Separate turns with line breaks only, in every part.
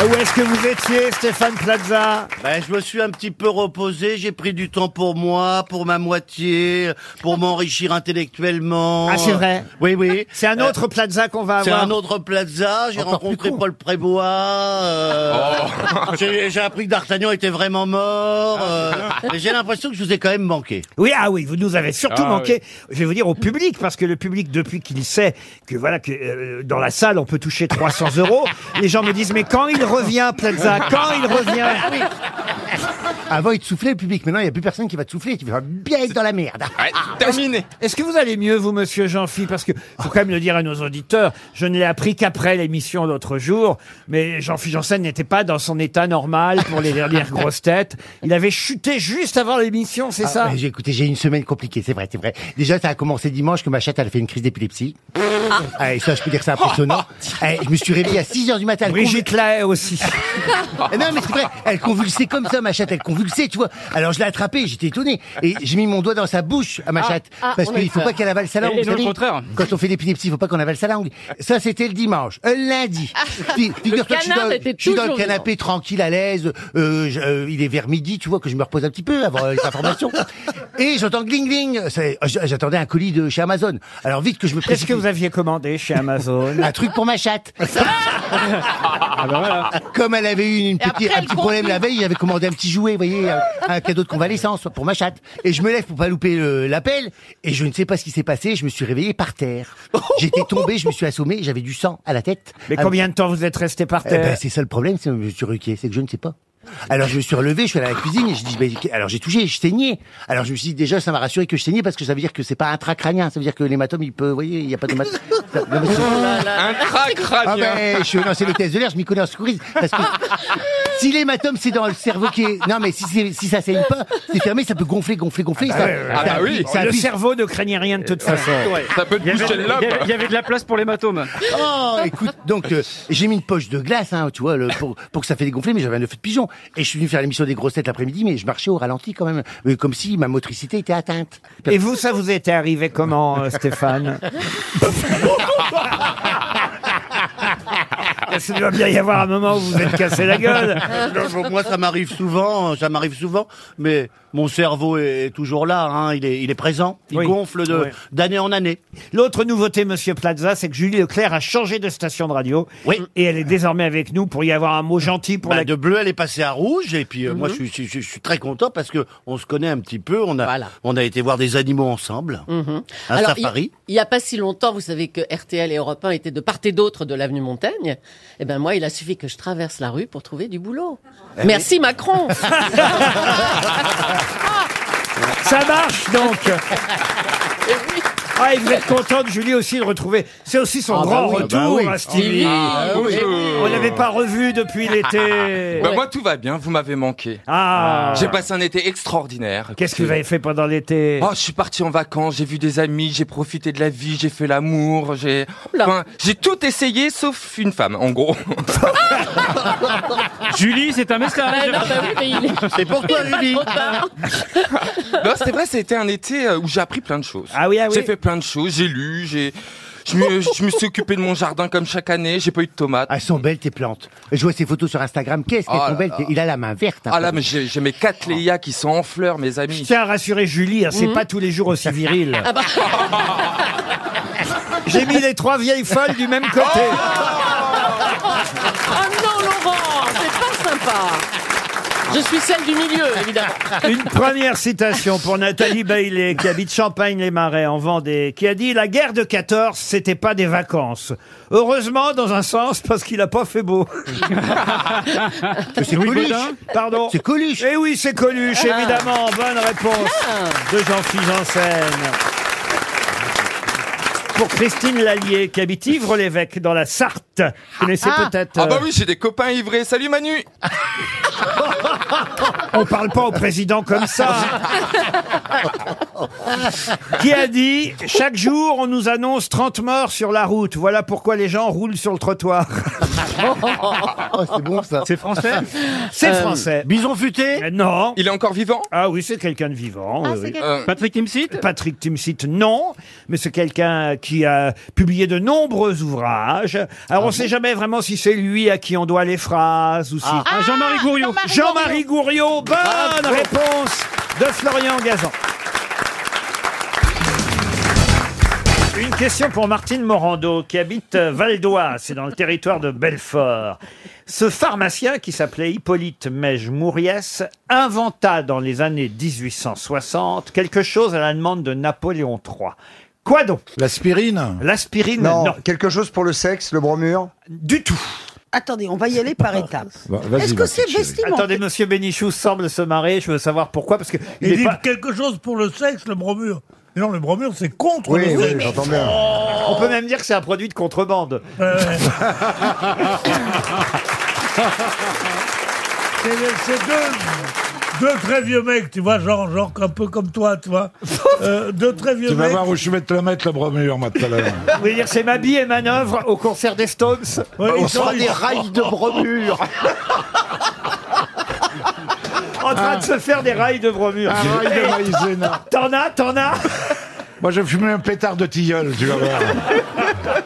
Ah, Où est-ce que vous étiez, Stéphane Plaza
Ben, je me suis un petit peu reposé, j'ai pris du temps pour moi, pour ma moitié, pour m'enrichir intellectuellement.
Ah, c'est vrai
Oui, oui. Euh,
C'est un autre Plaza qu'on va
C'est
avoir.
un autre plaza, j'ai rencontré Paul Prébois, euh, j'ai j'ai appris que D'Artagnan était vraiment mort, euh,
Ah.
et j'ai l'impression que je vous ai quand même manqué.
Oui, ah oui, vous nous avez surtout
Ah
manqué, je vais vous dire, au public, parce que le public, depuis qu'il sait que voilà, que euh, dans la salle, on peut toucher 300 euros, les gens me disent, mais quand il revient, Plaza, quand il
Ah
revient
Ah, Avant, il te soufflait le public. Maintenant, il n'y a plus personne qui va te souffler. Tu vas bien être dans la merde. Ah.
Ouais, terminé.
Est-ce que vous allez mieux, vous, monsieur Jean-Phi Parce que faut quand même le dire à nos auditeurs, je ne l'ai appris qu'après l'émission l'autre jour, mais Jean-Phi Janssen n'était pas dans son état normal pour les dernières grosses têtes. Il avait chuté juste avant l'émission, c'est ça
Ah, J'ai écouté, j'ai une semaine compliquée, c'est vrai, c'est vrai. Déjà, ça a commencé dimanche que ma chatte, elle a fait une crise d'épilepsie. Ah, et ça, je peux dire que c'est impressionnant. Eh, je me suis réveillé à 6 heures du matin. elle
Oh. Brigitte Lahaye aussi.
convul- Non, mais c'est vrai, elle convulsait comme ça, ma chatte, elle convulsait, tu vois. Alors, je l'ai attrapée, j'étais étonné. Et j'ai mis mon doigt dans sa bouche à ma chatte. parce qu'il faut pas qu'elle avale sa langue.
Et
vous
non, le
savez.
contraire.
Quand on fait l'épilepsie, il faut pas qu'on avale sa langue. Ça, c'était le dimanche. Euh, lundi. Fi- Figure-toi que je suis
Ah. canard
dans,
était
je suis dans le
toujours
canapé, tranquille, à l'aise. Euh, je- euh, il est vers midi, tu vois, que je me repose un petit peu avant euh, les informations. Et j'entends gling gling. C'est- euh, j- J'attendais un colis de chez Amazon. Alors, vite que je me
Qu'est-ce
précipite.
que vous aviez commandé chez Amazon
Un truc pour ma chatte.
Ah, bah
Comme elle avait eu une, petite-
après,
un
elle
petit problème
confie.
la veille, j'avais commandé un petit jouet, vous voyez, un, un cadeau de convalescence pour ma chatte. Et je me lève pour pas louper euh, l'appel. Et je ne sais pas ce qui s'est passé. Je me suis réveillé par terre. J'étais tombé, je me suis assommé, j'avais du sang à la tête.
Mais
Ah,
combien de temps vous êtes resté par
eh ben,
terre
c'est ça le problème, c'est
euh,
monsieur Ruquier, c'est que je ne sais pas. Alors je me suis relevé, je suis allé à la cuisine et je dis, ben, alors j'ai touché, je saignais. Alors je me suis dit déjà ça m'a rassuré que je saignais parce que ça veut dire que c'est pas intracrânien, ça veut dire que l'hématome il peut, vous voyez, il n'y a pas de
Un
Ah
cracradien.
ben, je suis lancé le test de l'air, je m'y connais en secourisme. Parce que si l'hématome, c'est dans le cerveau qui est... Non, mais si, c'est- si ça saigne pas, c'est fermé, ça peut gonfler, gonfler, gonfler. ça,
Ah
ça
bah oui.
appuie- ça
Le
appuie-
cerveau ne craignait rien de toute façon.
Ça peut te pousser le lobe.
de la place pour l'hématome.
Oh, écoute, donc euh, j'ai mis une poche de glace, hein, tu vois, le- pour, pour que ça fait dégonfler, mais j'avais un œuf de pigeon. Et je suis venu faire l'émission des grossettes l'après-midi, mais je marchais au ralenti quand même, euh, comme si ma motricité était atteinte.
Et vous, ça vous était arrivé comment, euh, Stéphane Il doit bien y avoir un moment où vous vous êtes cassé la gueule.
Non, Moi, ça m'arrive souvent, hein, ça m'arrive souvent, mais mon cerveau est toujours là, hein, il, est, il est présent, il
Oui.
gonfle de-
Ouais.
d'année en année.
L'autre nouveauté, Monsieur Plaza, c'est que Julie Leclerc a changé de station de radio.
Oui.
Et elle est désormais avec nous pour y avoir un mot gentil pour
Bah,
la... Mhm.
De bleu, elle est passée à rouge. Et puis, euh, moi, je suis, je, suis- je suis très content parce que on se connaît un petit peu. On a,
Voilà.
on a été voir des animaux ensemble.
Mhm.
Un
Alors, il-
safari.
Mhm. Il n'y a pas si longtemps, vous savez que RTL et Europe 1 étaient de part et d'autre de l'avenue Montaigne. Eh ben moi, il a suffi que je traverse la rue pour trouver du boulot. Merci Macron. Ah
Ah,
Ça marche, donc
Eh
Ah, et vous êtes contente, Julie, aussi, de retrouver... C'est aussi son
Ah bah
grand
oui.
retour
Ah bah oui.
à Stevie.
Ah, bonjour.
On l'avait pas revu depuis l'été.
Bah, moi, tout va bien, vous m'avez manqué.
Ah
J'ai passé un été extraordinaire.
Qu'est-ce que vous avez fait pendant l'été
Oh, je suis parti en vacances, j'ai vu des amis, j'ai profité de la vie, j'ai fait l'amour, j'ai
Oula.
enfin, j'ai tout essayé sauf une femme en gros.
Julie, c'est un mesclin.
Ah non, bah oui, mais il est-
C'est pour toi, Julie.
trop tard.
non, c'était vrai, c'était un été euh, où j'ai appris plein de choses.
Ah oui, ah oui.
J'ai fait plein de choses, j'ai lu, j'ai je me, je me suis occupé de mon jardin comme chaque année, j'ai pas eu de tomates.
Elles sont belles tes plantes. Je vois ses photos sur Instagram, qu'est-ce qu'elles
Oh
sont
là
belles.
là.
t'es- Il a la main verte. hein.
Ah là, mais j'ai j'ai mes quatre Léa qui sont en fleurs, mes
Je
amis.
tiens à rassurer Julie, hein, c'est pas tous les jours aussi viril. J'ai mis les trois vieilles folles du même côté.
Oh non, Laurent, c'est pas sympa. Je suis celle du milieu, évidemment.
Une première citation pour Nathalie Bailey, qui habite Champagne-les-Marais, en Vendée, qui a dit « La guerre de 14, c'était pas des vacances. Heureusement, dans un sens, parce qu'il a pas fait beau.
Mais c'est Coluche. »
Pardon
C'est Coluche.
Eh oui, c'est Coluche, évidemment. Bonne réponse de Jean-Philippe Janssen. Pour Christine Lallier, qui habite Ivre-l'Évêque, dans la Ah. Sarthe. Vous connaissez peut-être...
Ah bah
euh,
oui, j'ai des copains ivrés. Salut Manu.
On parle pas au président comme ça. Qui a dit chaque jour on nous annonce 30 morts sur la route. Voilà pourquoi les gens roulent sur le trottoir.
Oh, c'est bon ça.
C'est français
C'est
Euh,
français.
Bison futé
Euh, Non.
Il est encore vivant
Ah oui, c'est quelqu'un de vivant.
Ah,
oui, oui.
Euh,
Patrick Timsit
Patrick Timsit, non, mais c'est quelqu'un qui a publié de nombreux ouvrages. Alors on
Ah
ne sait jamais vraiment si c'est lui à qui on doit les phrases ou si
Ah, Jean-Marie Gouriot.
Jean-Marie Gouriot, bonne réponse de Florian Gazan. Une question pour Martine Morando, qui habite euh, Val d'Oise, c'est dans le territoire de Belfort. Ce pharmacien, qui s'appelait Hippolyte Mège Mouriès, inventa dans les années 1860 quelque chose à la demande de Napoléon III. Quoi donc
L'aspirine
L'aspirine
Non,
non,
quelque chose pour le sexe, le bromure
du tout.
Attendez, on va y aller par étapes.
Bah, vas-y,
Est-ce que
vas-y,
c'est
chérie.
vestimentaire
Attendez, monsieur Bénichou semble se marrer, je veux savoir pourquoi, parce que il est
Il dit
pas-
quelque chose pour le sexe, le bromure. Mais non, le bromure, c'est contre
Oui,
le
oui,
sexe.
j'entends bien.
on peut même dire que c'est un produit de contrebande.
Euh, c'est c'est deux, deux très vieux mecs, tu vois, genre, genre un peu comme toi, tu vois. Euh, deux très vieux
Tu vas
mecs.
voir où je vais te la mettre, la bromure, moi, tout à l'heure.
Vous voulez dire c'est Mabi et Manœuvre au concert des Stones
Ouais, ils
On
sont-
sera
ils
des
sont-
rails de bromure.
en train de se faire des Ah, rails de bromure.
Un rail de maïzena.
T'en as, t'en as
Moi, je vais fumer un pétard de tilleul, tu vas voir.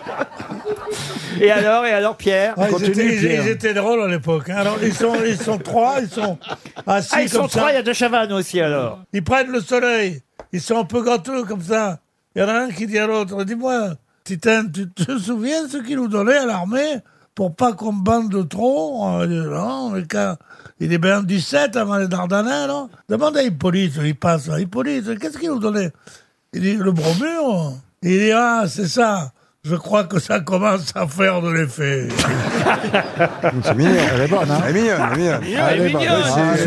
Et alors, et alors Pierre
Ouais, Ah, ils,
Ah, Continue,
étaient, ils-
Pierre.
ils étaient drôles à l'époque. hein. Alors ils sont, ils sont trois, ils sont assis
Ah, ils
comme
sont
ça.
trois, il y a deux chavannes aussi alors.
Ils prennent le soleil. Ils sont un peu gâteux comme ça. Il y en a un qui dit à l'autre, dis-moi, Titane, tu te souviens ce qu'ils nous donnaient à l'armée pour pas qu'on me bande de trop Euh, il dit, Non, mais quand... Il est bien 17 avant les Dardanelles, non Demande à Hippolyte, il passe là. Hippolyte, qu'est-ce qu'ils nous donnaient Il dit, le bromure. Il dit, ah, c'est ça. Je crois que ça commence à faire de l'effet.
C'est mignon. Elle est bonne, hein Elle est mignonne, elle est mignonne.
Allez, bah, vas-y,
Ah, Elle est
vas-y,
mignonne,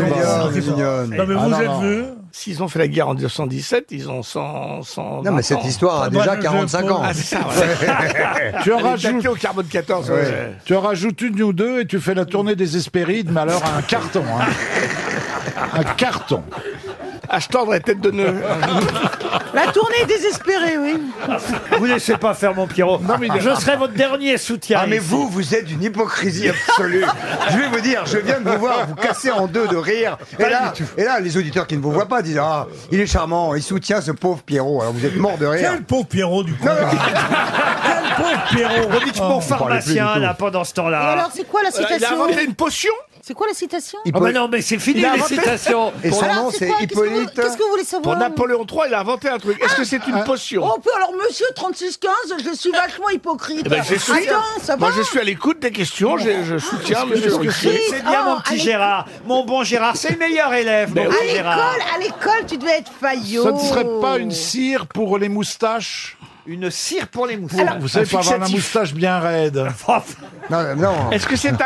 vas-y.
elle est mignonne.
Non, mais
Ah,
vous
non,
êtes
non.
vus
S'ils ont fait la guerre en 1917, ils ont 100.
Non, mais cette histoire a
Moi,
déjà
je-
45
Ah,
Ah,
ans.
Tu en, rajoutes,
au carbone 14.
tu en rajoutes une ou deux et tu fais la tournée des Hespérides, mais alors un carton. hein. Un carton.
À se tendre Ah, la tête de nœud.
La tournée est désespérée, oui.
Vous laissez pas faire mon Pierrot. Je serai votre dernier soutien.
Ah mais
ici.
vous, vous êtes d'une hypocrisie absolue. je vais vous dire, je viens de vous voir vous casser en deux de rire. Et là, et là, les auditeurs qui ne vous voient pas disent ah, il est charmant, il soutient ce pauvre Pierrot. Alors vous êtes mort de rire.
Quel pauvre Pierrot, du coup Quel pauvre Pierrot
On dit que mon
Oh.
pharmacien là pendant ce
Et alors,
temps-là.
c'est quoi la citation
une potion
C'est quoi la citation
Ah bah non mais c'est fini les citations.
Et son
Alors,
nom
Ah, c'est
c'est
quoi Qu'est-ce que vous-
Hippolyte.
Qu'est-ce que vous voulez savoir
III, il a inventé un truc. Est-ce que c'est une potion
Oh, puis alors, monsieur 3615, je suis vachement
Eh
Eh
hypocrite.
ben,
ben,
Attends, ça va Ah,
à l'écoute des questions, je, soutiens M.
C'est bien
Oh,
mon petit
allez.
Gérard. Mon bon Gérard, c'est le meilleur élève, mon
À
petit Gérard.
l'école, à l'école, tu devais être faillot.
Ça ne serait pas une cire pour les moustaches
Une cire pour les moustiques.
Vous savez, pour avoir la
fixatif.
moustache bien raide.
Non, non,
Est-ce que c'est une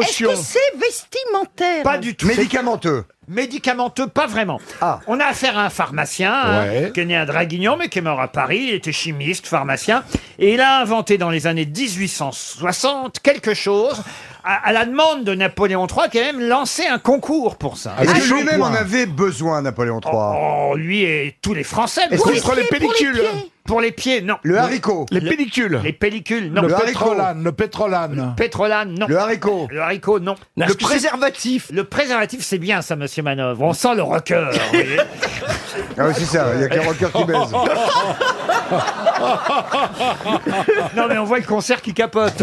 Est-ce que c'est vestimentaire
Pas du tout.
médicamenteux.
Médicamenteux, pas vraiment.
Ah.
On a affaire à un pharmacien
Ouais.
hein, qui est né à Draguignan, mais qui est mort à Paris. Il était chimiste, pharmacien. Et il a inventé dans les années 1860 quelque chose à, à la demande de Napoléon III, qui a même lancé un concours pour ça.
Ah,
Avec
Est-ce que
le
lui-même
hein.
shampoing.
en avait besoin, Napoléon III
Oh, lui et tous les Français.
Est-ce
Pour
que
les,
je prends
pieds,
les
pour les
pellicules.
pieds.
Pour les pieds, non.
Le haricot.
Les pellicules.
Les pellicules, non.
Le
Le
Le haricot.
pétrolane, le pétrolane.
pétrolane, non.
Le haricot.
Le haricot, non.
Le
préservatif. Le préservatif, c'est bien ça, monsieur Manœuvre. On sent le rocker. vous voyez.
Ah oui, c'est ça, il y a que les rockers qui baisent.
non, mais on voit le concert qui capote.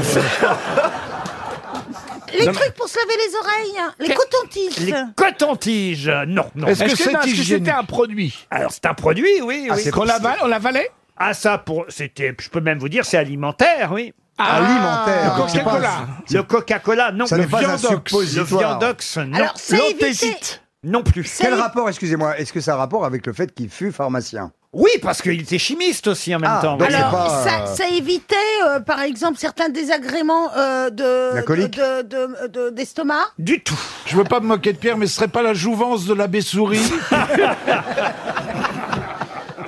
Les trucs pour se laver les oreilles. hein. Les
Qu'est-
cotons-tiges.
Les cotons-tiges, euh, non, non.
Est-ce que c'est hygiénique
un produit
Alors c'est un produit, oui, oui.
Qu'on l'avale- On l'avalait
Ah ça pour, c'était, je peux même vous dire, c'est alimentaire, oui. Ah,
Alimentaire.
le
C'est pas-
Coca-Cola.
Le Coca-Cola, non.
Ça
le
n'est pas un
Le
suppositoire.
viandox, non,
Alors, c'est évité.
non plus.
C'est-
Quel rapport, excusez-moi, est-ce que ça a rapport avec le fait qu'il fut pharmacien
Oui, parce qu'il était chimiste aussi en même
Ah,
temps.
donc
oui.
c'est
Alors,
pas,
ça,
euh,
ça évitait, euh, par exemple, certains désagréments euh, de,
La colique.
de- de- de- d'estomac.
Du tout.
Je veux pas me moquer de Pierre, mais ce serait pas la jouvence de l'abbé Souris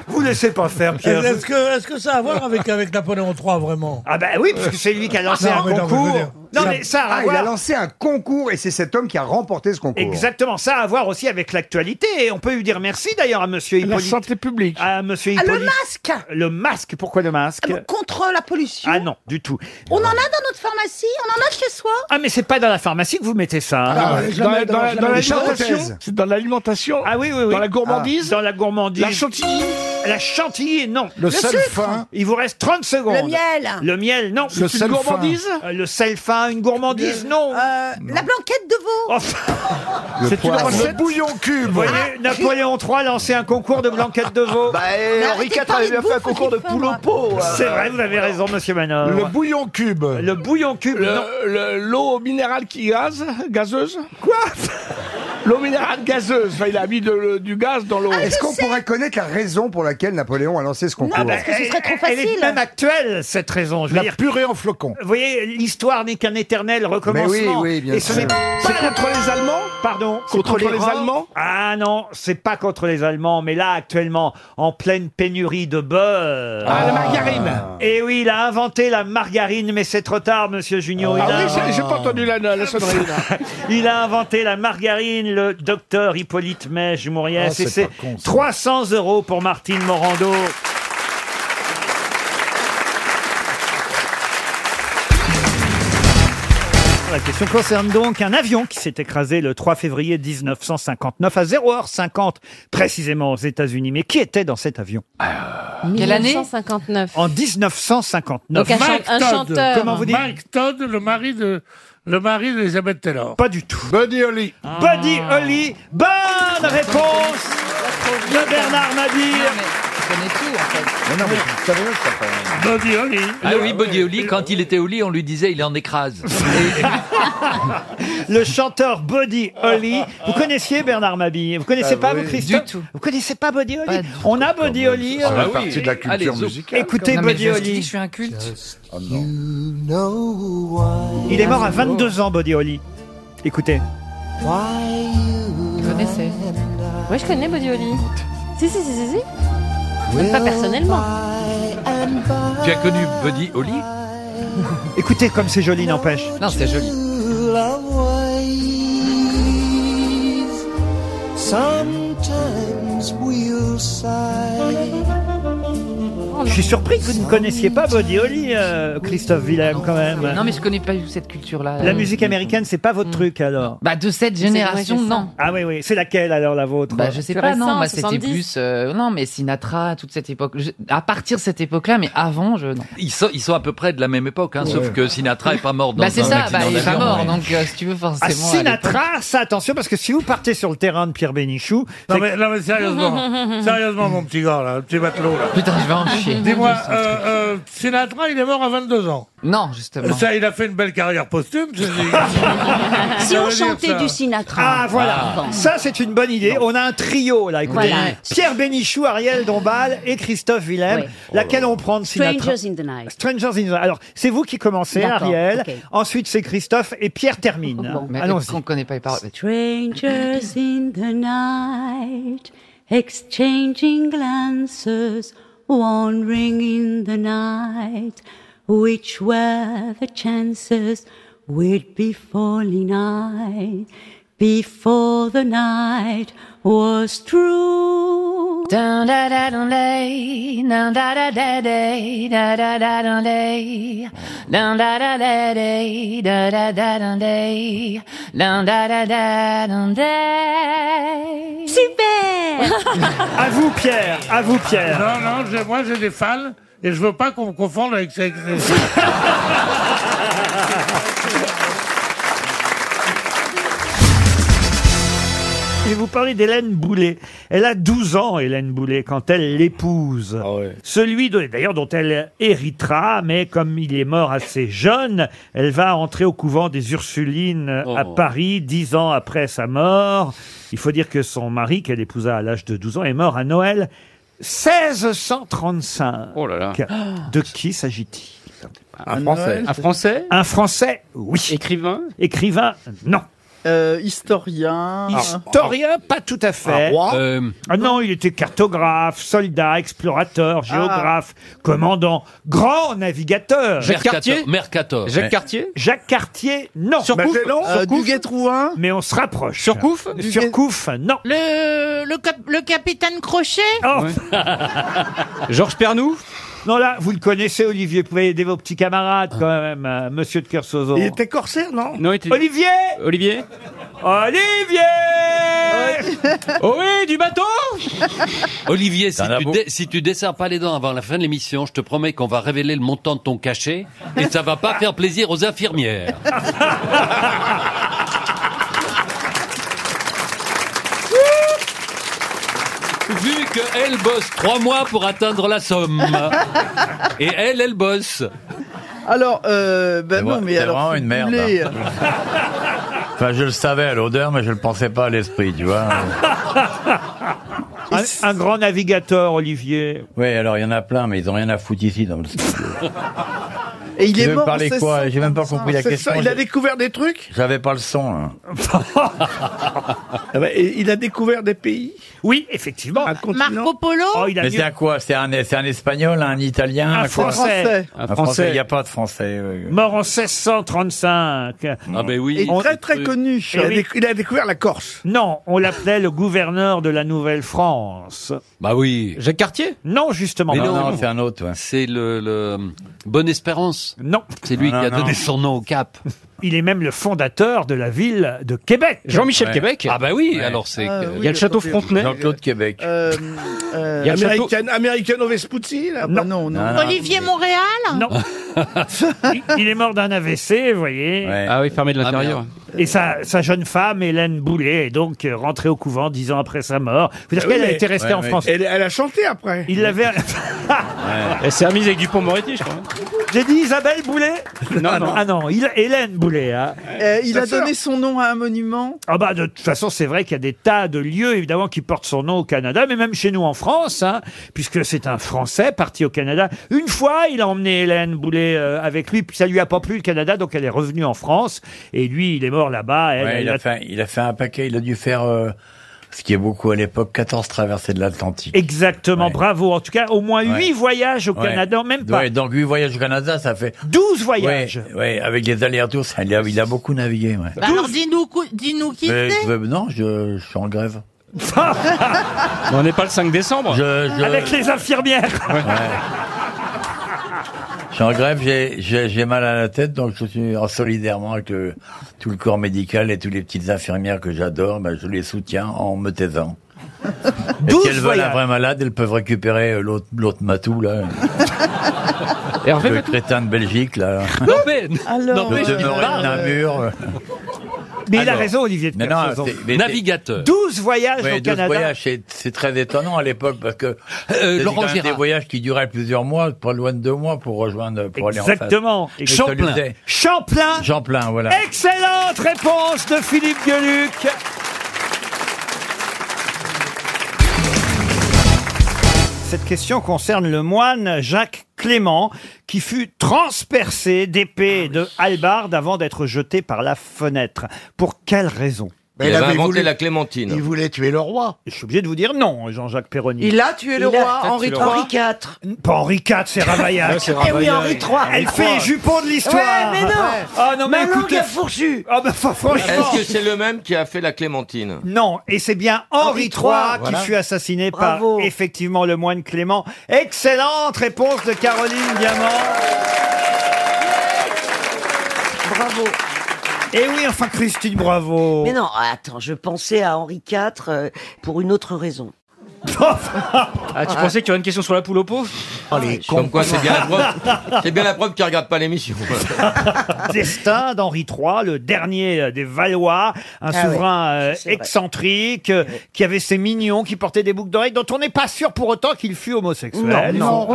Vous laissez pas faire, Pierre.
Est-ce que, est-ce que ça a à voir avec, avec Napoléon III, vraiment
Ah ben oui, parce que c'est lui qui a lancé
Non,
un
mais non, mais je veux
concours.
dire-
Non,
Il a-
mais ça a à
Ah, il
voir-
a lancé un concours et c'est cet homme qui a remporté ce concours.
Exactement, ça a à voir aussi avec l'actualité. Et on peut lui dire merci d'ailleurs à Monsieur Hippolyte. La santé publique. À Monsieur
Ah, le
Hippolyte.
masque Ah,
Le masque, pourquoi le masque
Contre la pollution.
Ah non, du tout.
On en a dans notre pharmacie, on en a chez soi.
Ah mais c'est pas dans la pharmacie que vous mettez ça. hein.
Ah, ouais, Dans la- dans la- dans l'alimentation C'est dans l'alimentation
Ah oui, oui, oui.
Dans la gourmandise
Ah. Dans la gourmandise.
La chantilly
La chantilly, non.
Le Le sel sucre fin
Il vous reste 30 secondes.
Le miel
Le miel, non.
Le C'est une sel fin. gourmandise
Euh, Le sel fin, une gourmandise,
Euh,
non.
La blanquette de veau.
C'est une
poivre.
recette.
Le
bouillon cube. Vous voyez, Napoléon III lançait un concours de blanquette de veau. Bah,
euh,
eh, Henri arrêtez IV pas avait les fait un bouffes concours de qu'il faut, poule au moi. pot. euh.
C'est vrai, vous avez raison, monsieur Manon.
Le bouillon cube.
Le bouillon cube, non.
L'eau minérale qui gaze, gazeuse. Quoi L'eau minérale gazeuse. Enfin, il a mis de- le- du gaz dans l'eau.
Est-ce qu'on pourrait connaître la raison pour laquelle Napoléon a lancé ce concours
Ah bah, elle- Elle est même actuelle, cette raison. Je veux
La
dire,
purée en flocon.
vous voyez, l'histoire n'est qu'un éternel recommencement.
Mais oui, oui, bien
Et ce
sûr.
n'est pas
C'est
la-
contre les Allemands
Pardon
C'est contre, les, Allemands
Ah non, c'est pas contre les Allemands, mais là, actuellement, en pleine pénurie de beurre.
Ah, la margarine.
Et oui, il a inventé la margarine, mais c'est trop tard, monsieur Junior.
Ah
il, a...
oui, j'ai- j'ai pas entendu la, la sonnerie. là.
il a inventé la margarine, le docteur Hippolyte Mèche Mouriès.
Ah,
et
c'est
c'est
pas con, ça.
300 euros pour Martine Morando. La question concerne donc un avion qui s'est écrasé le 3 février 1959 à 0h50 précisément aux États-Unis. Mais qui était dans cet avion
Euh,
Quelle année
1959.
En 1959.
Donc un chan- un chanteur.
Comment vous dites
Mike Todd, le mari de le mari d'Elizabeth Taylor.
Pas du tout.
Buddy Holly.
Ah.
Buddy Holly. Bonne réponse de Bernard Mabir.
Buddy Holly.
Ah oui, Buddy Holly, quand il était au lit, on lui disait il en écrase.
Le chanteur Buddy Holly. Vous connaissiez Bernard Mabille Vous connaissez pas, vous, Christophe
Du tout.
Vous connaissez pas Buddy Holly On a Buddy Holly.
Ça
euh,
fait partie de la culture
Allez, zo.
musicale.
Écoutez
Non, mais
Buddy
je me suis dit,
Holly.
Je suis un culte.
Oh
Il est mort à 22 ans, Buddy Holly. Écoutez.
Vous connaissez
Oui, je connais Bodioli. Si, si, si, si, si. Même pas personnellement.
Tu as connu Buddy Holly
Écoutez comme c'est joli, n'empêche.
Non, c'était joli.
Sometimes we'll sigh.
Je suis surpris que vous ne connaissiez pas Buddy Holly, euh, Christophe Willem, quand même.
Non, mais je connais pas cette culture-là.
La musique américaine, c'est pas votre truc, alors
Bah, de cette génération,
c'est ça.
non.
Ah oui, oui. C'est laquelle, alors, la vôtre
Bah, je sais
Plus
pas,
récent,
non, moi c'était
70.
plus. euh, non, mais Sinatra, toute cette époque. je- à partir de cette époque-là, mais avant, je. non.
Ils sont, ils sont à peu près de la même époque, hein, sauf que Sinatra est pas mort dans
Bah, c'est
un
ça,
accident
bah, il est pas
d'avion,
mort,
ouais.
donc euh, si tu veux
Ah,
forcément. à l'époque-
Sinatra, ça, attention, parce que si vous partez sur le terrain de Pierre Bénichou,
Non
c'est-
mais, non mais sérieusement, sérieusement mon petit gars là, le petit matelot là.
Putain, je vais en chier.
Dis-moi, euh, euh, Sinatra, il est mort à 22 ans.
Non, justement.
Ça, il a fait une belle carrière posthume. c'est-
Si
Ça
on
veut dire
chantait
ça.
du Sinatra.
Ah voilà, ça c'est une bonne idée. On a un trio là, écoutez.
Voilà.
Pierre Bénichou, Ariel Dombal et Christophe Willem.
Oui.
Laquelle on prend de Sinatra
Strangers in the Night.
Strangers in the Alors c'est vous qui commencez,
D'accord,
Ariel.
ok.
Ensuite c'est Christophe et Pierre termine.
Mais
Allons-y.
on connaît pas les paroles.
Strangers in the night, exchanging glances, wandering in the night. Which were the chances we'd be falling I before the night was true?
Dun da da dun lay, dun da da da day, da da da dun lay, dun da da da day, da da da dun day, dun da da da dun day.
Super
À vous Pierre, à vous Pierre.
Non, non, j'ai- moi j'ai des fans et je veux pas qu'on me confonde avec. avec-
Je vais vous parler d'Hélène Boulet. Elle a 12 ans, Hélène Boulet, quand elle l'épouse.
Ah
Celui de- d'ailleurs dont elle héritera, mais comme il est mort assez jeune, elle va entrer au couvent des Ursulines à
Oh.
Paris, 10 ans après sa mort. Il faut dire que son mari, qu'elle épousa à l'âge de 12 ans, est mort à Noël 1635.
Oh là là.
De qui s'agit-il
Un Français. Un Français
Un Français, oui.
Écrivain
Écrivain, non.
Euh, historien. Ah.
Historien, pas tout à fait.
Un roi
Ah non, il était cartographe, soldat, explorateur,
Ah.
géographe, commandant, grand navigateur.
Mercator.
Ouais. Jacques Cartier, non.
Surcouf
Magellan,
Euh,
Surcouf. Mais on se rapproche. Surcouf Surcouf, non.
Le, le, cap- le capitaine Crochet
Oh. Georges Pernou Non, là, vous le connaissez, Olivier. Vous pouvez aider vos petits camarades, quand même, euh, monsieur de Kersozo.
Il était corsaire, non
Olivier Olivier Olivier
Oh oui, du bateau Olivier, si tu, dé- si tu desserres pas les dents avant la fin de l'émission, je te promets qu'on va révéler le montant de ton cachet et ça va pas faire plaisir aux infirmières. Vu qu'elle bosse trois mois pour atteindre la somme. Et elle, elle bosse.
Alors, euh, ben
T'es
non,
vra-
mais
t'es
alors.
vraiment
si
une
vous
merde,
voulez,
hein.
euh,
Enfin, je le savais à l'odeur, mais je le pensais pas à l'esprit, tu vois.
un, un grand navigateur, Olivier.
oui, alors il y en a plein, mais ils ont rien à foutre ici dans le studio.
Et il
Tu
est
veux me
mort.
parler
c'est
quoi
ça,
J'ai même pas
c'est ça.
compris la
C'est
question,
ça, Il a
j'ai-
découvert des trucs
J'avais pas le son. hein. là.
Ah bah,
Il a découvert des pays.
Oui, effectivement. Oh,
Marco Polo
mais c'est un quoi C'est un, c'est un espagnol, un italien,
Un
quoi
Français.
Un
Un
français.
Français.
Il n'y a pas de français. oui.
Mort en 1635.
Ah ben oui.
Et très, très connu. Il a déc-
découvert la Corse. Eh Non, on l'appelait le gouverneur de la Nouvelle-France.
Bah oui.
Jacques Cartier Non, justement.
Mais non,
c'est un autre.
C'est le, le- Bonne Espérance.
Non.
C'est lui
Non,
qui a
non,
donné
non.
son nom au Cap.
Il est même le fondateur de la ville de Québec.
Ouais. Ah bah oui, alors c'est.
Ah,
que-
oui, Il y a le château attendez. Frontenac.
Jean-Claude Québec.
Euh,
Il y a un
American, American Vespucci, là Bah Non,
non,
non. Ah,
Olivier Montréal Bah
Non. il, il est mort d'un AVC, vous voyez.
Ah oui, fermé de l'intérieur.
Et sa, sa jeune femme, Hélène Boulet, est donc euh, rentrée au couvent dix ans après sa mort. C'est-à-dire
Ah oui,
qu'elle a
mais-
été restée
Ouais,
en
ouais.
France.
Elle, elle a chanté après.
Il l'avait.
Elle s'est remise avec Dupont-Moretti, je crois.
J'ai dit Isabelle Boulet
Non,
ah,
non.
Ah non, il, Hélène Boulet. hein.
Euh, il a donné son nom à un monument.
Ah bah de toute façon, c'est vrai qu'il y a des tas de lieux évidemment qui portent son nom au Canada, mais même chez nous en France, hein, puisque c'est un Français parti au Canada. Une fois, il a emmené Hélène Boulet euh, avec lui, puis ça lui a pas plu le Canada, donc elle est revenue en France. Et lui, Eh, il est mort là-bas. elle,
Ouais,
elle
il, a
a-
fait, il a fait un paquet, il a dû faire, euh, ce qui est beaucoup à l'époque, 14 traversées de l'Atlantique.
Exactement, bravo. En tout cas, au moins
Ouais.
huit voyages au
Ouais.
Canada, même pas.
Ouais, donc 8 voyages au Canada, ça fait...
12 voyages
Oui, avec les allers-retours, ça- il a, il a beaucoup navigué. Ouais.
Bah Alors dis-nous cou- dis-nous qui
Mais
c'est.
je veux- non, je, je suis en grève.
on n'est pas le 5 décembre.
Avec les infirmières.
Je suis en grève, j'ai- j'ai j'ai mal à la tête, donc je suis en solidairement avec le- tout le corps médical et toutes les petites infirmières que j'adore, ben, je les soutiens en me taisant. Et si
12
elles veulent un
voyages.
vrai malade, elles peuvent récupérer euh, l'autre l'autre matou, là.
Hervé
le
Matou.
crétin de Belgique, là.
Non mais, non, mais
de
je
demeurer de
parle.
Namur.
Mais il a raison, Olivier de
Mais non,
Kersauzon.
c'est- mais c'est-
Navigateur.
12 voyages
Ouais,
au
12
Canada.
voyages, c'est- c'est très étonnant à l'époque parce que c'était
Euh, Laurent
quand même des
Gérard.
voyages qui duraient plusieurs mois, pas loin de deux mois pour rejoindre, pour
Exactement.
aller en face.
Champlain. Champlain.
Champlain, voilà.
Excellente réponse de Philippe Gueluc. Cette question concerne le moine Jacques Clément qui fut transpercé d'épée de hallebarde avant d'être jeté par la fenêtre. Pour quelle raison
Il avait inventé la clémentine.
Il voulait tuer le roi. Je suis obligé de vous dire non, Jean-Jacques Perroni.
Il a tué le Il a roi, tué Henri le roi. III.
IV. Pas Henri IV, Ah, c'est Ravaillac.
Ouais, c'est Eh oui, Henri III. Ravaillac.
Elle fait les jupons de l'histoire.
Ouais, mais non.
Ah non, mais
Ma langue
écoutez.
a
fourchu. Ah bah fa- franchement.
Est-ce que c'est le même qui a fait la clémentine
Non, et c'est bien Henri III qui
Voilà.
fut assassiné
Bravo.
par effectivement le moine Clément. Excellente réponse de Caroline Diamant.
Bravo.
Et Eh oui, enfin Christine, bravo.
Mais non, attends, je pensais à Henri IV euh, pour une autre raison.
Ah, tu pensais qu'il y aurait une question sur la poule au pot
Oh,
Ah, Comme quoi, c'est bien la preuve, c'est bien la preuve qu'il regarde pas l'émission.
Destin d'Henri III, le dernier euh, des Valois, un
Ah
souverain
oui,
euh,
c'est vrai.
excentrique euh, qui avait ses mignons, qui portait des boucles d'oreilles, dont on n'est pas sûr pour autant qu'il fût homosexuel. Ah,
non, non,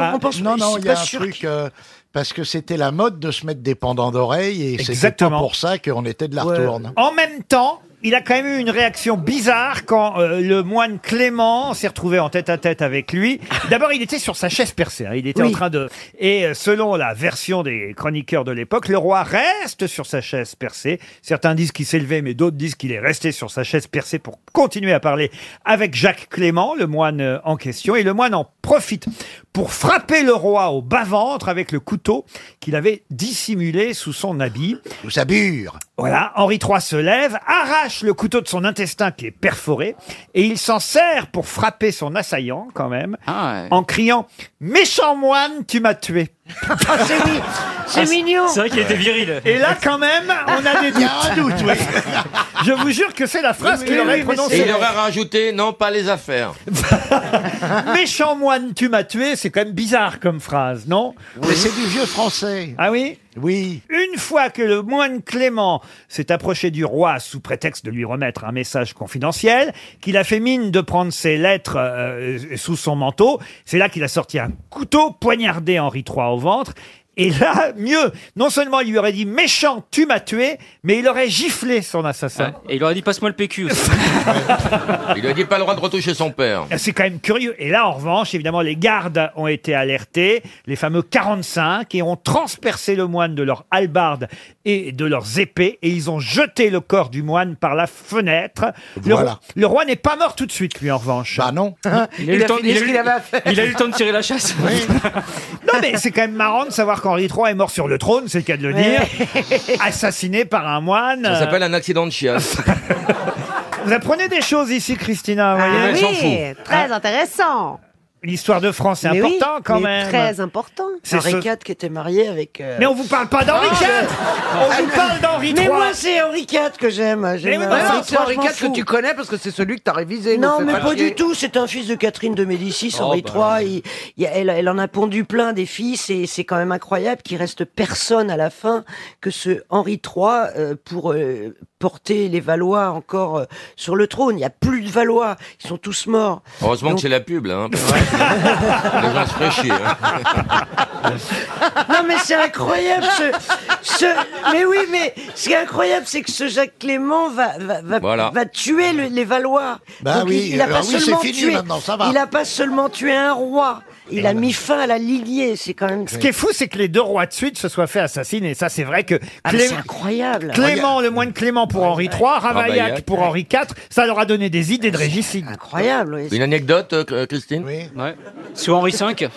il y a un
sûr
truc euh, parce que c'était la mode de se mettre des pendants d'oreilles et c'est
Exactement.
pour ça qu'on était de la
Ouais.
retourne.
En même temps, il a quand même eu une réaction bizarre quand euh, le moine Clément s'est retrouvé en tête à tête avec lui. D'abord, il était sur sa chaise percée. hein, il était en train de. Et euh, selon la version des chroniqueurs de l'époque, le roi reste sur sa chaise percée. Certains disent qu'il s'est levé, mais d'autres disent qu'il est resté sur sa chaise percée pour continuer à parler avec Jacques Clément, le moine euh, en question. Et le moine en profite pour frapper le roi au bas-ventre avec le couteau qu'il avait dissimulé sous son habit. Sous sa bure. Voilà, Henri III se lève, arrache le couteau de son intestin qui est perforé, et il s'en sert pour frapper son assaillant quand même,
Ah
en criant « Méchant moine, tu m'as tué !»
c'est mi- c'est
Ah,
mignon.
c'est vrai qu'il était viril.
Et là, quand même, on a
Il
des
y
doutes.
a un doute, oui.
Je vous jure que c'est la phrase
Oui,
qu'il
oui,
aurait
oui, mais c'est-
prononcée.
Et il aurait rajouté, non, pas les affaires.
Méchant moine, tu m'as tué, c'est quand même bizarre comme phrase, non Mais c'est du vieux français. Ah oui Oui. Une fois que le moine Clément s'est approché du roi sous prétexte de lui remettre un message confidentiel, qu'il a fait mine de prendre ses lettres euh, sous son manteau, c'est là qu'il a sorti un couteau, poignardé Henri III au ventre. Et là, mieux, non seulement il lui aurait dit méchant, tu m'as tué, mais il aurait giflé son assassin.
Et il aurait dit passe-moi le PQ aussi.
Il a dit pas le droit de retoucher son père.
Ah, C'est quand même curieux. Et là, en revanche, évidemment, les gardes ont été alertés, les fameux 45, et ont transpercé le moine de leurs halbardes et de leurs épées, et ils ont jeté le corps du moine par la fenêtre. Le
Voilà.
roi- Le roi n'est pas mort tout de suite, lui, en revanche. Ah non.
Il a eu le temps- il a eu- il a eu le temps de tirer la chasse.
Ah,
Non, mais c'est quand même marrant de savoir qu'Henri III est mort sur le trône, c'est le cas de le dire, assassiné par un moine.
Ça s'appelle un accident de chiasse.
Vous apprenez des choses ici, Christina. vous
Ah,
voyez. Ah.
oui, très intéressant.
L'histoire de France est
Mais oui,
important quand
mais
même.
Très important.
C'est
Henri
ce-
IV qui était marié avec. euh,
Mais on vous parle pas d'Henri
Ah,
IV
mais-
On vous parle d'Henri III
Mais moi, c'est Henri IV que j'aime.
Mais
J'aime,
oui,
euh,
mais non,
Henri
Ah, c'est Henri
je m'en
IV que
fous.
tu connais parce que c'est celui que t'as révisé.
Non,
nous fais
mais pas
chier.
du tout. C'est un fils de Catherine de Médicis,
Oh,
Henri
bah.
III. il- il- elle, elle en a pondu plein des fils et c'est quand même incroyable qu'il reste personne à la fin que ce Henri III euh, pour euh, porter les Valois encore euh, sur le trône. Il n'y a plus de Valois. Ils sont tous morts.
Heureusement que c'est la pub, là. hein, parce que les gens se feraient chier, hein.
Non mais c'est incroyable ce, ce- Mais oui mais ce qui est incroyable c'est que ce Jacques Clément va, va, va,
Voilà.
va tuer le- les Valois.
Bah
Donc,
oui,
il, il a
alors
pas
oui, c'est
seulement
fini
tué,
maintenant, ça va.
Il a pas seulement tué un roi, il
Voilà.
a mis fin à la lignée, c'est quand même...
Ce qui est fou, c'est que les deux rois de suite se soient fait assassiner. Ça, c'est vrai que
Ah, mais
Clé-
c'est incroyable.
Clément, le moine Clément pour Henri III, Ravaillac
Ravaillac.
pour Henri IV, ça leur a donné des idées de régicide.
Ah, Incroyable, oui.
Une anecdote, euh, Christine
Oui.
Sur Henri V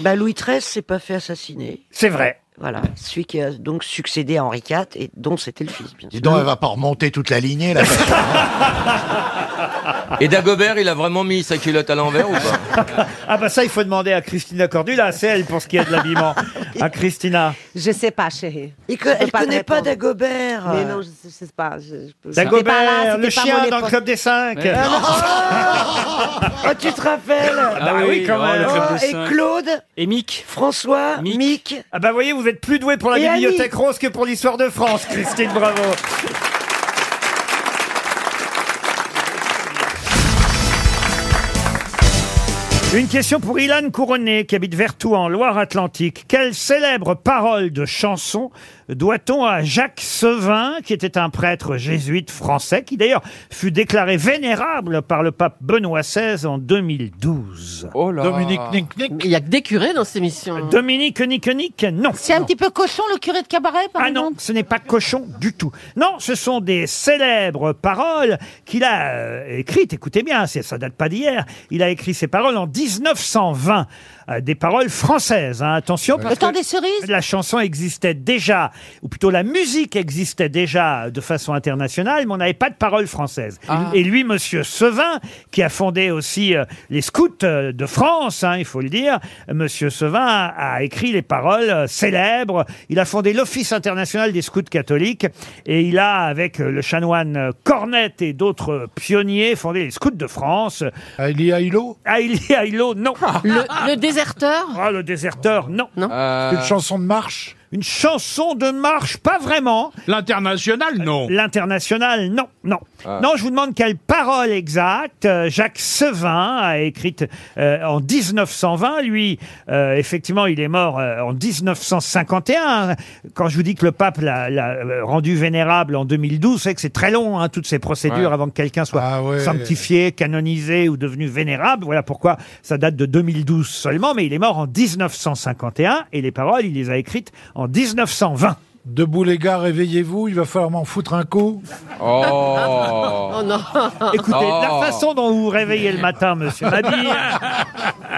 Bah Louis XIII s'est pas fait assassiner.
C'est vrai.
Voilà, celui qui a donc succédé à Henri IV et dont c'était le fils. Bien
Dis
sûr.
donc, elle va pas remonter toute la lignée, là.
Et Dagobert, il a vraiment mis sa culotte à l'envers ou pas
Ah bah ça, il faut demander à Christina Cordula, c'est elle pour ce qui est de l'habillement. à Christina.
Je sais pas, chérie. Et que, elle connaît pas Dagobert.
Mais
non, je, sais pas. Je,
Dagobert, le chien dans le club des cinq.
Mais non.
Ah,
Oh, tu te rappelles
Ah bah oui, quand
oh,
même.
et Claude
Et Mick.
François, Mick.
Ah bah voyez, vous êtes plus doué pour la
Et Annie.
bibliothèque rose que pour l'histoire de France, Christine, bravo. Une question pour Ilan Couronné, qui habite Vertou en Loire-Atlantique. Quelle célèbre parole de chanson doit-on à Jacques Sevin, qui était un prêtre jésuite français, qui d'ailleurs fut déclaré vénérable par le pape Benoît XVI en 2012
Oh là
Il n'y a que des curés dans cette émission. Dominique Nick Nick, non.
C'est un petit peu cochon, le curé de cabaret, par
Ah non, ce n'est pas cochon du tout. Non, ce sont des célèbres paroles qu'il a euh, écrites. Écoutez bien, c'est- ça date pas d'hier. Il a écrit ces paroles en 1920. euh, des paroles françaises, hein, attention. parce
Le temps
que
des cerises
La chanson existait déjà, ou plutôt la musique existait déjà de façon internationale, mais on n'avait pas de paroles françaises.
Ah.
Et lui, monsieur Sevin, qui a fondé aussi euh, les scouts euh, de France, hein, il faut le dire, monsieur Sevin a, a écrit les paroles euh, célèbres. Il a fondé l'Office international des scouts catholiques et il a, avec euh, le chanoine euh, Cornette et d'autres euh, pionniers, fondé les scouts de France. Aïli Aïlo Aïli Aïlo, non.
Le, déserteur
Ah, le déserteur, non.
C'est une chanson de marche
Une chanson de marche, pas vraiment.
L'international, non.
L'international, non, non. Non, je vous demande quelle parole exacte euh, Jacques Sevin a écrite euh, en 1920. Lui, euh, effectivement, il est mort euh, en 1951. Quand je vous dis que le pape l'a l'a, euh, rendu vénérable en 2012, c'est que c'est très long, hein, toutes ces procédures
Ouais.
avant que quelqu'un soit
ouais.
sanctifié, canonisé ou devenu vénérable. Voilà pourquoi ça date de 2012 seulement, mais il est mort en 1951 et les paroles, il les a écrites en 1920.
Debout les gars, réveillez-vous, il va falloir m'en foutre un coup.
Oh.
non. Écoutez,
Oh.
la façon dont vous vous réveillez le matin, monsieur Mabille,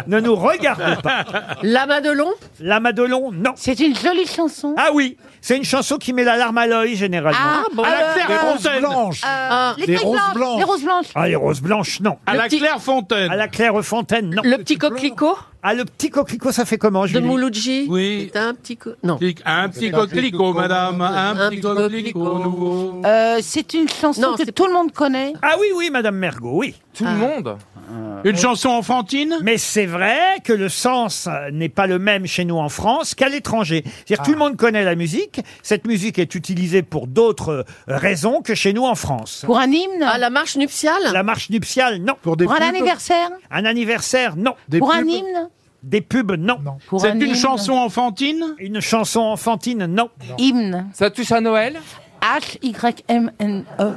ne nous regardez pas. La Madelon La Madelon, non.
C'est une jolie chanson.
Ah oui, c'est une chanson qui met la larme à l'œil, généralement.
Ah, bon. À la Claire
Des
Fontaine.
Ah.
Euh, les
Des
feuilles blanches, les roses blanches.
Ah, les roses blanches, non.
À Le la petit-
Claire Fontaine. À la Claire Fontaine, non. Le petit coquelicot Ah, le petit coquelicot, ça fait comment,
De
Julie
Mouloudji Oui. C'est un petit... co- Non.
Un petit coquelicot, madame, un petit coquelicot nouveau.
Euh, c'est une chanson
Non,
que
c'est-
tout le monde connaît.
Ah oui, oui, Madame Mergot, oui.
Tout
Ah.
le monde
Euh,
Une chanson enfantine Mais c'est vrai que le sens euh, n'est pas le même chez nous en France qu'à l'étranger.
Ah.
C'est-à-dire tout le monde connaît la musique, cette musique est utilisée pour d'autres euh, raisons que chez nous en France.
Pour un hymne
Ah, la marche nuptiale
La marche nuptiale, non. Pour,
Pour un anniversaire
Un anniversaire, non.
Pour un hymne
Des pubs, non.
Pour C'est un une hymne chanson
enfantine Une chanson enfantine, non.
Hymne.
Ça touche à Noël
H-Y-M-N-E. E.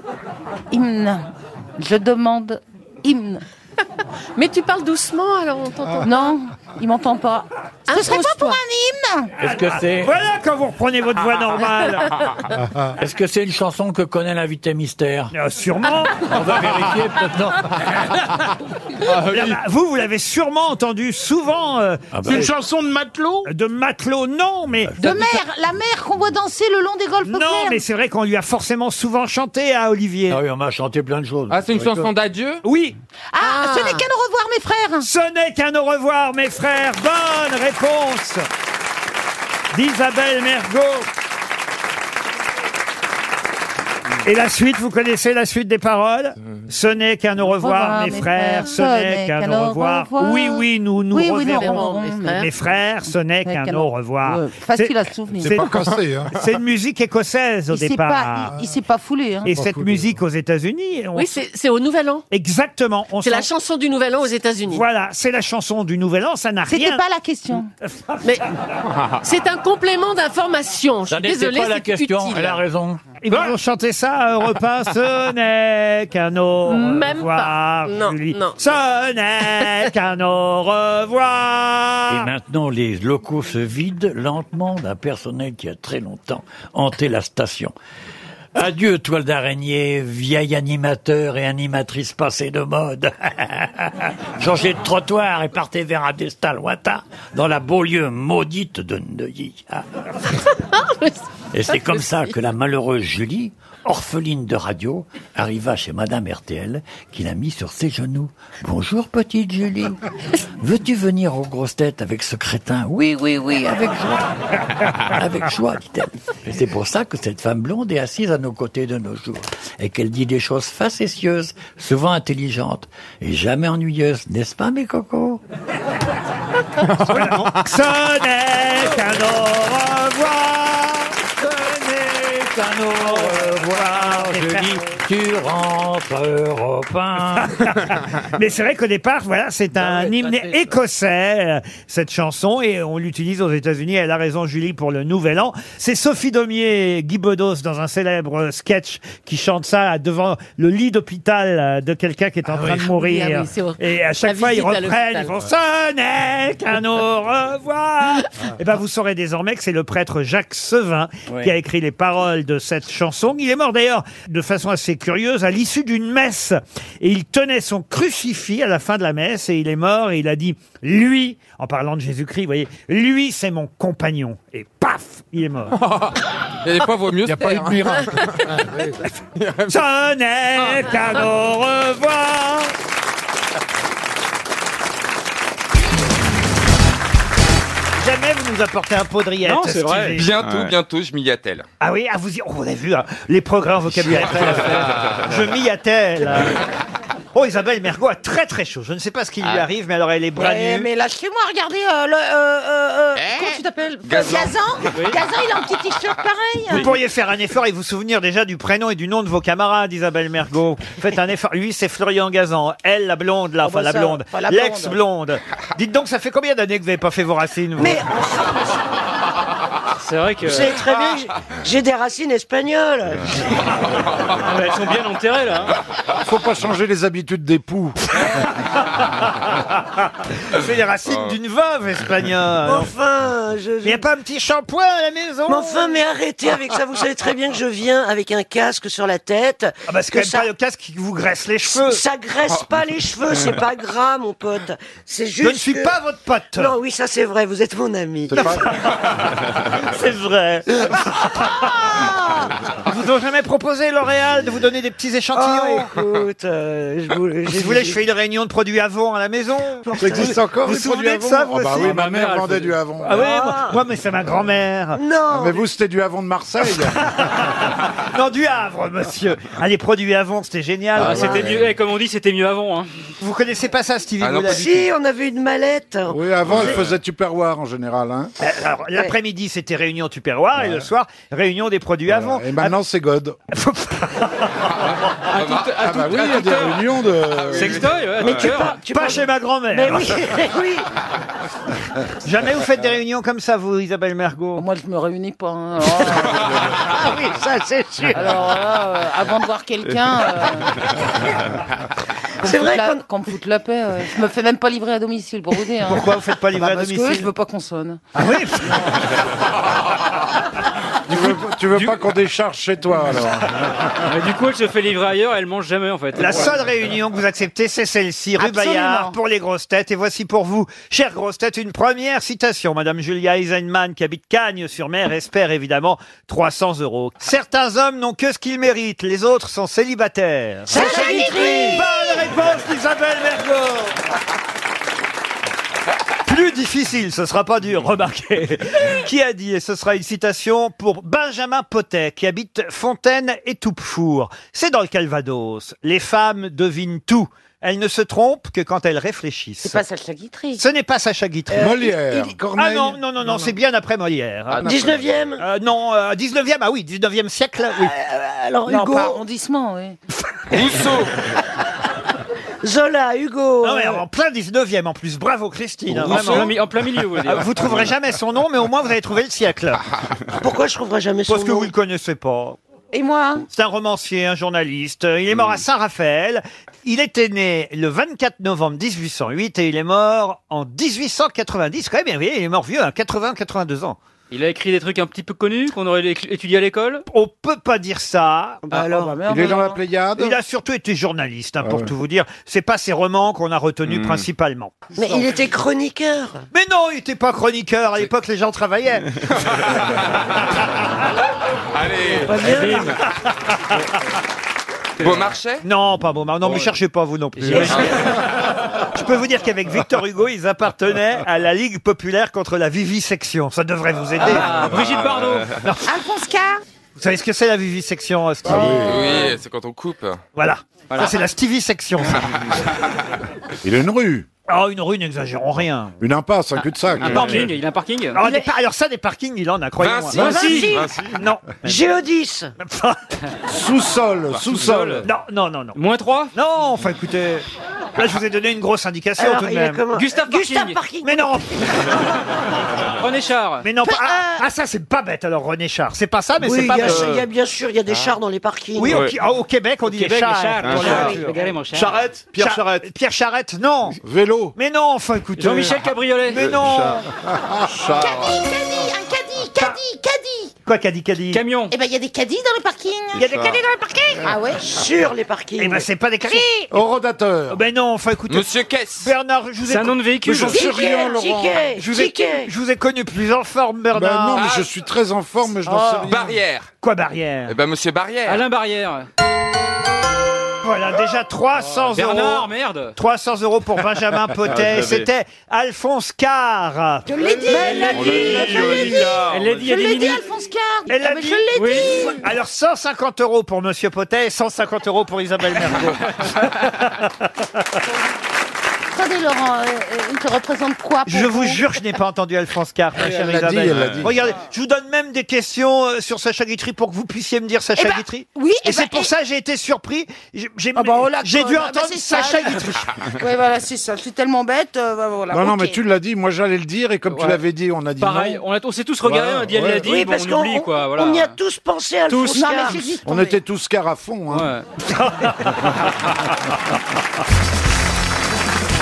Hymne. Je demande hymne.
Mais tu parles doucement, alors on t'entend.
Non, il m'entend pas. Ce serait pas pour un hymne
Est-ce que c'est.
Ah, Voilà quand vous reprenez votre voix normale
Ah, Est-ce que c'est une chanson que connaît l'invité mystère
Euh, Sûrement
On va vérifier maintenant.
Là, bah, vous, vous l'avez sûsûrement entendu souvent. euh,
Ah bah Une oui.
chanson de matelot De matelot, non, mais.
De mer, la mer qu'on voit danser le long des golfes
Non, mais c'est vrai qu'on lui a forcément souvent chanté à Olivier.
Ah oui, on m'a chanté plein de choses.
Ah, c'est une chanson d'adieu
Oui.
Ah, ce n'est qu'un au revoir, mes frères
Ce n'est qu'un au revoir, mes frères. Bonne réponse d'Isabelle Mergot. Et la suite, vous connaissez la suite des paroles
Euh.
Ce n'est qu'un au revoir, mes frères, ce n'est qu'un au revoir. Oui, oui, nous nous
Oui, oui, nous
reverrons,
reverrons, mes frères.
mes frères, ce n'est qu'un au revoir.
Ouais, facile
C'est-
à se souvenir.
c'est-
C'est pas cassé, hein.
C'est une musique écossaise au
Il s'est
départ.
pas, il, il s'est pas foulé. Hein.
Et cette musique aux États-Unis, on
Oui, c'est c'est au Nouvel An.
Exactement. on
C'est la
s'en-
chanson du Nouvel An aux États-Unis.
Voilà, c'est la chanson du Nouvel An, ça n'a rien. Ah.
C'était pas la question.
Mais
Ah,
c'est un complément d'information. Je
Ça
suis
n'était
désolée,
pas la
c'est
question,
utile.
elle a raison.
Ils vont chanter ça à repas. Ce n'est qu'un au
Même
revoir.
pas. Non,
Julie.
non.
Ce n'est qu'un au revoir.
Et maintenant, les locaux se vident lentement d'un personnel qui a très longtemps hanté la station. Adieu, toile d'araignée, vieil animateur et animatrice passée de mode. Changez de trottoir et partez vers un destin lointain dans la banlieue maudite de Neuilly. Et c'est comme ça que la malheureuse Julie, orpheline de radio, arriva chez Madame RTL, qui l'a mise sur ses genoux. Bonjour, petite Julie. Veux-tu venir aux grosses têtes avec ce crétin Oui, oui, oui, avec joie. Avec joie, dit-elle. Et c'est pour ça que cette femme blonde est assise à nos côtés de nos jours. Et qu'elle dit des choses facétieuses, souvent intelligentes, et jamais ennuyeuses, n'est-ce pas, mes cocos
Ce n'est qu'un au revoir.
qu'un au revoir, Julie, tu rentres européen.
Mais c'est vrai qu'au départ, voilà, c'est
Bah
un hymne écossais, euh, cette chanson, et on l'utilise aux États-Unis. Elle a raison, Julie, pour le Nouvel An. C'est Sophie Domier et Guy Bedos dans un célèbre sketch qui chante ça devant le lit d'hôpital euh, de quelqu'un qui est en train de mourir.
Ah oui, c'est horrible.
et à chaque
La
fois, ils
visite à
reprennent, ils
l'hôpital.
font ce n'est qu'un au revoir. et ben, vous saurez désormais que c'est le prêtre Jacques Sevin
Ouais.
qui a écrit les paroles de cette chanson. Il est mort d'ailleurs de façon assez curieuse à l'issue d'une messe. Et il tenait son crucifix à la fin de la messe et il est mort et il a dit Lui, en parlant de Jésus-Christ, vous voyez, lui c'est mon compagnon. Et paf, il est mort.
Et des fois, vaut mieux hein. Il n'y a pas eu de miracle.
Ce n'est
Ah.
qu'un au revoir. Jamais vous nous apportez un poudrier.
Bientôt, bientôt, je m'y attelle.
Ah oui, ah
Ah.
vous y... oh, on a vu hein, les programmes vocabulaires. Je m'y attelle. Oh, Isabelle Mergot a très très chaud. Je ne sais pas ce qui lui
Ah.
arrive, mais alors elle est bras
Eh,
nus.
mais lâchez-moi, regardez, euh, le, euh, euh, euh, comment tu t'appelles
Eh,
Euh,
Gazan.
Gazan,
Oui.
Gazan, il a un petit t-shirt pareil.
Vous pourriez faire un effort et vous souvenir déjà du prénom et du nom de vos camarades, Isabelle Mergot. Faites un effort. Lui, c'est Florian Gazan. Elle, la blonde, là,
Oh,
enfin
bah
la
ça,
blonde,
pas la blonde.
l'ex-blonde. Dites donc, ça fait combien d'années que vous n'avez pas fait vos racines vous C'est vrai que.
Vous savez très bien, que j'ai- j'ai des racines espagnoles.
Ah, bah,
Elles sont bien enterrées là.
hein. Faut pas changer les habitudes d'époux.
C'est les racines
Ah.
d'une veuve espagnole.
Enfin, je.
Ah. Il n'y a pas un petit shampoing à la maison
Mais enfin, mais arrêtez avec ça. Vous savez très bien que je viens avec un casque sur la tête.
Ah bah c'est quand même pas le casque qui vous graisse les cheveux.
Ça graisse
Oh.
pas les cheveux, c'est pas gras, mon pote. C'est
Je
juste.
ne suis
que-
pas votre pote.
Non, oui, ça c'est vrai. Vous êtes mon ami.
C'est vrai. Ils vous ont jamais proposé, L'Oréal, de vous donner des petits
Ah
échantillons
Écoute, euh, je voulais.
Si vous voulez, je fais une réunion de produits avant à la maison.
Ça existe encore,
Vous
les
vous souvenez
produits
de
Avon
ça,
Ah
vous
bah
aussi
oui, ma mère vendait
elle
du Avon.
Ah oui,
Ah.
moi, moi, mais c'est ma grand-mère.
Non.
Mais vous, c'était du Avon de Marseille.
Non, du Havre, monsieur. Ah, les produits Avon, c'était génial.
Ah, c'était mieux, eh, comme on dit, c'était mieux avant. Hein.
Vous connaissez pas ça, Stevie
Ah non,
Boulet
pas du
on avait une mallette.
Oui, avant, elle
Ouais.
faisait Tupperware en général. Hein.
Euh, Alors, l'après-midi, c'était réunion Tupperware et le soir, réunion des produits Avon.
Et maintenant, c'est God.
Ah,
bah- ah bah oui, il y a des réunions de.
Sextoy,
ouais,
Mais
à
tu
toute heure.
pas, pas chez ma grand-mère.
Mais oui,
oui.
Jamais vous faites des réunions comme ça, vous, Isabelle Mergot
Moi, je me réunis pas. hein. Oh.
Ah oui, ça c'est sûr.
Alors là, euh, avant de voir quelqu'un,
euh.
euh,
C'est vrai qu'on-
qu'on me foute la paix. euh, je me fais même pas livrer à domicile pour vous dire. hein.
Pourquoi vous faites pas livrer
Bah,
à
Parce
domicile
que je veux pas qu'on sonne.
Tu veux, tu veux pas qu'on décharge chez toi, alors
Mais du coup, elle se fait livrer ailleurs, elle mange jamais en fait.
La seule réunion que vous acceptez, c'est celle-ci, rue
Absolument.
Bayard, pour les grosses têtes. Et voici pour vous, chère grosse tête, une première citation. Madame Julia Eisenman, qui habite Cagnes-sur-Mer, espère évidemment 300 euros. Certains hommes n'ont que ce qu'ils méritent, les autres sont célibataires.
Sacha Guitry
Bonne réponse d'Isabelle Mergo plus difficile, ce sera pas dur, remarquez. qui a dit, et ce sera une citation pour Benjamin Potet, qui habite Fontaine et Toupfour. C'est dans le Calvados. Les femmes devinent tout. Elles ne se trompent que quand elles réfléchissent. C'est pas
Sacha Guitry.
Ce n'est pas Sacha Guitry.
Euh, Molière, il- il-
Ah
Corneille.
non, non, non, non,
Non,
c'est bien après Molière.
Ah, après. 19e.
Euh, Non, euh, 19e, ah oui, 19e siècle, oui.
Euh, alors,
non,
Hugo-
pas arrondissement, oui.
Rousseau
Zola, Hugo.
Non, mais en plein 19e en plus. Bravo Christine. hein,
Rousseau.
vraiment.
En plein mi- en plein milieu, vous voulez dire.
Ah, Vous trouverez jamais son nom, mais au moins vous avez trouvé le siècle.
Pourquoi je trouverai jamais son
Parce que
nom
vous le connaissez pas.
Et moi
hein
C'est un romancier, un journaliste. Il est mort à Saint-Raphaël. Il était né le 24 novembre 1808 et il est mort en 1890. Quand même, vous voyez, il est mort vieux, à 80-82 ans.
Il a écrit des trucs un petit peu connus qu'on aurait éc- étudié à l'école.
On peut pas dire ça.
Bah, Ah, alors, il est dans la Pléiade. Ah
Il a surtout été journaliste, hein, pour
ouais.
tout vous dire. C'est pas ses romans qu'on a retenus
Hmm.
principalement.
Mais il était chroniqueur.
Mais non, il n'était pas chroniqueur. À l'époque, les gens travaillaient.
Allez Beaumarchais
Non, pas Beaumarchais. Non, mais cherchez pas vous non plus. Je peux vous dire qu'avec Victor Hugo, ils appartenaient à la Ligue populaire contre la vivisection. Ça devrait vous aider.
Ah, Brigitte Bardot.
Non.
Alphonse Carr
Vous savez ce que c'est la vivisection, euh, Stevie
Ah Oui, c'est quand on coupe.
Voilà.
Voilà.
Ça, c'est la Stevie-section. ça.
Il a une rue,
Ah, une rue, n'exagérons rien. Ah,
une impasse, un cul-de-sac.
Un parking, il a un parking
Alors, Ah, des par- alors ça, des parkings, il en a, croyez-moi.
Vinci. Vinci.
Vinci. Ah, Non. Bah,
Géodis.
Sous-sol, sous-sol.
Non, non, non, non.
Moins 3
Non, enfin, écoutez... Là, je vous ai donné une grosse indication,
Alors,
tout de
il a
même.
comment-
Gustave Parking.
Gustave Parking.
Mais non
René Char.
Mais non, pas- ah, ah, ça, c'est pas bête, alors, René Char. C'est pas ça, mais
Oui,
c'est
il
pas
y, a,
bête. Ah.
il y a bien sûr, il y a des chars dans les parkings.
Oui, au, Qui- au Québec, on dit
Québec,
les chars.
les chars,
pour
les
les
chars.
voitures.
Regardez mon char.
Charrette, Pierre
Char-
Charrette.
Pierre Charrette, non
Vélo.
Mais non, enfin, écoutez...
Jean-Michel Cabriolet.
Mais non
Caddy, caddy, un caddy, caddy, caddy.
Quoi, Caddy Caddy
Camion.
Eh ben, il y a des caddies dans le parking.
Il y a des caddies
dans le parking Ah ouais
Sur les parkings.
Eh ben, c'est pas des caddies
Au rodateur.
Oh, Ben non, enfin, écoutez...
Monsieur Kess
Bernard, je vous ai...
C'est un nom de véhicule.
Mais j'en sais rien, Laurent.
Ticket,
Je vous, ai,
ticket.
je vous ai connu plus en forme,
Bah
Bernard.
non, mais je suis très en forme,
Ah.
Oh.
mais je n'en sais rien.
Bah, Barrière
Quoi, barrière
Eh ben, monsieur Barrière
Alain Barrière.
voilà, déjà 300 euros.
Oh, Bernard, merde.
300 euros pour Benjamin Potet.
Ah, je l'avais.
C'était Alphonse Carr.
Je l'ai dit,
Mais
elle l'a dit, je l'ai dit. Je l'ai dit, Alphonse Carr.
Elle
Ah,
l'a
mais
dit.
Je l'ai
Oui.
dit.
Alors 150 euros pour Monsieur Potet et 150 euros pour Isabelle Mergo.
Attendez, Laurent, euh, euh, il te représente quoi pour
Je vous
vous
jure, je n'ai pas entendu Alphonse Carr, ma
Elle
chère
l'a dit,
Isabelle.
elle l'a dit.
Regardez, je vous donne même des questions euh, sur Sacha Guitry pour que vous puissiez me dire Sacha
Eh ben,
Guitry.
oui,
et
eh
c'est
ben,
pour
et-
ça que j'ai été surpris. J'ai j'ai-
voilà,
j'ai dû
quoi. Ah, bah,
entendre
c'est ça,
Sacha
là.
Guitry.
Oui, voilà, c'est ça. Je suis tellement bête. euh, bah, voilà.
Non, non,
Ok.
mais tu l'as dit, moi j'allais le dire, et comme tu
Ouais.
l'avais dit, on a dit
Pareil,
non.
on, a- on s'est tous regardés, on a dit, elle
Ouais.
l'a dit,
Oui,
bon,
parce
on oublie,
qu'on-
quoi. Voilà.
On y a tous pensé à Alphonse
Ah,
Non, mais
Carr.
j'ai dit-
On était tous car à fond. Hein.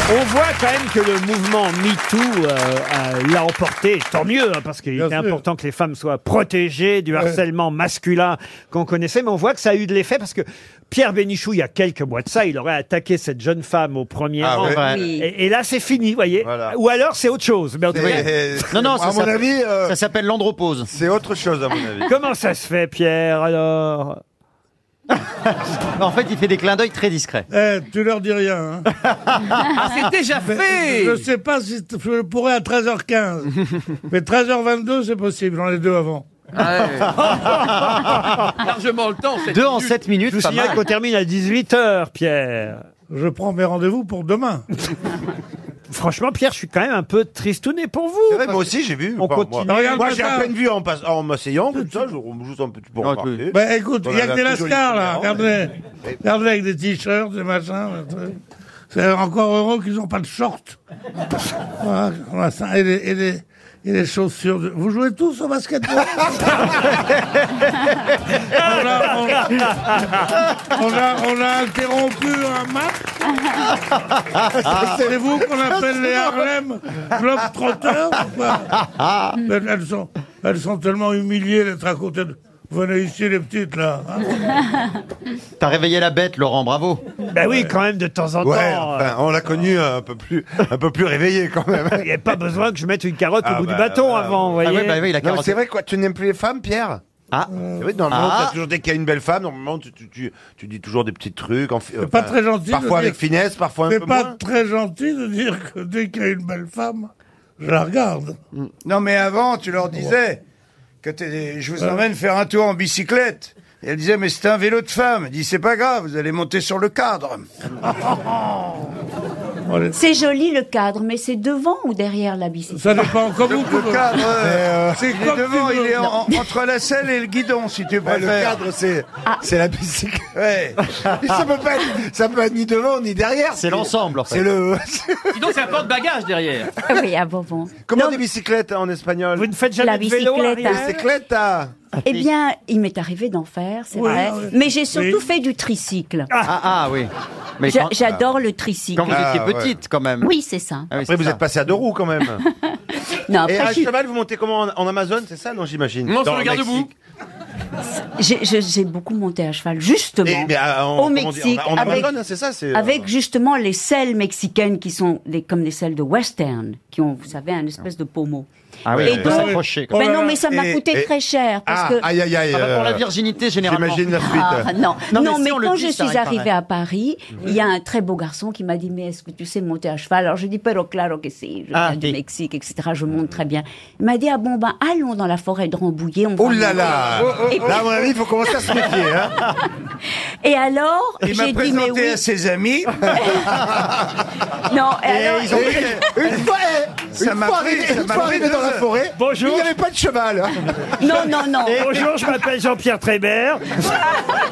On voit quand même que le mouvement MeToo euh, euh, l'a emporté, et tant mieux, hein, parce qu'il était important que les femmes soient protégées du harcèlement masculin qu'on connaissait, mais on voit que ça a eu de l'effet, parce que Pierre Bénichou, il y a quelques mois de ça, il aurait attaqué cette jeune femme au premier
Ah
rang.
ouais. Oui.
Et, et là, c'est fini, vous voyez. Ou alors, c'est autre chose. Mais en tout cas-
non, non, à mon avis, euh,
ça s'appelle l'andropause.
c'est autre chose à mon avis.
Comment ça se fait, Pierre, alors
En fait, il fait des clins d'œil très discrets.
Eh, tu leur dis rien. hein.
Ah, c'est déjà
Mais
fait
Je sais pas si t- je pourrais à 13h15. mais 13h22, c'est possible, on est deux avant.
Ah Largement le temps.
Deux en 7 minutes, Je vous signale qu'on termine à 18h, Pierre.
Je prends mes rendez-vous pour demain.
Franchement, Pierre, je suis quand même un peu tristouné pour vous.
Ouais, moi
parce
aussi, j'ai vu.
On
Enfin,
continue.
Moi,
Regarde
Moi,
pas
j'ai à
ça.
peine vu en, passe- en m'asseyant, comme ça, je juste un petit peu remarquer.
Bah écoute,
Oh
On
il y a
avait
que des
un plus joli
lascars là,
numéro, mais-
regardez. Regardez avec des t-shirts, des machins, des trucs. C'est encore heureux qu'ils n'ont pas de shorts. Voilà, voilà, ça, et, des, et des- et des chaussures. de- Vous jouez tous au basketball on, a, on a- on a- on a interrompu un Ah, match. C'est vous qu'on appelle les Harlem Globetrotters ou quoi elles, elles sont, elles sont tellement humiliées d'être à côté de... Venez ici les petites là. hein.
T'as réveillé la bête, Laurent, bravo.
Bah oui, quand même, de temps en
Ouais,
temps. euh,
enfin, on l'a connu un peu plus, un peu plus réveillé quand même.
Il n'y a pas besoin que je mette une carotte
Ah
au bout
bah,
du bâton
bah,
avant, vous
ah
voyez.
ouais, bah oui, la carotte. c'est vrai quoi, tu n'aimes plus les femmes, Pierre
Ah.
Oui, normalement,
Ah.
t'as toujours, dès qu'il y a une belle femme, normalement, tu, tu, tu, tu dis toujours des petits trucs. en fi-
C'est pas
enfin,
très gentil. de
Parfois
dire-
avec finesse, parfois un
C'est
peu
pas
moins.
très gentil de dire que dès qu'il y a une belle femme, je la regarde.
Mm. Non, mais avant, tu leur disais que t'es- je vous emmène faire un tour en bicyclette. Et elle disait, mais c'est un vélo de femme. Elle dit, c'est pas grave, vous allez monter sur le cadre.
C'est joli le cadre, mais c'est devant ou derrière la bicyclette
Ça dépend comme vous
Le cadre, euh,
c'est
il est
comme
devant,
tu
il
veux.
est en- entre la selle et le guidon, si tu
Ouais,
préfères. Ah.
le cadre, c'est c'est la bicyclette. ça peut pas être, ça peut être ni devant ni derrière.
C'est l'ensemble, en fait.
C'est le.
Sinon, c'est un porte-bagage derrière.
Oui, ah bon, bon.
Comment des bicyclettes hein, en espagnol
Vous ne faites
jamais La de vélo, bicyclette, Ariel hein.
Bicyclette, ah.
Eh bien, il m'est arrivé d'en faire, c'est
Oui,
vrai.
ah oui.
Mais j'ai surtout
Oui.
fait du tricycle.
Ah, ah oui. Mais
J'a-
quand-
J'adore le tricycle.
Quand vous
Ah,
étiez petite, quand même.
hein. Oui, c'est ça.
Ah oui,
Ah, Après,
c'est
vous
ça.
êtes passé à deux roues quand même.
Non,
Et
après,
à
je-
cheval, vous montez comment en, en Amazon, c'est ça Non, j'imagine.
Non, sur
Dans
le garde-boue. j'ai j'ai- j'ai beaucoup monté à cheval, justement.
Eh,
Et- mais, euh, en-
au
comment dire,
Mexique.
en- en
avec,
hein,
Amazon, c'est ça, c'est, euh,
avec justement les selles mexicaines qui sont des- comme les selles de western, qui ont, vous savez, un espèce de pommeau.
Ah oui,
Et
on peut
donc-
s'accrocher, quoi.
Mais
Oh là
non,
là.
mais ça m'a
Et-
coûté
et-
très cher. Parce
Ah,
que...
aïe, aïe, aïe, Ça va pour la euh, virginité, généralement. j'imagine la suite.
Ah, non.
Non,
non,
mais
mais,
si, on le
quand
dit,
je
ça,
suis
il paraît.
arrivée à Paris,
Mhm.
il y a un très beau garçon qui m'a dit Mais est-ce que tu sais monter à cheval Alors je dis Pero claro que si, je
Ah,
viens du
oui.
Mexique, etc. Je monte très bien. Il m'a dit Ah bon, ben allons dans la forêt de Rambouillet. On va
Oh là
monter.
là
Et
Là, à
puis-
mon avis, il faut commencer à se méfier. Hein.
et alors,
Il m'a
j'ai dit, mais
présenté
oui.
à ses amis.
Non, et
Et
alors,
ils ont pris-
euh, Une fois, eh,
Ça
une
m'a
fois
pris-
arrivé,
ça
une
m'a
fois
pris
arrivé dans
deux
la
heures.
forêt,
Bonjour.
il n'y avait pas de cheval.
Non, non, non.
Et bonjour, je m'appelle Jean-Pierre Trébert.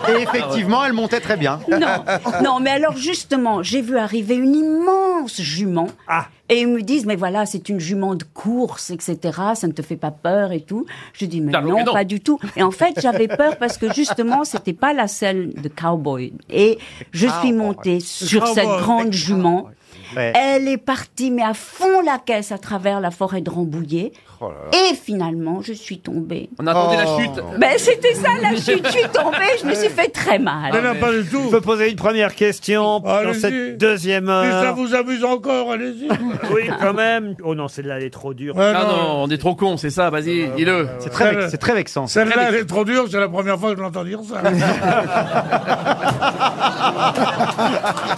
Et effectivement, elle montait très bien.
non,
Euh.
non, mais alors justement, j'ai vu arriver une immense jument.
Ah.
Et ils me disent, mais voilà, c'est une jument de course, etc. Ça ne te fait pas peur et tout. Je dis, mais
Ah,
non,
mais non.
pas du tout. Et en fait, j'avais peur parce que justement, c'était pas la selle de cowboy. Et je suis
Cowboy.
Ah,
montée sur
Cowboy.
cette grande jument.
Ouais.
Elle est partie, mais à fond la caisse, à travers la forêt de Rambouillet.
Oh là
Et finalement, je suis tombée.
On attendait la Oh. chute.
Ben, c'était ça, la chute. Je suis tombée, je me suis fait très mal.
Ah,
du tout. Je peux poser une première question dans
Allez-y.
cette deuxième
Si ça
heure.
vous amuse encore, allez-y.
Oui, quand même. Oh non, celle-là, elle est trop dure.
Ouais,
Ah non, on est trop con, c'est ça, vas-y, dis-le. C'est
vexant. Celle-là, elle est trop dure, c'est la première fois que je l'entends dire ça.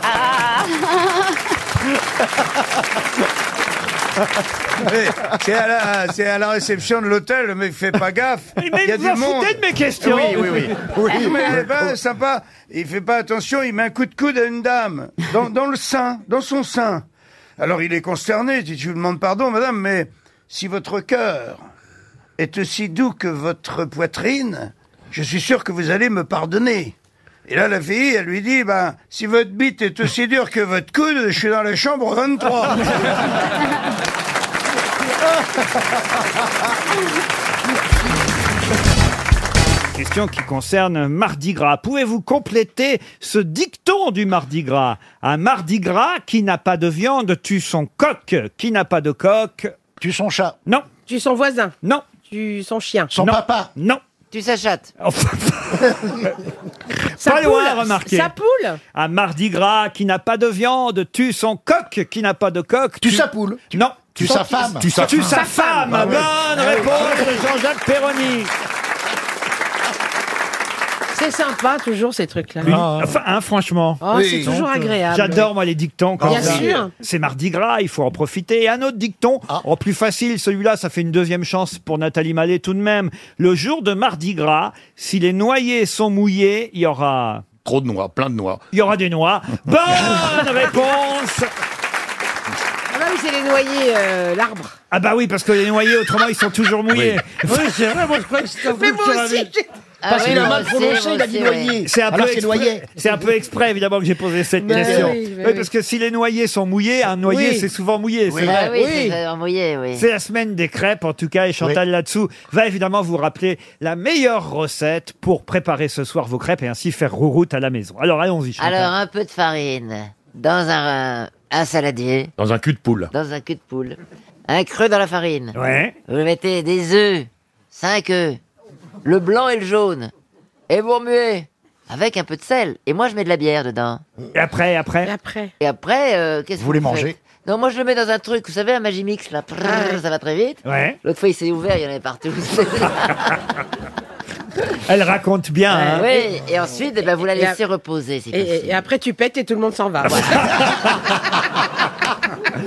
Ah.
Mais C'est à, la- c'est à la réception de l'hôtel, le mec fait pas gaffe.
Mais
Il y a
vous
du
en foutez
monde.
de mes questions.
Oui, oui, oui.
Oui.
Oui, mais elle est pas sympa. Il fait pas attention, il met un coup de coude à une dame, dans, dans le sein, dans son sein. Alors il est consterné, il dit, je vous demande pardon, madame, mais si votre cœur est aussi doux que votre poitrine, je suis sûr que vous allez me pardonner. Et là, la fille, elle lui dit, ben, si votre bite est aussi dure que votre coude, je suis dans la chambre 23.
Question qui concerne Mardi Gras. Pouvez-vous compléter ce dicton du Mardi Gras Un Mardi Gras qui n'a pas de viande tue son coq. Qui n'a pas de coq Tue son chat. Non. Tue son voisin. Non. Tue son chien. Son papa. Non.
Tu s'achètes.
pas loin, remarquez.
Sa poule
Un Mardi Gras qui n'a pas de viande tue son coq. Qui n'a pas de coq Tue sa poule. Non.
Tue sa femme.
Tue sa, tue sa femme.
Ah ouais.
Bonne
Ah oui.
réponse de Jean-Jacques Perroni.
C'est sympa, toujours, ces trucs-là. Ah.
Une- Enfin, hein, franchement.
Oh, c'est Oui.
euh,
toujours agréable.
J'adore, moi, les dictons. comme
Bien
ça.
sûr.
C'est Mardi Gras, il faut en profiter. Et un autre dicton, en plus facile, celui-là, ça fait une deuxième chance pour Nathalie Mallet tout de même. Le jour de Mardi Gras, si les noyés sont mouillés, il y aura... Trop de noix, plein de noix. Il y aura des noix. Bonne réponse
Ah bah oui, c'est les noyers, euh, l'arbre.
Ah bah oui, parce que les noyés, autrement, ils sont toujours mouillés.
Oui, c'est vrai, moi je croyais que c'était un
Mais
truc
moi
sur la
aussi,
vie. Ah
j'ai-
Ah
Ah
Parce qu'il a mal prononcé, il a dit
noyé. C'est un, peu exprès- c'est un peu exprès, évidemment, que j'ai posé cette
Mais
question.
oui, mais
Oui,
oui.
parce que si les noyés sont mouillés, un noyer,
Oui.
c'est souvent mouillé, c'est vrai.
Ah oui, c'est ça, embrouillé, oui.
C'est la semaine des crêpes, en tout cas, et Chantal là-dessous va évidemment vous rappeler la meilleure recette pour préparer ce soir vos crêpes et ainsi faire rouroute à la maison. Alors allons-y, Chantal.
Alors, hein. un peu de farine dans un, un saladier.
Dans un cul de poule.
Dans un cul de poule. Un creux dans la farine.
Ouais.
Vous mettez des œufs, 5 œufs, le blanc et le jaune, et vous remuez avec un peu de sel. Et moi, je mets de la bière dedans.
Et après, après. Et
après.
Et après, euh, qu'est-ce que
Vous les
faites
mangez
Non, moi, je le mets dans un truc, vous savez, un Magimix, là,
Ah
prrr, ça va très vite.
Ouais.
L'autre fois, il s'est ouvert, il y en avait partout.
Elle raconte bien. hein.
Bah oui, et ensuite, eh ben, vous la
Et- et-
laissez reposer, si
Et,
possible.
et- et après, tu pètes et tout le monde s'en va.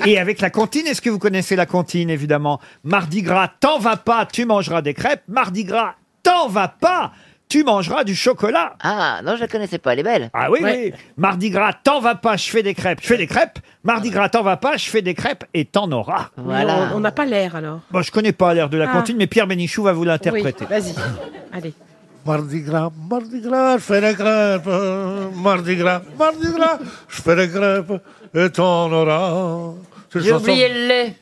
Et avec la cantine, est-ce que vous connaissez la cantine, évidemment Mardi gras, t'en vas pas, tu mangeras des crêpes. Mardi gras, t'en vas pas, tu mangeras du chocolat.
Ah, non, je la connaissais pas, elle est belle.
Ah oui,
Ouais.
oui. Mardi gras, t'en vas pas, je fais des crêpes, je fais des crêpes. Mardi gras, t'en vas pas, je fais des crêpes et t'en auras.
On- On n'a pas l'air, alors.
Bon, je connais pas l'air de la
Ah.
cantine, mais Pierre Bénichou va vous l'interpréter.
Oui, vas-y. Allez.
Mardi gras, mardi gras, je fais les crêpes. euh, Mardi gras, mardi gras, je fais les crêpes. Et t'en auras. C'est une
J'ai
chanson-
oublié le lait.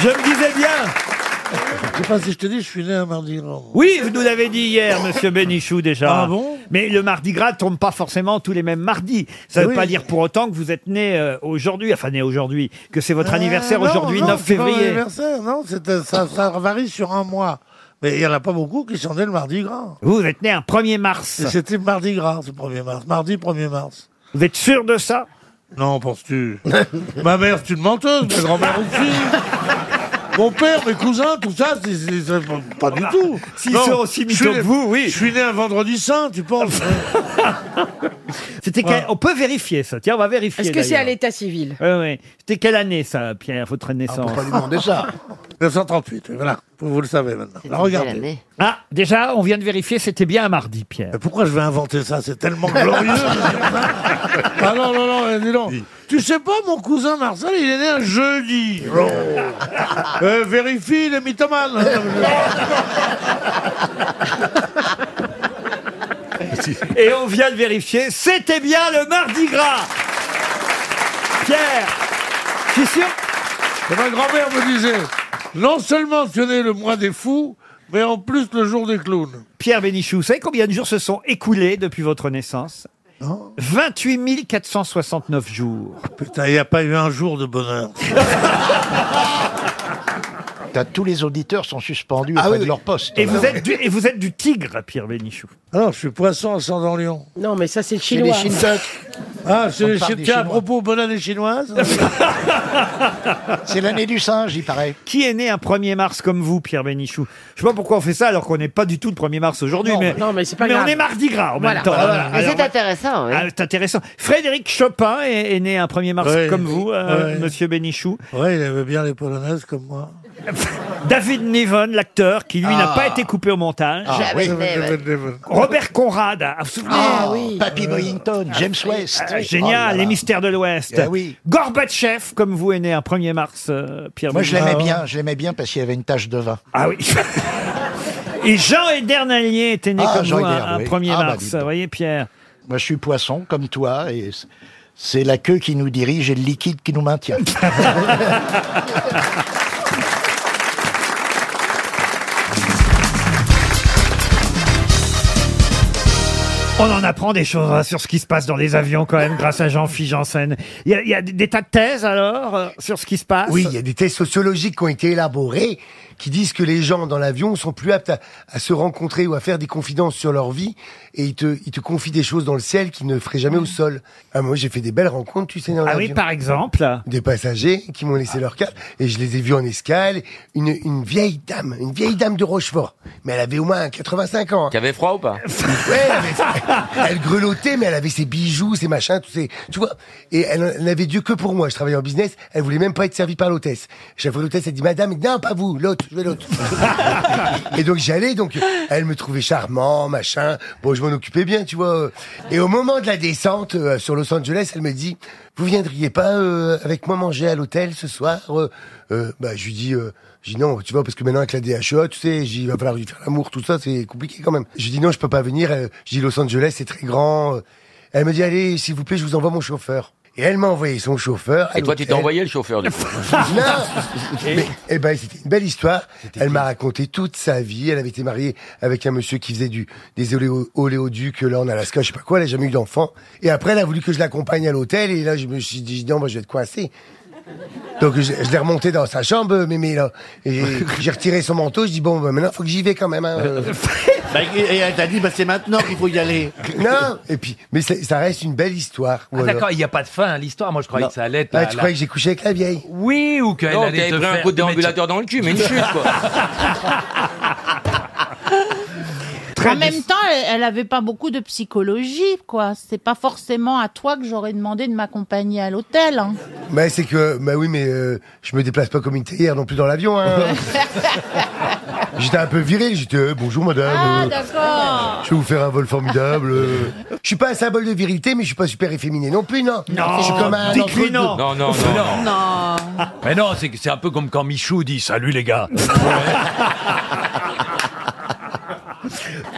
Je me disais bien.
Je sais pas si je te dis, je suis né un mardi gras.
Oui, vous nous l'avez dit hier, monsieur Bénichou, déjà.
Ah bon
Mais le mardi gras tombe pas forcément tous les mêmes mardis. Ça ne veut
Oui.
pas dire pour autant que vous êtes né euh, aujourd'hui, enfin né aujourd'hui, que c'est votre anniversaire
Euh, non,
aujourd'hui,
non,
9
c'est pas mon
février.
anniversaire, non, c'était- ça, ça varie sur un mois. Mais il n'y en a pas beaucoup qui sont nés le mardi gras.
Vous, vous êtes né un 1er mars.
Et C'était mardi gras, ce 1er mars. Mardi 1er mars.
Vous êtes sûr de ça
Non, penses-tu Ma mère, c'est une menteuse, ma grand-mère aussi. Mon père, mes cousins, tout ça, c'est- c'est- c'est pas du tout.
Ah, S'ils
Non,
sont aussi
je suis
mythos
né-
que vous, oui.
Je suis né un vendredi saint, tu penses
C'était
Ouais.
quel- On peut vérifier ça. Tiens, on va vérifier.
Est-ce que c'est à
d'ailleurs.
l'état civil
Ouais, ouais. C'était quelle année, ça, Pierre,
Ah,
votre naissance
pas lui demander ça. 1938, voilà. Vous, vous le savez maintenant. Alors, regardez.
Ah, déjà, on vient de vérifier, c'était bien un mardi, Pierre.
Mais pourquoi je vais inventer ça C'est tellement glorieux. ah non, non, non, eh, dis donc. Tu sais pas, mon cousin Marcel, il est né un jeudi. Non. Euh, vérifie les mythomanes. Ah,
Et on vient de vérifier, c'était bien le mardi gras. Pierre, je suis sûr
Et ma grand-mère me disait, non seulement tu es né le mois des fous, Mais en plus, le jour des clowns.
Pierre Bénichou, vous savez combien de jours se sont écoulés depuis votre naissance
Hein
28 469 jours.
Ah, Putain, il n'y a pas eu un jour de bonheur.
tous les auditeurs sont suspendus
Ah
auprès
oui,
de
oui.
leur poste.
Et vous, êtes du, et vous êtes du tigre, Pierre Bénichou.
Alors, Ah, je suis poisson à sang dans Lyon.
Non, mais ça, c'est le
Chinois.
chinois.
Ah, c'est
On
les
parle
Chi-
des
Tiens, à
Chinois.
propos, bonne année chinoise.
C'est l'année du singe, il paraît.
Qui est né un 1er mars comme vous, Pierre Bénichou Je sais pas pourquoi on fait ça alors qu'on n'est pas du tout le 1er mars aujourd'hui.
Non,
mais,
non, mais c'est pas
on
grave.
est mardi gras en
Voilà.
même temps.
Ah, voilà. Mais
Alors,
c'est intéressant, oui.
ah, c'est intéressant. Frédéric Chopin est, est né un 1er mars
Ouais.
comme vous, euh,
Ouais.
monsieur Bénichou.
Ouais, il aimait bien les polonaises comme moi.
David Niven, l'acteur, qui lui n'a
Ah.
pas été coupé au
Hein,
montage. Robert Conrad, ah, vous vous souvenez
Ah, Papy
Euh,
Boyington, James West. Oh
Ah, Génial, les mystères de l'Ouest.
Ah oui.
Gorbatchev, comme vous, est né un 1er mars, euh, Pierre
Moi, je
Bénichou.
l'aimais bien, je l'aimais bien parce qu'il y avait une tache de vin.
Ah oui. Et Jean Edernalier était né
Ah,
comme
Jean
vous un,
Hébert,
un
oui.
1er
Ah, bah,
mars.
dites donc.
vous voyez, Pierre
Moi, je suis poisson, comme toi, et c- c'est la queue qui nous dirige et le liquide qui nous maintient.
On en apprend des choses hein, sur ce qui se passe dans les avions quand même grâce à Jean-Philippe Janssen. Il y, a, il y a des- des tas de thèses alors euh, sur ce qui se passe
Oui, il y a des tests sociologiques qui ont été élaborés qui disent que les gens dans l'avion sont plus aptes à, à se rencontrer ou à faire des confidences sur leur vie et ils te, ils te confient des choses dans le ciel qu'ils ne feraient jamais au sol. Ah, moi, j'ai fait des belles rencontres, tu sais, dans
Ah
l'avion.
oui, par exemple
Des passagers qui m'ont
Ah.
laissé leur carte et je les ai vus en escale. Une, une vieille dame, une vieille dame de Rochefort, mais elle avait au moins 85 ans. hein.
Qui avait froid ou pas
Ouais, elle, avait- elle grelottait, mais elle avait ses bijoux, ses machins, tous ces, tu vois. Et elle, elle n'avait Dieu que pour moi. Je travaillais en business. Elle voulait même pas être servie par l'hôtesse. Chaque fois l'hôtesse, elle dit, madame, non, pas vous, l'autre, je veux l'autre. et donc, j'allais, donc, elle me trouvait charmant, machin. Bon, je m'en occupais bien, tu vois. Et au moment de la descente, euh, sur Los Angeles, elle me dit, vous viendriez pas, euh, avec moi manger à l'hôtel ce soir? euh Euh, bah, je lui dis, euh, je dis non, tu vois, parce que maintenant avec la DHEA, tu sais, il va falloir lui faire l'amour, tout ça, c'est compliqué quand même. Je dis non, je peux pas venir. Euh, Je dis Los Angeles, c'est très grand. Euh, Elle me dit allez, s'il vous plaît, je vous envoie mon chauffeur. Et elle m'a envoyé son chauffeur. à
Et toi, tu t'es
l'hôtel.
envoyé le chauffeur du coup.
Non Mais, eh ben, c'était une belle histoire. Elle m'a raconté toute sa vie. Elle avait été mariée avec un monsieur qui faisait du, des oléo- oléoducs, euh, là, en Alaska, je sais pas quoi. Elle a jamais eu d'enfant. Et après, elle a voulu que je l'accompagne à l'hôtel. Et là, je me suis dit, non, moi, je vais être coincé. Donc, je, je l'ai remonté dans sa chambre, mais, mais là. Et j'ai retiré son manteau. Je dis, bon, ben, maintenant, faut que j'y vais quand même, hein, euh.
et elle t'a dit, bah, c'est maintenant qu'il faut y aller.
non! Et puis, mais c'est- ça reste une belle histoire.
Ah,
Voilà.
D'accord, il n'y a pas de fin à l'histoire. Moi, je croyais
Non.
que ça allait être.
Ah,
la-
tu
la-
croyais que j'ai couché avec la vieille?
Oui, ou qu'elle
Non,
allait
t'avais
te
pris un
faire
coup de
mais tu-
déambulateur
dans le cul, mais une chute, quoi.
Très
en même temps, elle- elle avait pas beaucoup de psychologie, quoi. C'est pas forcément à toi que j'aurais demandé de m'accompagner à l'hôtel. hein.
Mais c'est que, bah oui, mais euh, je me déplace pas comme une théière non plus dans l'avion. Hein. j'étais un peu viril, j'étais euh, bonjour madame.
Ah,
euh,
d'accord.
je vais vous faire un vol formidable. euh. Je suis pas un symbole de virilité, mais je suis pas super efféminé non plus, non.
Non,
je suis comme un
déclinant.
entre-deux.
Non, non, non, non.
Non.
Mais non, c'est que- c'est un peu comme quand Michou dit Salut les gars.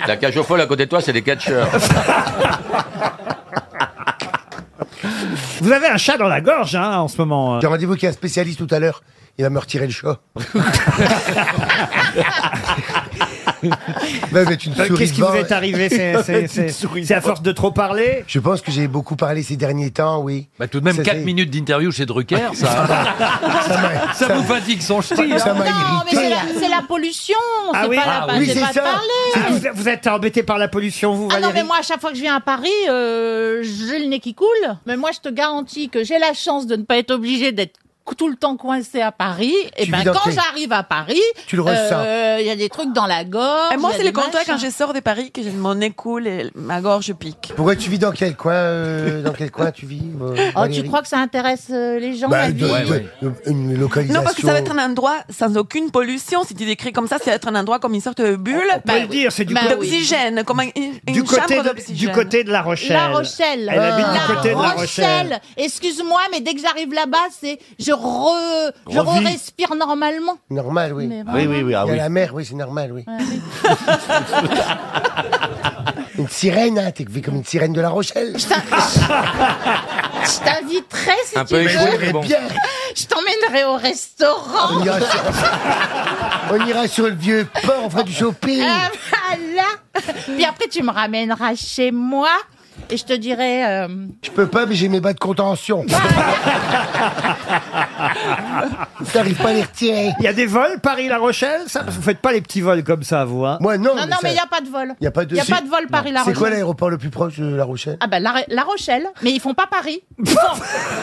La cage aux folles à côté de toi, c'est des catcheurs.
Vous avez un chat dans la gorge hein, en ce moment. euh.
J'ai rendez-vous avec un spécialiste tout à l'heure. Il va me retirer le chat. Bah, mais tu ne
Euh,
souris
Qu'est-ce qui
devant,
vous est
ouais.
arrivé C'est- c'est- c'est- C'est à force de trop parler
Je pense que j'ai beaucoup parlé ces derniers temps, oui.
Bah, tout de même,
Ça,
4
c'est-
minutes d'interview chez Drucker, ça. ça, vous fatigue son hein. ch'ti.
Ça m'a
Non, mais c'est la, c'est la pollution. c'est pas la, c'est bah, pas de parler.
Ah, vous, vous êtes embêté par la pollution, vous,
Ah non,
Valérie
mais moi, à chaque fois que je viens à Paris, euh, j'ai le nez qui coule. Mais moi, je te garantis que j'ai la chance de ne pas être obligée d'être tout le temps coincée à Paris. Et
Tu
ben,
vis dans
quand
tes-
j'arrive à Paris,
Tu le ressens.
euh, Il y a des trucs dans la gorge.
Et moi,
il y a
c'est le
des
contraire
machins.
quand je sors de Paris que j'ai- mon nez coule et ma gorge pique.
Pourquoi tu vis dans quel coin euh, Dans quel coin tu vis euh,
Oh,
Tu
Valérie
crois que ça intéresse euh, les gens
Bah,
la vie.
de-
Ouais,
de-
ouais.
de- Une localisation.
Non, parce que ça va être un endroit sans aucune pollution. Si tu décris comme ça, ça va être un endroit comme une sorte de bulle. Ben
On peut le dire, c'est du
Ben
Bah côté-
d'oxygène, comme un- une,
du,
une
côté
chambre
de,
d'oxygène.
du côté de La Rochelle.
La Rochelle.
Elle habite du côté de La Rochelle.
Rochelle. Excuse-moi, mais dès que j'arrive là-bas, c'est je re, je
Revis.
respire normalement.
Normal, oui.
Mais Oui,
oui, oui.
ah
Il y a
oui.
la mer, oui, c'est normal, oui. une sirène, hein, t'es vu comme une sirène de La Rochelle.
Je t'inviterai si
Un
tu
peu
veux.
échoué, mais bon.
Ah, Je t'emmènerai au restaurant.
Il y a- On ira sur le vieux port, on fera du shopping.
Ah, voilà. Puis après, tu me ramèneras chez moi et je te dirai. euh,
Je peux pas, mais j'ai mes bas de contention.
Ah.
T'arrives pas à les retirer.
Il y a des vols Paris-La Rochelle ça Vous faites pas les petits vols comme ça, vous, hein
Moi,
Non, non, mais il n'y a pas de vol.
Y a pas de,
Y a pas de vol Paris-La Rochelle.
C'est quoi l'aéroport le plus proche de Euh, La Rochelle
Ah ben, la, La Rochelle. Mais ils font pas Paris. Ils font-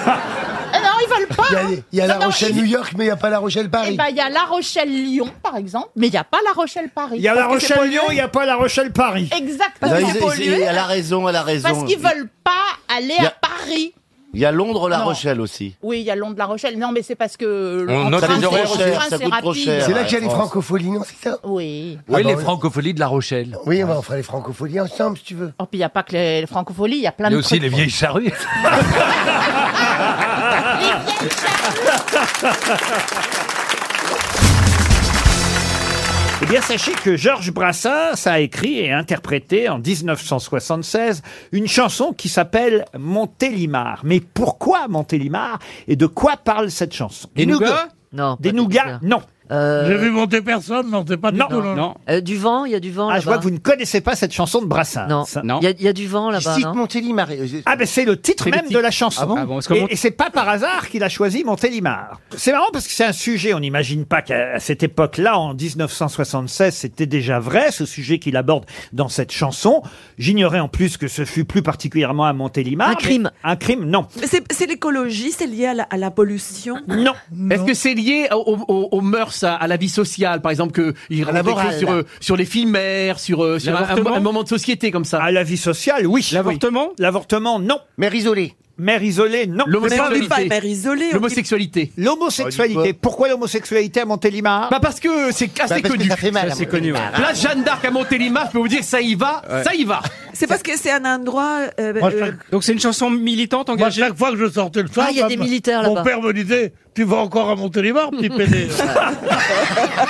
Ah non, ils veulent pas.
Il y a,
hein.
y a
Non,
La
non,
Rochelle
ils-
New York, mais il n'y a pas La Rochelle Paris.
Eh ben, il y a La Rochelle-Lyon, par exemple, mais il n'y a pas La Rochelle-Paris.
Il y a La
Parce que c'est
Rochelle-Lyon,
pollué.
il n'y a pas La Rochelle-Paris.
Exactement.
Non, ils- ils- elle a raison, elle a raison.
Parce qu'ils veulent pas aller
Il y a-
à Paris.
Il y a Londres, La
Non.
Rochelle aussi.
Oui, il y a Londres, La Rochelle. Non, mais c'est parce que.
On
en
note
train,
les
c'est-
horaires,
en
cher,
train,
ça
c'est
coûte trop
rapide.
cher.
C'est là qu'il y a les
France.
francopholies, non, c'est ça
Oui.
Oui, les
francopholies de La Rochelle. Oui, on va- on fera les francopholies ensemble, si tu veux.
Oh, puis il n'y a pas que les, les francopholies, il y a plein de trucs.
vieilles charrues.
Eh bien, sachez que Georges Brassens a écrit et interprété en 1976 une chanson qui s'appelle Montélimar. Mais pourquoi Montélimar et de quoi parle cette chanson
Des nougats
Non. Des Euh, nougats Non.
J'ai vu monter personne, non, c'est pas du
Non,
tout.
non.
Euh,
du vent, il y a du vent.
Ah, je vois que vous ne connaissez pas cette chanson de Brassens. Non.
Il y a du vent là-bas, non
Montélimar.
Ah ben c'est le titre
C'est le
même
titre.
de la chanson.
Ah bon Ah bon, parce que
et,
Mont-
et c'est pas par hasard qu'il a choisi Montélimar. C'est marrant parce que c'est un sujet, on n'imagine pas qu'à à cette époque-là, en 1976, c'était déjà vrai, ce sujet qu'il aborde dans cette chanson. J'ignorais en plus que ce fut plus particulièrement à Montélimar.
Un crime.
mais- Un crime, non.
Mais c'est c'est l'écologie, c'est lié à la, à la pollution
Non.
Est-ce que c'est lié au- au- aux, mœurs, à, à la vie sociale, par exemple, que il
la
raconte des
morale.
choses sur, euh, sur les filmaires, sur, euh, sur un,
L'avortement
un moment de société comme ça
À la vie sociale, oui. L'avortement L'avortement, non. Mère isolée Mère isolée, non.
L'homosexualité. L'homosexualité.
L'homosexualité. Pourquoi l'homosexualité à Montélimar
Bah parce que c'est assez
parce que
connu.
ça fait mal à C'est connu, Montélimar. ouais.
Là, Jeanne d'Arc à Montélimar, je peux vous dire, ça y va,
Ouais.
ça y va.
C'est parce que c'est un endroit. euh, euh,
Donc c'est une chanson militante engagée Chaque fois que je sortais le soir,
Ah, il y a
ma-
des militaires
mon
là-bas.
père me disait Tu vas encore à Montélimar, petit pédé.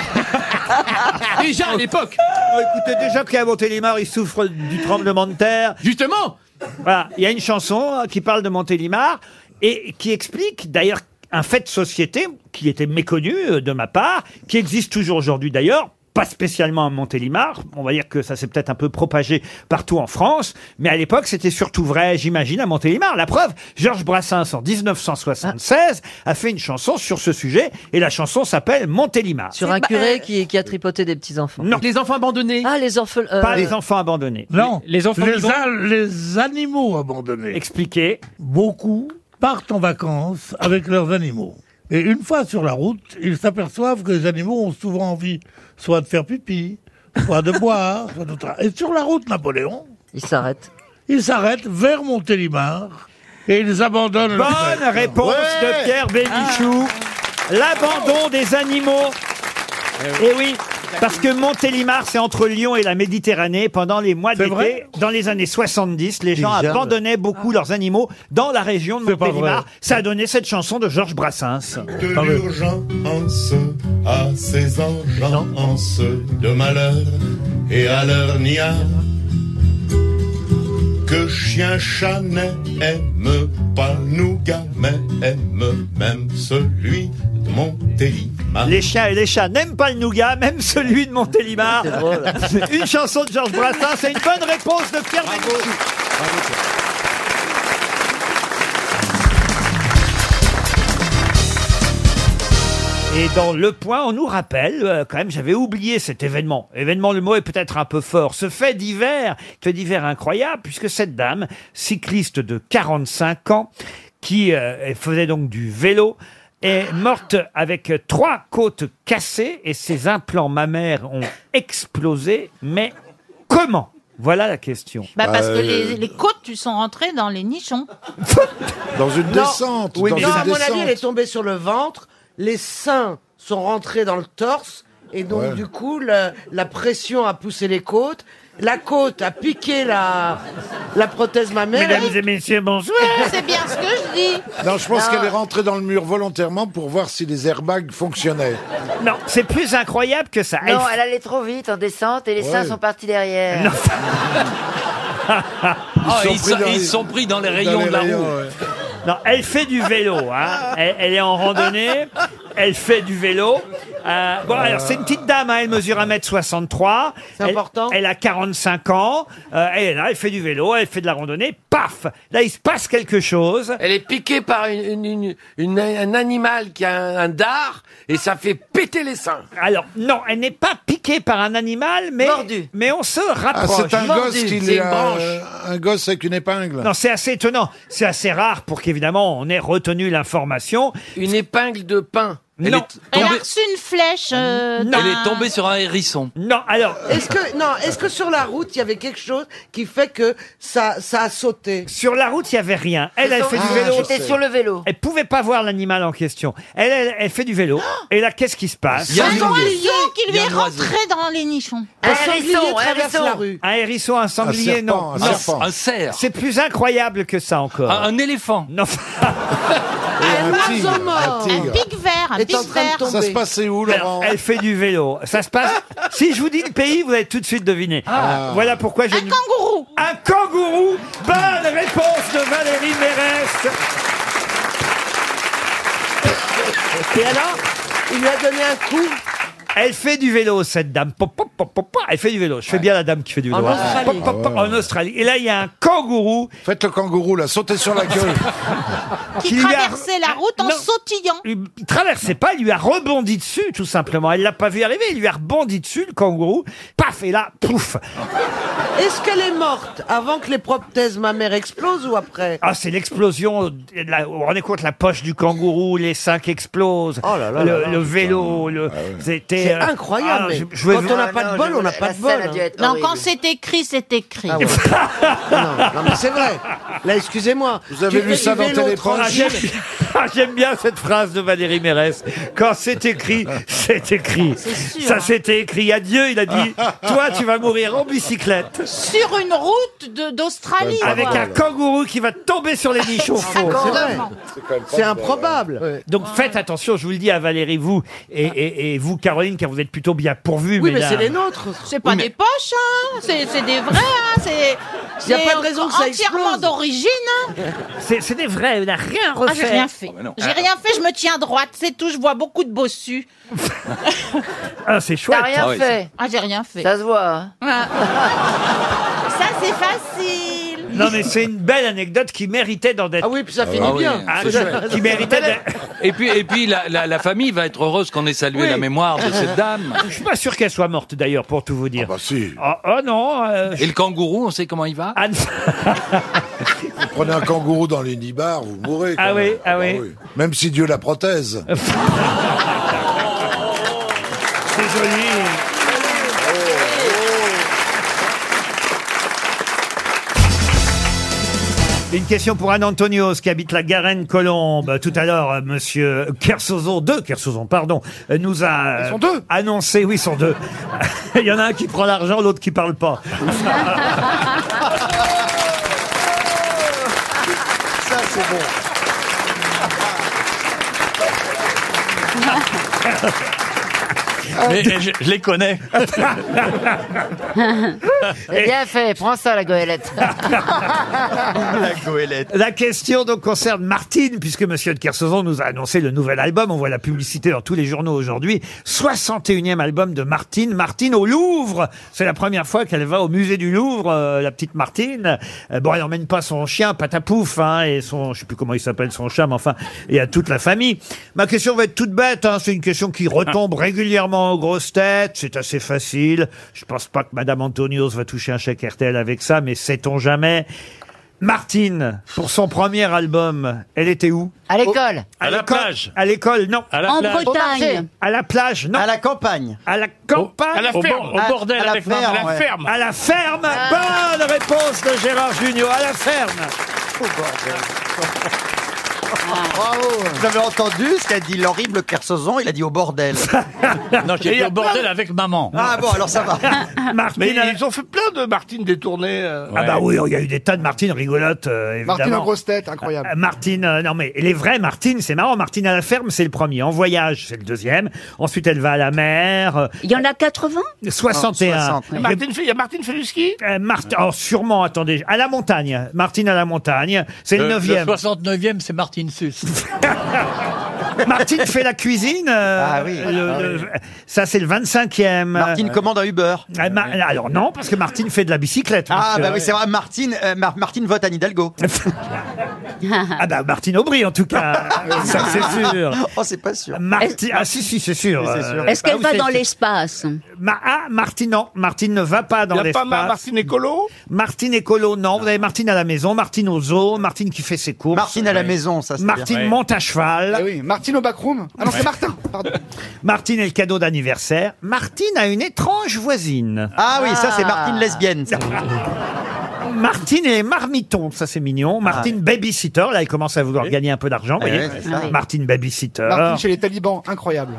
Déjà à l'époque.
Oh, écoutez, déjà qu'à Montélimar, il souffre du tremblement de terre.
Justement.
Voilà, il y a une chanson euh, qui parle de Montélimar et qui explique d'ailleurs un fait de société qui était méconnu euh, de ma part, qui existe toujours aujourd'hui d'ailleurs. Pas spécialement à Montélimar, on va dire que ça s'est peut-être un peu propagé partout en France, mais à l'époque c'était surtout vrai, j'imagine, à Montélimar. La preuve, Georges Brassens en 1976 a fait une chanson sur ce sujet et la chanson s'appelle Montélimar.
Sur un
euh,
curé qui, qui a tripoté des petits-enfants.
Non.
Les enfants abandonnés.
Ah, les orphelins.
Pas les euh. enfants abandonnés.
Non,
Les- les enfants
les,
libres.
a- les animaux abandonnés.
Expliquez.
Beaucoup partent en vacances avec leurs animaux. Et une fois sur la route, ils s'aperçoivent que les animaux ont souvent envie soit de faire pipi, soit de boire, soit d'autre. Et sur la route, Napoléon.
Ils s'arrêtent.
Ils s'arrêtent vers Montélimar et ils abandonnent leur
Bonne
bête.
réponse de Pierre Bénichou.
Ah.
L'abandon des animaux.
Eh
Et oui. Parce que Montélimar, c'est entre Lyon et la Méditerranée. Pendant les mois d'été,
vrai
dans les années 70, les gens
Déjà,
abandonnaient beaucoup leurs animaux dans la région de
C'est pas
Montélimar.
vrai.
Ça a donné cette chanson de Georges Brassens.
de l'urgence à ces engences de
euh
malheur et à leur niard que chien chat n'aime pas nous gamins aime même celui de
Ah.
Montélimar.
Les chiens et les chats n'aiment pas le nougat, même celui de Montélimar. une chanson de Georges Brassens, c'est une bonne réponse de Pierre Bénichou. Et dans Le Point, on nous rappelle, euh, quand même, j'avais oublié cet événement. Événement, le mot est peut-être un peu fort. Ce fait divers, fait divers incroyable, puisque cette dame, cycliste de 45 ans, qui euh, faisait donc du vélo, est morte avec trois côtes cassées et ses implants mammaires ont explosé. Mais comment Voilà la question.
Bah, parce que les,
euh.
euh,
les côtes, tu sont rentrées dans les nichons.
Dans une
Non.
descente.
Oui,
dans
mais-
une
Non, à mon avis,
descente.
elle
est tombée sur le ventre, les seins sont rentrés dans le torse, et donc
Ouais.
du coup, le- la pression a poussé les côtes, la côte a piqué la, la prothèse mammaire.
Mesdames et messieurs, bonsoir.
C'est bien ce que je dis.
Non, je pense
Non.
qu'elle est rentrée dans le mur volontairement pour voir si les airbags fonctionnaient.
Non, c'est plus incroyable que ça.
Non, elle allait trop vite en descente et les seins
Ouais.
sont partis derrière.
Ah,
sont pris
ils sont-
dans les-
ils sont pris dans les
dans
rayons
les
de la
rayons,
roue.
Non, elle fait du vélo. hein. Elle, elle est en randonnée. Elle fait du vélo. Euh, bon, alors c'est une petite dame, hein, elle mesure 1m63. C'est important. Elle a 45 ans. Euh, elle est là, elle fait du vélo, elle fait de la randonnée. Paf Là, il se passe quelque chose.
Elle est piquée par une- une- une- une- un animal qui a un, un dard et ça fait péter les seins.
Alors, non, elle n'est pas piquée par un animal, mais, mais on se
Ah,
rapproche.
c'est un gosse qui
est
est euh, un gosse avec une épingle.
Non, c'est assez étonnant. C'est assez rare pour qu'évidemment on ait retenu l'information. Une épingle de pain.
Elle
Non.
est
Elle a reçu une flèche. euh,
Elle
d'un-
est tombée sur un hérisson.
Non, alors.
Est-ce que non, est-ce que sur la route il y avait quelque chose qui fait que ça ça a sauté
Sur la route, il n'y avait rien. Elle, elle fait du vélo.
J'étais sur le vélo.
Elle pouvait pas voir l'animal en question. Elle, elle, elle fait du vélo. Et là, qu'est-ce qui se passe
Il y a
Un oiseau qui lui
Il y a
est
un oiseau.
rentré dans les nichons.
Un hérisson, un hérisson.
Un hérisson, un sanglier,
serpent,
non.
un
Non.
serpent. Un
cerf.
C'est plus incroyable que ça encore.
Un, éléphant.
Non.
Un oiseau
un
mort. Un
tigre.
pic vert. Un
Est
pic
en train de
vert.
tomber. Ça se passe Alors, elle fait du vélo. Ça se passe. si je vous dis le pays, vous allez tout de suite deviner.
Ah.
Voilà pourquoi j'ai. Un
kangourou.
Un kangourou. Bonne réponse de Valérie Mérès. Et alors Il lui a donné un coup. Elle fait du vélo, cette dame. Pop, pop, pop, pop, pop. Elle fait du vélo. Je fais bien la dame qui fait du vélo.
En
hein.
Australie.
Pop, pop, pop, en Australie. Et là, il y a un kangourou.
Faites le kangourou, là, sautez sur la gueule.
qui
Qui
lui a-
traversait la route en
Non.
sautillant.
Il traversait pas, il lui a rebondi dessus, tout simplement. Elle l'a pas vu arriver, il lui a rebondi dessus, le kangourou. Paf, et là, pouf.
Est-ce qu'elle est morte avant que les prothèses mammaires explosent ou après
Ah, c'est l'explosion. la- Vous vous rendez compte, la poche du kangourou, les seins qui explosent.
Oh là
le,
là là,
le vélo, le. C'était.
C'est
euh,
incroyable,
ah,
mais
je- je vais
quand
vous-
on n'a pas de bol, on n'a pas de bol. hein.
Non, quand c'est écrit, c'est écrit.
Ah Non, non, mais c'est vrai. Là, excusez-moi.
Vous avez lu ça dans Téléprance Ah, J'aime bien cette phrase de Valérie Mérès. Quand c'est écrit, c'est écrit.
Ah,
sûr,
Ça
hein.
c'était écrit. Adieu, il a dit Toi, tu vas mourir en bicyclette.
Sur une route de-
Ah,
d'Australie.
Avec
quoi.
un kangourou qui va tomber sur les niches au fond.
C'est vrai.
C'est improbable.
Donc faites attention, je vous le dis à Valérie, vous et, et- et vous, Caroline, car vous êtes plutôt bien pourvue.
Oui, mais
là-
c'est les nôtres.
C'est pas
Oui, mais-
des poches, hein. C'est c'est des vrais, hein. C'est.
Y a
c'est
pas de raison que ça
Entièrement
explose.
d'origine, hein.
C'est c'est des vrais, elle n'a rien refait. Oh,
Ah, j'ai rien fait. J'ai rien fait, je me tiens droite, c'est tout. Je vois beaucoup de bossus.
Ah, c'est chouette.
Ah, j'ai rien fait.
Ça se voit. hein.
Ah. Ça, c'est facile.
Non mais c'est une belle anecdote qui méritait d'en être. Ah oui,
puis
ça
finit Ah oui, bien.
Ah,
c'est
qui,
chouette.
qui méritait d'être.
Et puis, et puis la, la- la famille va être heureuse qu'on ait salué
Oui.
la mémoire de cette dame.
Je suis pas sûr qu'elle soit morte d'ailleurs, pour tout vous dire. Ah bah
si.
oh non. euh,
Et le kangourou, on sait comment il va
Ah,
Vous prenez un kangourou dans les nibards, vous mourrez. quand
Ah oui,
même.
ah
Bah
oui.
Même si Dieu la prothèse.
c'est joli. Une question pour Anne Antonios qui habite la Garenne-Colombe. Tout à l'heure, euh, monsieur Kersozon, deux Kersozon, pardon, euh, nous a euh, annoncé, oui, ils sont deux. Il y en a un qui prend l'argent, l'autre qui parle pas.
Ça, c'est bon.
Mais je, je les connais.
C'est Eh, bien fait, prends ça la goélette.
la question donc concerne Martine, puisque Monsieur de Kersauzon nous a annoncé le nouvel album. On voit la publicité dans tous les journaux aujourd'hui. 61e album de Martine. Martine au Louvre. C'est la première fois qu'elle va au musée du Louvre, euh, la petite Martine. Euh, bon, elle n'emmène pas son chien, patapouf, hein, et son, je sais plus comment il s'appelle son chat, mais enfin, et à toute la famille. Ma question va être toute bête. hein. C'est une question qui retombe régulièrement aux grosses têtes. C'est assez facile. Je pense pas que Madame Antonios va toucher un chèque RTL avec ça, mais sait-on jamais. Martine, pour son premier album, elle était où
À l'école.
À la plage. À l'école, non.
À la En plage. Bretagne.
Au marché. À la plage, non. À la campagne. À la campagne.
Au- à la Au ferme. bo- au bordel À la avec ferme, maman. À la ouais. ferme.
À la ferme. Bonne réponse de Gérard Junior. À la ferme.
Oh,
Bravo Vous avez entendu ce qu'a dit l'horrible Kersozon Il a dit au bordel.
Non, j'ai dit au bordel avec maman.
Ah bon, alors ça va.
Martine,
Mais
à-
ils ont fait plein de Martine détournées. euh.
Ah bah oui, il y a eu des tas de Martine rigolotes, euh, évidemment.
Martine en grosse
tête, incroyable. Martine, euh, non mais les vrais Martine, c'est marrant. Martine à la ferme, c'est le premier. En voyage, c'est le deuxième. Ensuite, elle va à la mer. Euh,
Il y en a 80
61.
Martine, fait- il y a Martine fait du ski
Euh, Marthe- alors sûrement, attendez, à la montagne. Martine à la montagne, Euh, c'est le neuvième.
69e, c'est Martine Sus.
Martine fait la cuisine. euh, le- le- Ça, c'est le 25e.
Martine commande
un Uber. alors non, parce que Martine fait de la bicyclette.
Ah,
monsieur.
bah oui, c'est vrai, Martine, euh, Mar- Martine vote Anne Hidalgo.
Ah bah Martine Aubry en tout cas, ça c'est sûr.
Oh, c'est pas sûr.
Martine, ah si si c'est sûr.
Oui, c'est sûr.
Euh,
Est-ce
bah
qu'elle
oui,
va
c'est-
dans l'espace
Ma- ah, Martine, non. Martine ne va pas dans
Y a pas
l'espace.
ma-
Martine Écolo Martine Écolo, non. Vous avez Martine à la maison, Martine au zoo, Martine qui fait ses courses.
Martine à la maison, ça, c'est
Martine
bien. Ouais.
monte à cheval.
oui,
Eh Martine au backroom. Ah non, c'est Martin, pardon. Martine est le cadeau d'anniversaire. Martine a une étrange voisine.
Ah oui, ça, c'est Martine lesbienne. ça.
Martine et Marmiton, ça c'est mignon. Martine Babysitter, là il commence à vouloir gagner un peu d'argent.
Ah.
vous
Eh
voyez.
ouais, c'est ça.
Martine Babysitter.
Martine chez les talibans, incroyable.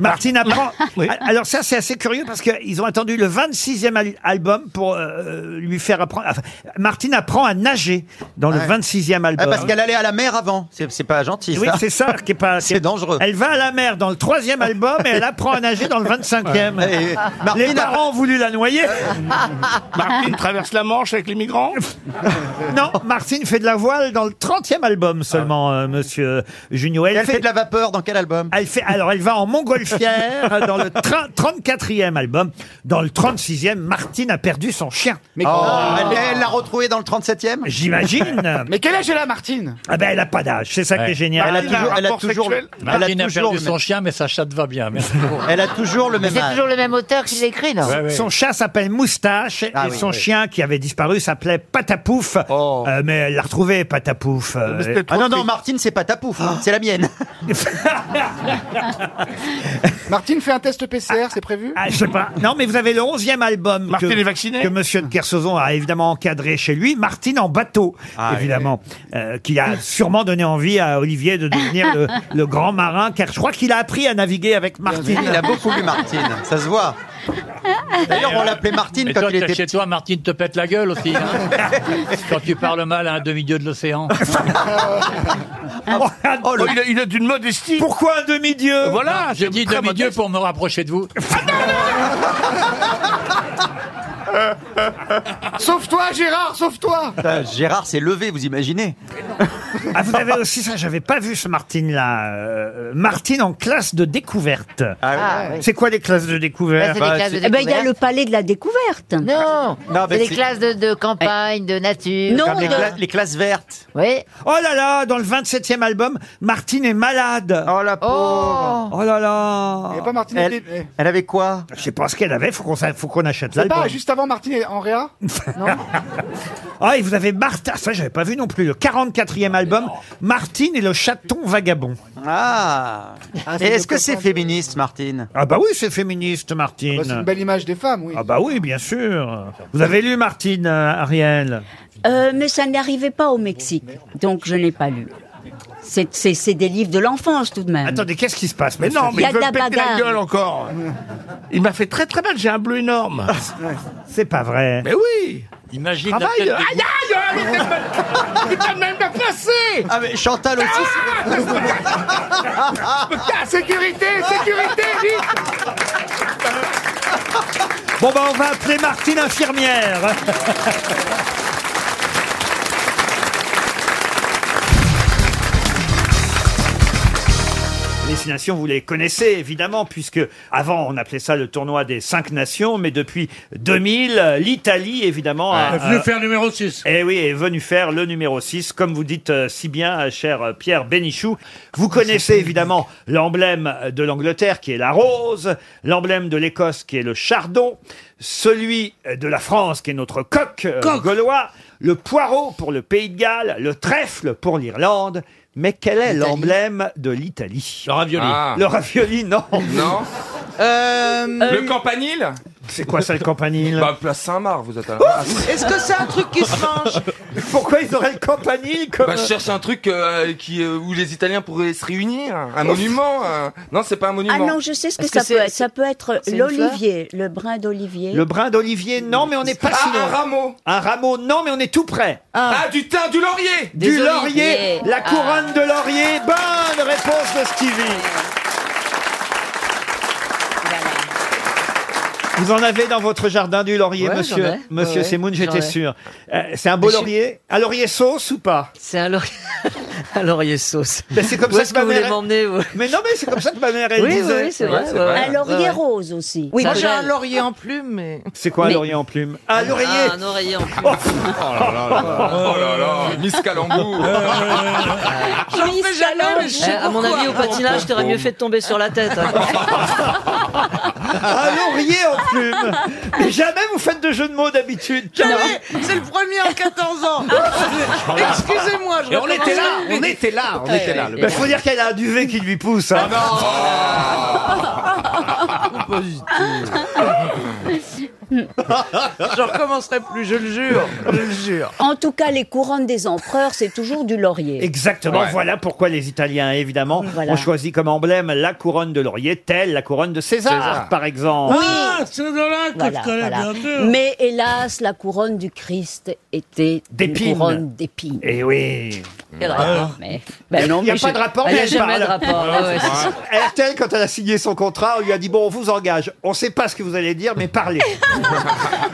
Martine apprend. Alors ça, c'est assez curieux parce qu'ils ont attendu le 26e al- album pour euh, lui faire apprendre. enfin, Martine apprend à nager dans
Ouais.
le 26e
Ah,
album.
parce qu'elle allait à la mer avant. C'est c'est pas gentil.
Oui, c'est ça qui est pas.
C'est dangereux.
Elle va à la mer dans le troisième album et elle apprend à nager dans le 25e.
Ouais. Et Martine
Les parents ont voulu la noyer.
Euh, Martine traverse la Manche avec les migrants
Non, Martine fait de la voile dans le 30e album seulement, euh, monsieur Junio. Elle, fait, de la vapeur dans quel album elle fait, Alors, elle va en montgolfière dans le tra- 34e album. Dans le 36e, Martine a perdu son chien.
Mais Oh, comment elle- elle l'a retrouvé dans le 37e
J'imagine.
Mais quel âge elle a, Martine
Ah ben, elle a pas d'âge, c'est ça qui est génial.
Elle a Martine a toujours- un elle a rapport toujours- sexuel
elle a
Martine a
toujours
perdu
le
son
même-
chien, mais sa chatte va bien. Merci.
Elle a toujours le
Mais
même
C'est
âge.
toujours le même auteur qui l'écrit, non
Son chat s'appelle Moustache
Ah
et
oui,
son
oui.
chien qui avait disparu s'appelait Patapouf. Euh, mais elle l'a retrouvé, Patapouf. euh, et-
Ah non, non, Martine, c'est pas ta pouffe,
Ah.
hein, c'est la mienne.
Martine fait un test PCR, c'est prévu
Ah, je sais pas. Non, mais vous avez le 11e album
Martine
que,
est vaccinée
que Monsieur de Kersozon a évidemment encadré chez lui. Martine en bateau,
Ah,
évidemment, euh, qui a sûrement donné envie à Olivier de devenir le, le grand marin, car je crois qu'il a appris à naviguer avec Martine.
Il a beaucoup lu Martine, ça se voit. D'ailleurs, on l'appelait Martine
Mais
quand
toi,
il
t'es
était
chez toi, Martine te pète la gueule aussi. hein. quand tu parles mal à un demi-dieu de l'océan.
Oh,
le-
il, a, il a d'une modestie. Euh,
Pourquoi un demi-dieu Ah,
Voilà, j'ai dit Ah, demi-dieu pour me rapprocher de vous.
Sauve-toi, Gérard, sauve-toi
Putain, Gérard s'est levé, vous imaginez
Ah, vous avez aussi ça, j'avais pas vu ce Martine-là. euh, Martine en classe de découverte.
Ah oui.
C'est quoi les classes de
Bah,
découverte Bah,
Eh ben, Il y a le palais de la découverte.
Non,
Non,
mais
c'est des
c'est-
classes de, de campagne, de nature.
Non, Comme les de- cla-
classes vertes.
Oui.
Oh là là, dans le 27e album, Martine est malade. Oh la pauvre. Oh, là là.
Il y a pas Martine
elle,
était-
elle avait quoi Je sais pas ce qu'elle avait, faut qu'on sa- faut qu'on achète
C'est
l'album.
pas juste avant Martine et Andrea
Ah, et vous avez Martha, ça j'avais pas vu non plus, le 44e album, Martine et le chaton vagabond.
Ah, Et Est-ce que c'est féministe, Martine
Ah bah oui, c'est féministe,
Ah
Martine.
bah, C'est une belle image des femmes, oui.
Ah bah oui, bien sûr. Vous avez lu Martine, euh, Ariel
Euh, mais ça n'arrivait pas au Mexique, donc je n'ai pas lu. C'est- C'est c'est des livres de l'enfance tout de même.
Attendez, qu'est-ce qui se passe
Mais non, mais
il
il veut me péter la gueule
encore.
Il m'a fait très très mal, j'ai un bleu énorme.
C'est pas vrai.
Mais oui
Imagine
Travaille Aïe,
tête de-
aïe, aïe mais t'as- mais t'as même pas placé
Ah, mais Chantal aussi.
Ah,
Sécurité, sécurité, vite
Bon bah on va appeler Martine infirmière. Les six nations, vous les connaissez évidemment, puisque avant on appelait ça le tournoi des cinq nations, mais depuis 2000, euh, l'Italie évidemment a,
Elle est venue
a-
faire numéro 6.
eh oui, est venu faire le numéro 6, comme vous dites euh, si bien, euh, cher euh, Pierre Bénichou. Vous connaissez évidemment l'emblème de l'Angleterre qui est la rose, l'emblème de l'Écosse qui est le chardon, celui euh, de la France qui est notre coq, euh, gaulois, le poireau pour le Pays de Galles, le trèfle pour l'Irlande. Mais quel est l'emblème de l'Italie Le ravioli.
Ah.
Le ravioli, non. Euh,
Non.
Le campanile
C'est quoi ça le campanile
Bah, place Saint-Marc, vous êtes à la
Ouf
Est-ce que c'est un truc qui se mange
Pourquoi ils auraient le campanile comme...
Bah, je cherche un truc euh, qui, euh, où les Italiens pourraient se réunir. Un monument un- Non, c'est pas un monument.
Ah non, je sais ce que,
Est-ce
ça
c'est-
peut être. Ça peut être
c'est une
l'olivier, le brin d'olivier.
Le brin d'olivier, non, mais on n'est pas
Ah,
si
un
loin.
rameau
Un rameau, non, mais on est tout près.
Ah, du thym, du laurier
Du laurier, la
Ah.
couronne de laurier. Bonne réponse de Stevie. Vous en avez dans votre jardin du laurier,
Ouais,
monsieur,
j'en ai.
monsieur
Ouais, ouais,
Semoun,
j'en ai.
j'étais sûr. Euh, c'est un beau
Mais je-
laurier Un laurier sauce ou pas
C'est un laurier, un laurier sauce.
Ben, c'est comme
Où
ça
est-ce
que ma
que vous voulez
mère-
m'emmener vous
Mais non, mais c'est comme ça que ma mère, elle
Oui,
disait.
oui, c'est vrai. ouais, ouais.
Un laurier
Ouais, ouais.
rose aussi.
Oui, Moi, j'ai un
laurier en plume, mais.
C'est quoi
Mais-
un laurier en plume Ah, l'oreiller
Ah, un oreiller en plus.
Oh là là là, oh là là, Miss Calambour. Euh.
J'en fais jamais, mais je sais À mon avis, au patinage, t'aurais mieux fait de tomber sur la tête. hein.
Un laurier en plume Mais jamais vous faites de jeu de mots d'habitude
Jamais.
C'est le premier en 14 ans.
Ah.
Excusez-moi, je
Et on était là, on était là, on était là. Il faut dire qu'elle a un duvet qui lui pousse.
Ah
hein.
Je recommencerai plus, je le jure. Je le jure.
En tout cas, les couronnes des empereurs, c'est toujours du laurier.
Exactement,
Ouais.
voilà pourquoi les Italiens, évidemment,
Voilà.
ont choisi comme emblème la couronne de laurier, telle la couronne de César,
César.
par exemple.
Ah, c'est de là que
Voilà,
je connais
voilà.
bien sûr.
Mais hélas, la couronne du Christ était une
D'épines.
couronne d'épines.
Eh oui.
Quel rapport, mais- Ben non,
il n'y a
mais
pas
je-
de rapport,
Il y
mais
a
elle
jamais
parle.
de rapport, ouais, ouais, c'est ça.
RTL, quand elle a signé son contrat, on lui a dit Bon, on vous engage. On ne sait pas ce que vous allez dire, mais parlez.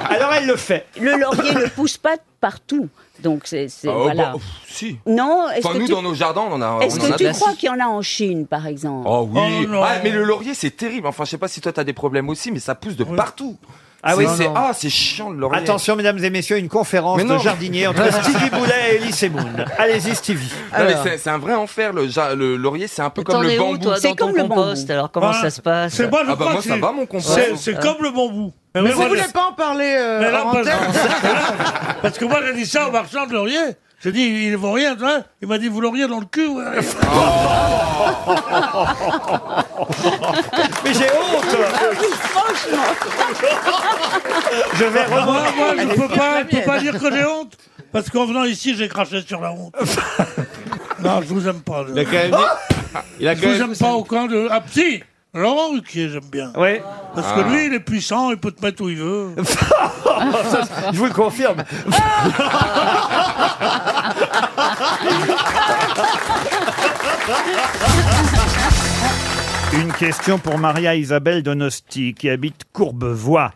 Alors elle le fait.
Le laurier ne pousse pas partout. Donc, c'est. c'est-
Ah, oh,
voilà.
bon, si.
Non, est-ce
Enfin,
que
nous,
tu,
dans nos jardins, on en a.
est-ce
on en
que
a
tu
des-
crois qu'il y en a en Chine, par exemple
Oh oui.
non.
ben, Ah, mais le laurier, c'est terrible. Enfin, je sais pas si toi, t'as des problèmes aussi, mais ça pousse de partout.
Ah
Ah
oui,
oui, c'est
non, non.
ah, c'est chiant le laurier.
Attention, mesdames et messieurs, une conférence
Mais
de
non.
jardinier entre Stevie Boulet et Elie Moon. Allez-y, Stevie.
Non, mais c'est- c'est un vrai enfer. Le, ja- le laurier, c'est un peu comme le bambou.
C'est
Ah,
comme le compost, alors comment
Voilà.
ça se passe
C'est moi, je Ah bah, crois moi, que ça c'est- va, mon compost. c'est-
C'est
Ah.
comme le bambou.
Mais
oui,
vous
voilà.
voulez
pas en parler euh,
Mais là,
en
parce-
antenne
Parce que moi, j'ai dit ça au marchand de laurier. J'ai dit, il vaut rien, tu vois. Il m'a dit, vous l'auriez dans le cul. ouais.
Mais j'ai
Ah
honte Je vais
Moi,
revoir.
moi, je
Elle est pas
peux pas,
la
je peux pas
mienne.
dire que j'ai honte. Parce qu'en venant ici, j'ai craché sur la honte. non, je vous aime pas.
Il a quand même dit- il a
je
quand
vous
même-
aime pas au camp de... Ah, si Laurent Ruquier, j'aime bien.
Oui.
Parce
Ah.
que lui, il est puissant, il peut te mettre où il veut.
je vous le confirme. Une question pour Maria Isabelle Donosti, qui habite Courbevoie.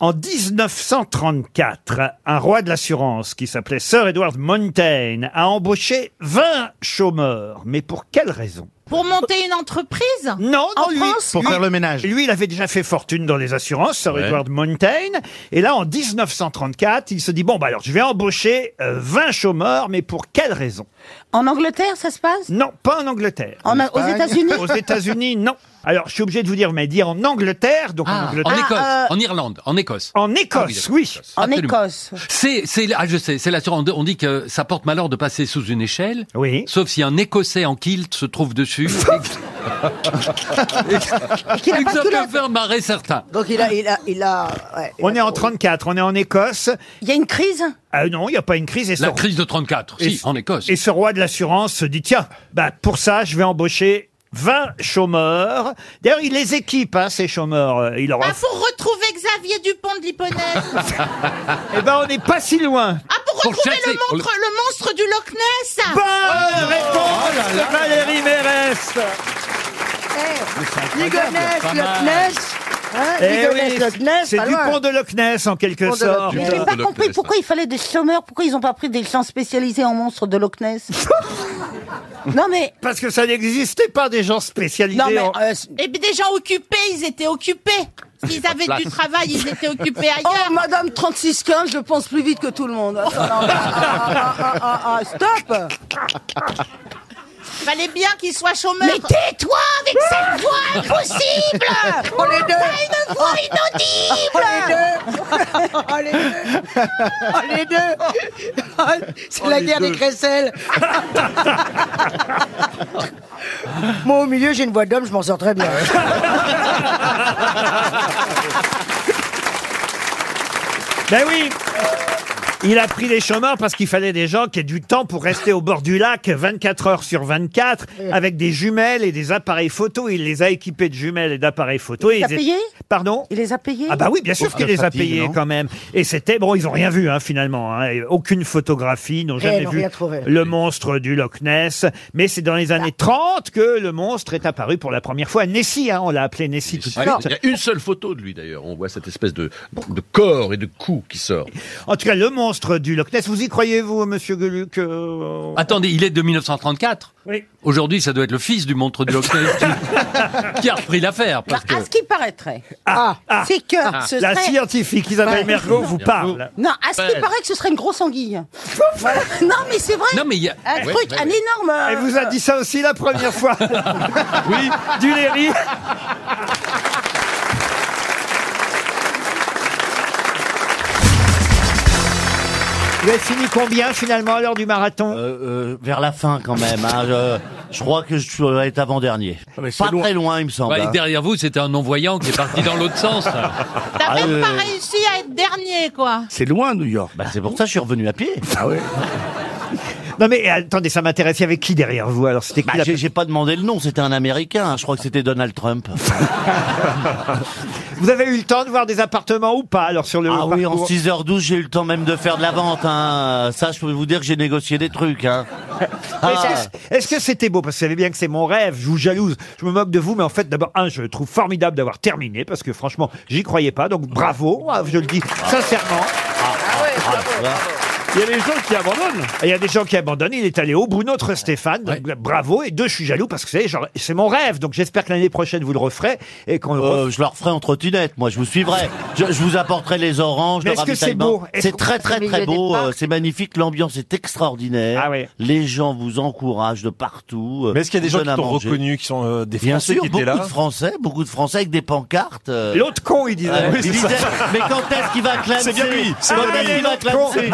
En 1934, un roi de l'assurance qui s'appelait Sir Edward Montaigne a embauché 20 chômeurs. Mais pour quelle raison
Pour monter une entreprise
Non,
en
lui,
France
lui- Lui, il avait déjà fait fortune dans les assurances, Sir
Ouais.
Edward Montaigne. Et là, en 1934, il se dit, bon, bah alors, je vais embaucher euh, 20 chômeurs, mais pour quelle raison
En Angleterre, ça se passe
Non, pas en Angleterre.
En- En aux Espagne États-Unis
Aux États-Unis, non. Alors, je suis obligé de vous dire, mais dire en Angleterre, donc en
Ah,
Angleterre.
en Écosse,
euh,
en Irlande, en Écosse.
En Écosse, oui.
En Écosse. C'est, c'est, ah, je sais, c'est l'assurance. On dit que ça porte malheur de passer sous une échelle.
Oui.
Sauf si un Écossais en kilt se trouve dessus.
Qu'il a
Et que
pas
ça
de
peut faire marrer certains.
Donc il a, il a, il a. ouais.
On est en 34, on est en Écosse.
Il y a une crise.
Ah non, il n'y a pas une crise. Et ce
La
roi-
crise de 34,
et
si,
ce-
en Écosse.
Et ce roi de l'assurance se dit, tiens, bah, pour ça, je vais embaucher 20 chômeurs. D'ailleurs, il les équipe, hein, ces chômeurs. Euh, Il leur
Ah,
offre...
faut retrouver Xavier Dupont de l'Iponèse
Eh ben, on n'est pas si loin.
Ah, pour
Pour
retrouver
chasser.
le, monstre, le monstre du Loch Ness
Bonne réponse de Oh Valérie Mérès
Eh, Ligonès,
Ah, pas
le
mal.
Kness. Hein,
Eh
Ligonès,
oui,
le Kness,
c'est
pas
du
bah loin.
pont de Loch Ness en quelque
Pont de Loch
sorte.
Ness. Mais j'ai pas
compris pourquoi il fallait des chômeurs, pourquoi ils n'ont pas pris des gens spécialisés en monstres de Loch Ness. non mais
Parce que ça n'existait pas des gens spécialisés. en-
euh,
euh,
Et puis des gens occupés, ils étaient occupés. S'ils avaient
Pas de
du
place.
travail, ils étaient occupés ailleurs.
Oh, madame 3615, je pense plus vite que tout le monde. Attends, non, mais- ah, ah, ah, ah, ah, stop
Fallait bien qu'ils soient chômeurs. Mais tais-toi avec cette voix impossible
On est Oh, deux.
Ah,
une voix inaudible
On est Oh, deux. On est deux. On
Oh,
est deux. C'est
On
la
est
guerre des
deux.
crécelles. Moi, au milieu, j'ai une voix d'homme, je m'en sors très
Ah
bien.
Ben oui Il a pris les chômeurs parce qu'il fallait des gens qui aient du temps pour rester au bord du lac 24 heures sur 24 avec des jumelles et des appareils photo. Il les a équipés de jumelles et d'appareils photo.
Il les a
Et ils étaient-
payés
Pardon
Il les a payés
Ah bah oui, bien sûr
Ouf,
qu'il
la
les a
fatigue,
payés
non
quand même. Et c'était bon, ils ont rien vu hein, finalement. hein. Et Aucune photographie, ils n'ont
Eh,
jamais
ils n'ont
vu
rien trouvé. Bah.
le monstre du Loch Ness. Mais c'est dans les années 30 que le monstre est apparu pour la première fois. Nessie, hein, on l'a appelé Nessie tout de
Ouais,
suite.
il y a une seule photo de lui d'ailleurs. On voit cette espèce de, de corps et de cou qui sort.
Ah,
En tout cas, le monstre du Loch Ness. Vous y croyez-vous, Monsieur Geluc euh,
Attendez, il est de 1934.
Oui.
Aujourd'hui, ça doit être le fils du montre du Loch Ness qui, qui a repris l'affaire. Parce que...
À ce qui paraîtrait,
ah,
c'est que
ah,
ce
la
serait...
scientifique Isabelle
Ouais.
Mergo vous parle.
Non, à ce qui
Ouais.
paraît que ce serait une grosse anguille. Voilà. Non, mais c'est vrai.
Non, mais il y a-
Un
Ouais,
truc,
ouais,
un
ouais.
énorme. euh,
Elle vous a dit ça aussi la première fois. oui, du Léry. Vous avez fini combien finalement à l'heure du marathon
Euh, Vers la fin quand même. hein. Je, je crois que je dois être avant-dernier. Pas très Ah, loin il me semble.
Ouais, et
hein.
bah, derrière vous, c'était un non-voyant qui est parti dans l'autre sens.
Ah, euh,
Pas réussi à être dernier, quoi.
C'est loin New York. Bah, c'est pour ça que je suis revenu à pied. Ah ouais.
Non mais attendez, ça m'intéresse. Il y avait qui derrière vous alors C'était qui
bah, j'ai, j'ai pas demandé le nom. C'était un Américain. hein. Je crois que c'était Donald Trump.
Vous avez eu le temps de voir des appartements ou pas alors sur le
Ah oui, en
parcours
6h12, j'ai eu le temps même de faire de la vente. Hein. Ça, je peux vous dire que j'ai négocié des trucs. Hein.
Mais Est-ce que- est-ce que c'était beau Parce que vous savez bien que c'est mon rêve, je vous jalouse, je me moque de vous, mais en fait, d'abord, un, je le trouve formidable d'avoir terminé, parce que franchement, j'y croyais pas, donc bravo, ah, je le dis sincèrement.
Ah,
Il y a des gens qui abandonnent. Il y a des gens qui abandonnent. Il est allé au bout, notre Stéphane. Donc, bravo. Et deux, je suis jaloux parce que vous savez, genre, c'est mon rêve. Donc, j'espère que l'année prochaine, vous le referez et qu'on le
Euh, je la referai en trottinette, moi, je vous suivrai. Je, je vous apporterai les oranges,
Mais
le
est-ce que c'est
ravitaillement.
beau Est-ce
C'est
qu'on-
très, très,
au milieu
très
des
beau.
parcs Ah
euh, C'est magnifique. L'ambiance est extraordinaire. Les gens vous encouragent de partout. euh,
Mais est-ce qu'il y a des
vous
gens qui
donnent à
t'ont
manger.
reconnu, qui sont euh, des
Bien
Français
sûr,
qui
beaucoup
étaient là
de Français, beaucoup de Français avec des pancartes. euh.
L'autre con, il disait. Oui,
il
c'est ça.
disait, mais quand est-ce qu'il va clamser
C'est bien lui, c'est
Quand
bien
est-ce
lui.
qu'il va
L'autre con,
clamser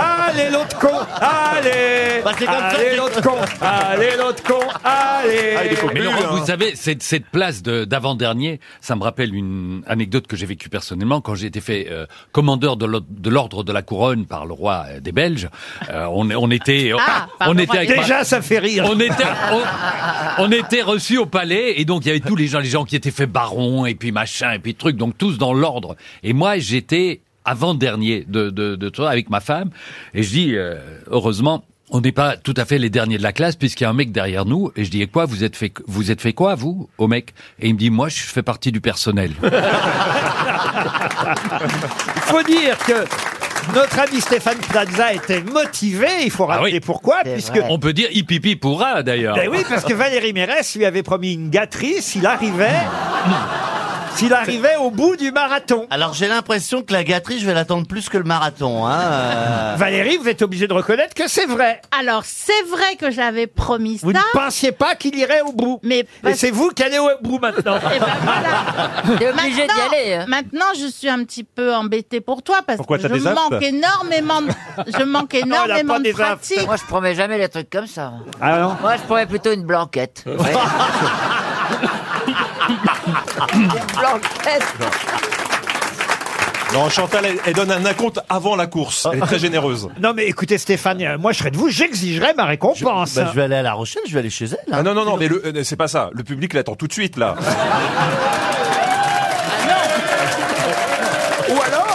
Allez l'autre con Allez
Bah, c'est comme ça
Allez
que-
l'autre con Allez l'autre con Allez
Mais Laurent, vous savez, cette, cette place de- d'avant-dernier, ça me rappelle une anecdote que j'ai vécue personnellement quand j'ai été fait euh, commandeur de l'o- de l'ordre de la couronne par le roi euh, des Belges. euh, on, on était,
Ah, par
on
le
était
roi
avec
des
ma-
Déjà, ça fait rire.
On était, on, on était reçus au palais et donc il y avait tous les gens, les gens qui étaient faits barons et puis machin et puis truc, donc tous dans l'ordre. Et moi, j'étais avant-dernier de, de, de toi avec ma femme et je dis euh, heureusement. On n'est pas tout à fait les derniers de la classe puisqu'il y a un mec derrière nous et je dis et quoi vous êtes fait vous êtes fait quoi vous au mec et il me dit moi je fais partie du personnel.
faut dire que notre ami Stéphane Plaza était motivé, il faut rappeler pourquoi, puisque...
on peut dire hippie pourra d'ailleurs.
Ben oui, parce que Valérie Mérès lui avait promis une gâterie s'il arrivait... S'il arrivait au bout du marathon.
Alors j'ai l'impression que la gâterie, je vais l'attendre plus que le marathon. Hein. euh.
Valérie, vous êtes obligé de reconnaître que c'est vrai.
Alors, c'est vrai que j'avais promis
Vous
ça.
ne pensiez pas qu'il irait au bout.
Mais Eh ben
Et c'est vous qui allez au bout maintenant.
T'es obligé d'y aller.
hein.
Maintenant, je suis un petit peu embêtée pour toi parce
Pourquoi,
que
t'as
je
des
manque
apps
énormément de, je manque énormément de pratique.
Moi, je promets jamais les trucs comme ça.
Ah non
Moi, je promets plutôt une blanquette. Ouais. une blanquette.
Non, Chantal, elle, elle donne un acompte avant la course. Elle est très généreuse.
Non mais écoutez Stéphane, euh, moi je serais de vous, j'exigerais ma récompense.
Je- bah, je vais
aller à La Rochelle, je vais aller chez elle. hein.
Ah non, non, non, mais le- euh, c'est pas ça. Le public l'attend tout de suite, là.
Ou alors,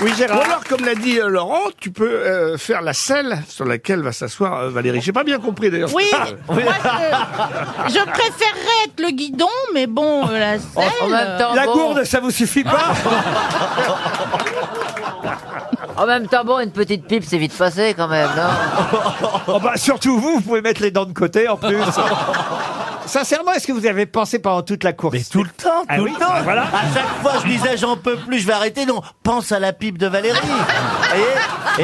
oui, Gérard.
Ou alors, comme l'a dit euh, Laurent, tu peux euh, faire la selle sur laquelle va s'asseoir euh, Valérie. J'ai pas bien compris d'ailleurs.
Oui, moi, je, je préférerais être le guidon, mais bon, euh, la selle, euh,
la gourde, ça vous suffit pas
En même temps, bon, une petite pipe, c'est vite passé quand même, non
Oh bah, surtout vous, vous pouvez mettre les dents de côté en plus. Sincèrement, est-ce que vous avez pensé pendant toute la course Mais tout le temps,
Tout le temps.
Ah Voilà.
À chaque fois, je disais, j'en peux plus, je vais arrêter. Non, pense à la pipe de Valérie. Vous voyez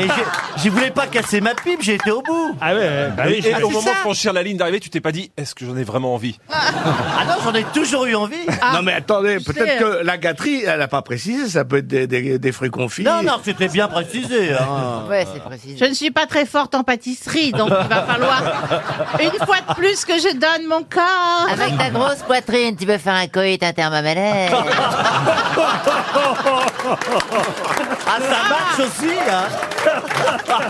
et je, je voulais pas casser ma pipe, j'ai été au bout.
Ah ouais,
et et au moment de franchir la ligne d'arrivée, tu t'es pas dit, est-ce que j'en ai vraiment envie
Ah non, j'en ai toujours eu envie.
Ah.
Non mais attendez,
Ah, sais,
peut-être
euh,
que la gâterie, elle a pas précisé, ça peut être des, des- des fruits confits.
Non, non, c'était bien précisé. hein.
Ouais, c'est précis.
je ne suis pas très forte en pâtisserie, donc il va falloir une fois de plus que je donne mon corps.
Avec ta grosse poitrine, tu peux faire un coït intermammalaire.
Ah, ça marche aussi, hein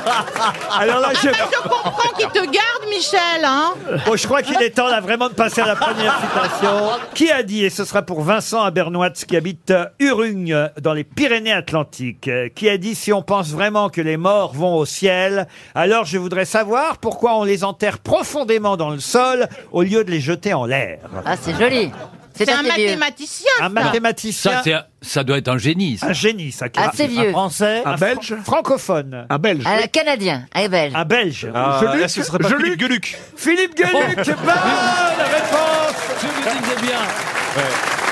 Alors là, Ah, je,
comprends qu'il te garde, Michel, hein
Bon, Oh, je crois qu'il est temps là vraiment de passer à la première citation. Qui a dit, et ce sera pour Vincent Abernoitz qui habite euh, Urugne euh, dans les Pyrénées-Atlantiques, euh, qui a dit si on pense vraiment que les morts vont au ciel, alors je voudrais savoir pourquoi on les enterre profondément dans le sol au lieu de les jeter en l'air.
Ah, c'est joli.
C'est un mathématicien,
Un
ça.
mathématicien.
Ça, c'est un- ça doit être un génie. ça.
Un génie, ça. qui-
Assez vieux. Un Français.
Un Belge. Francophone. Un Belge.
Un Canadien, un Belge.
Un Belge.
Ah,
Jeluc.
là, ce serait pas
Jeluc.
Philippe
Gueluc.
Philippe Gueluc, bonne réponse
Je vous disais bien.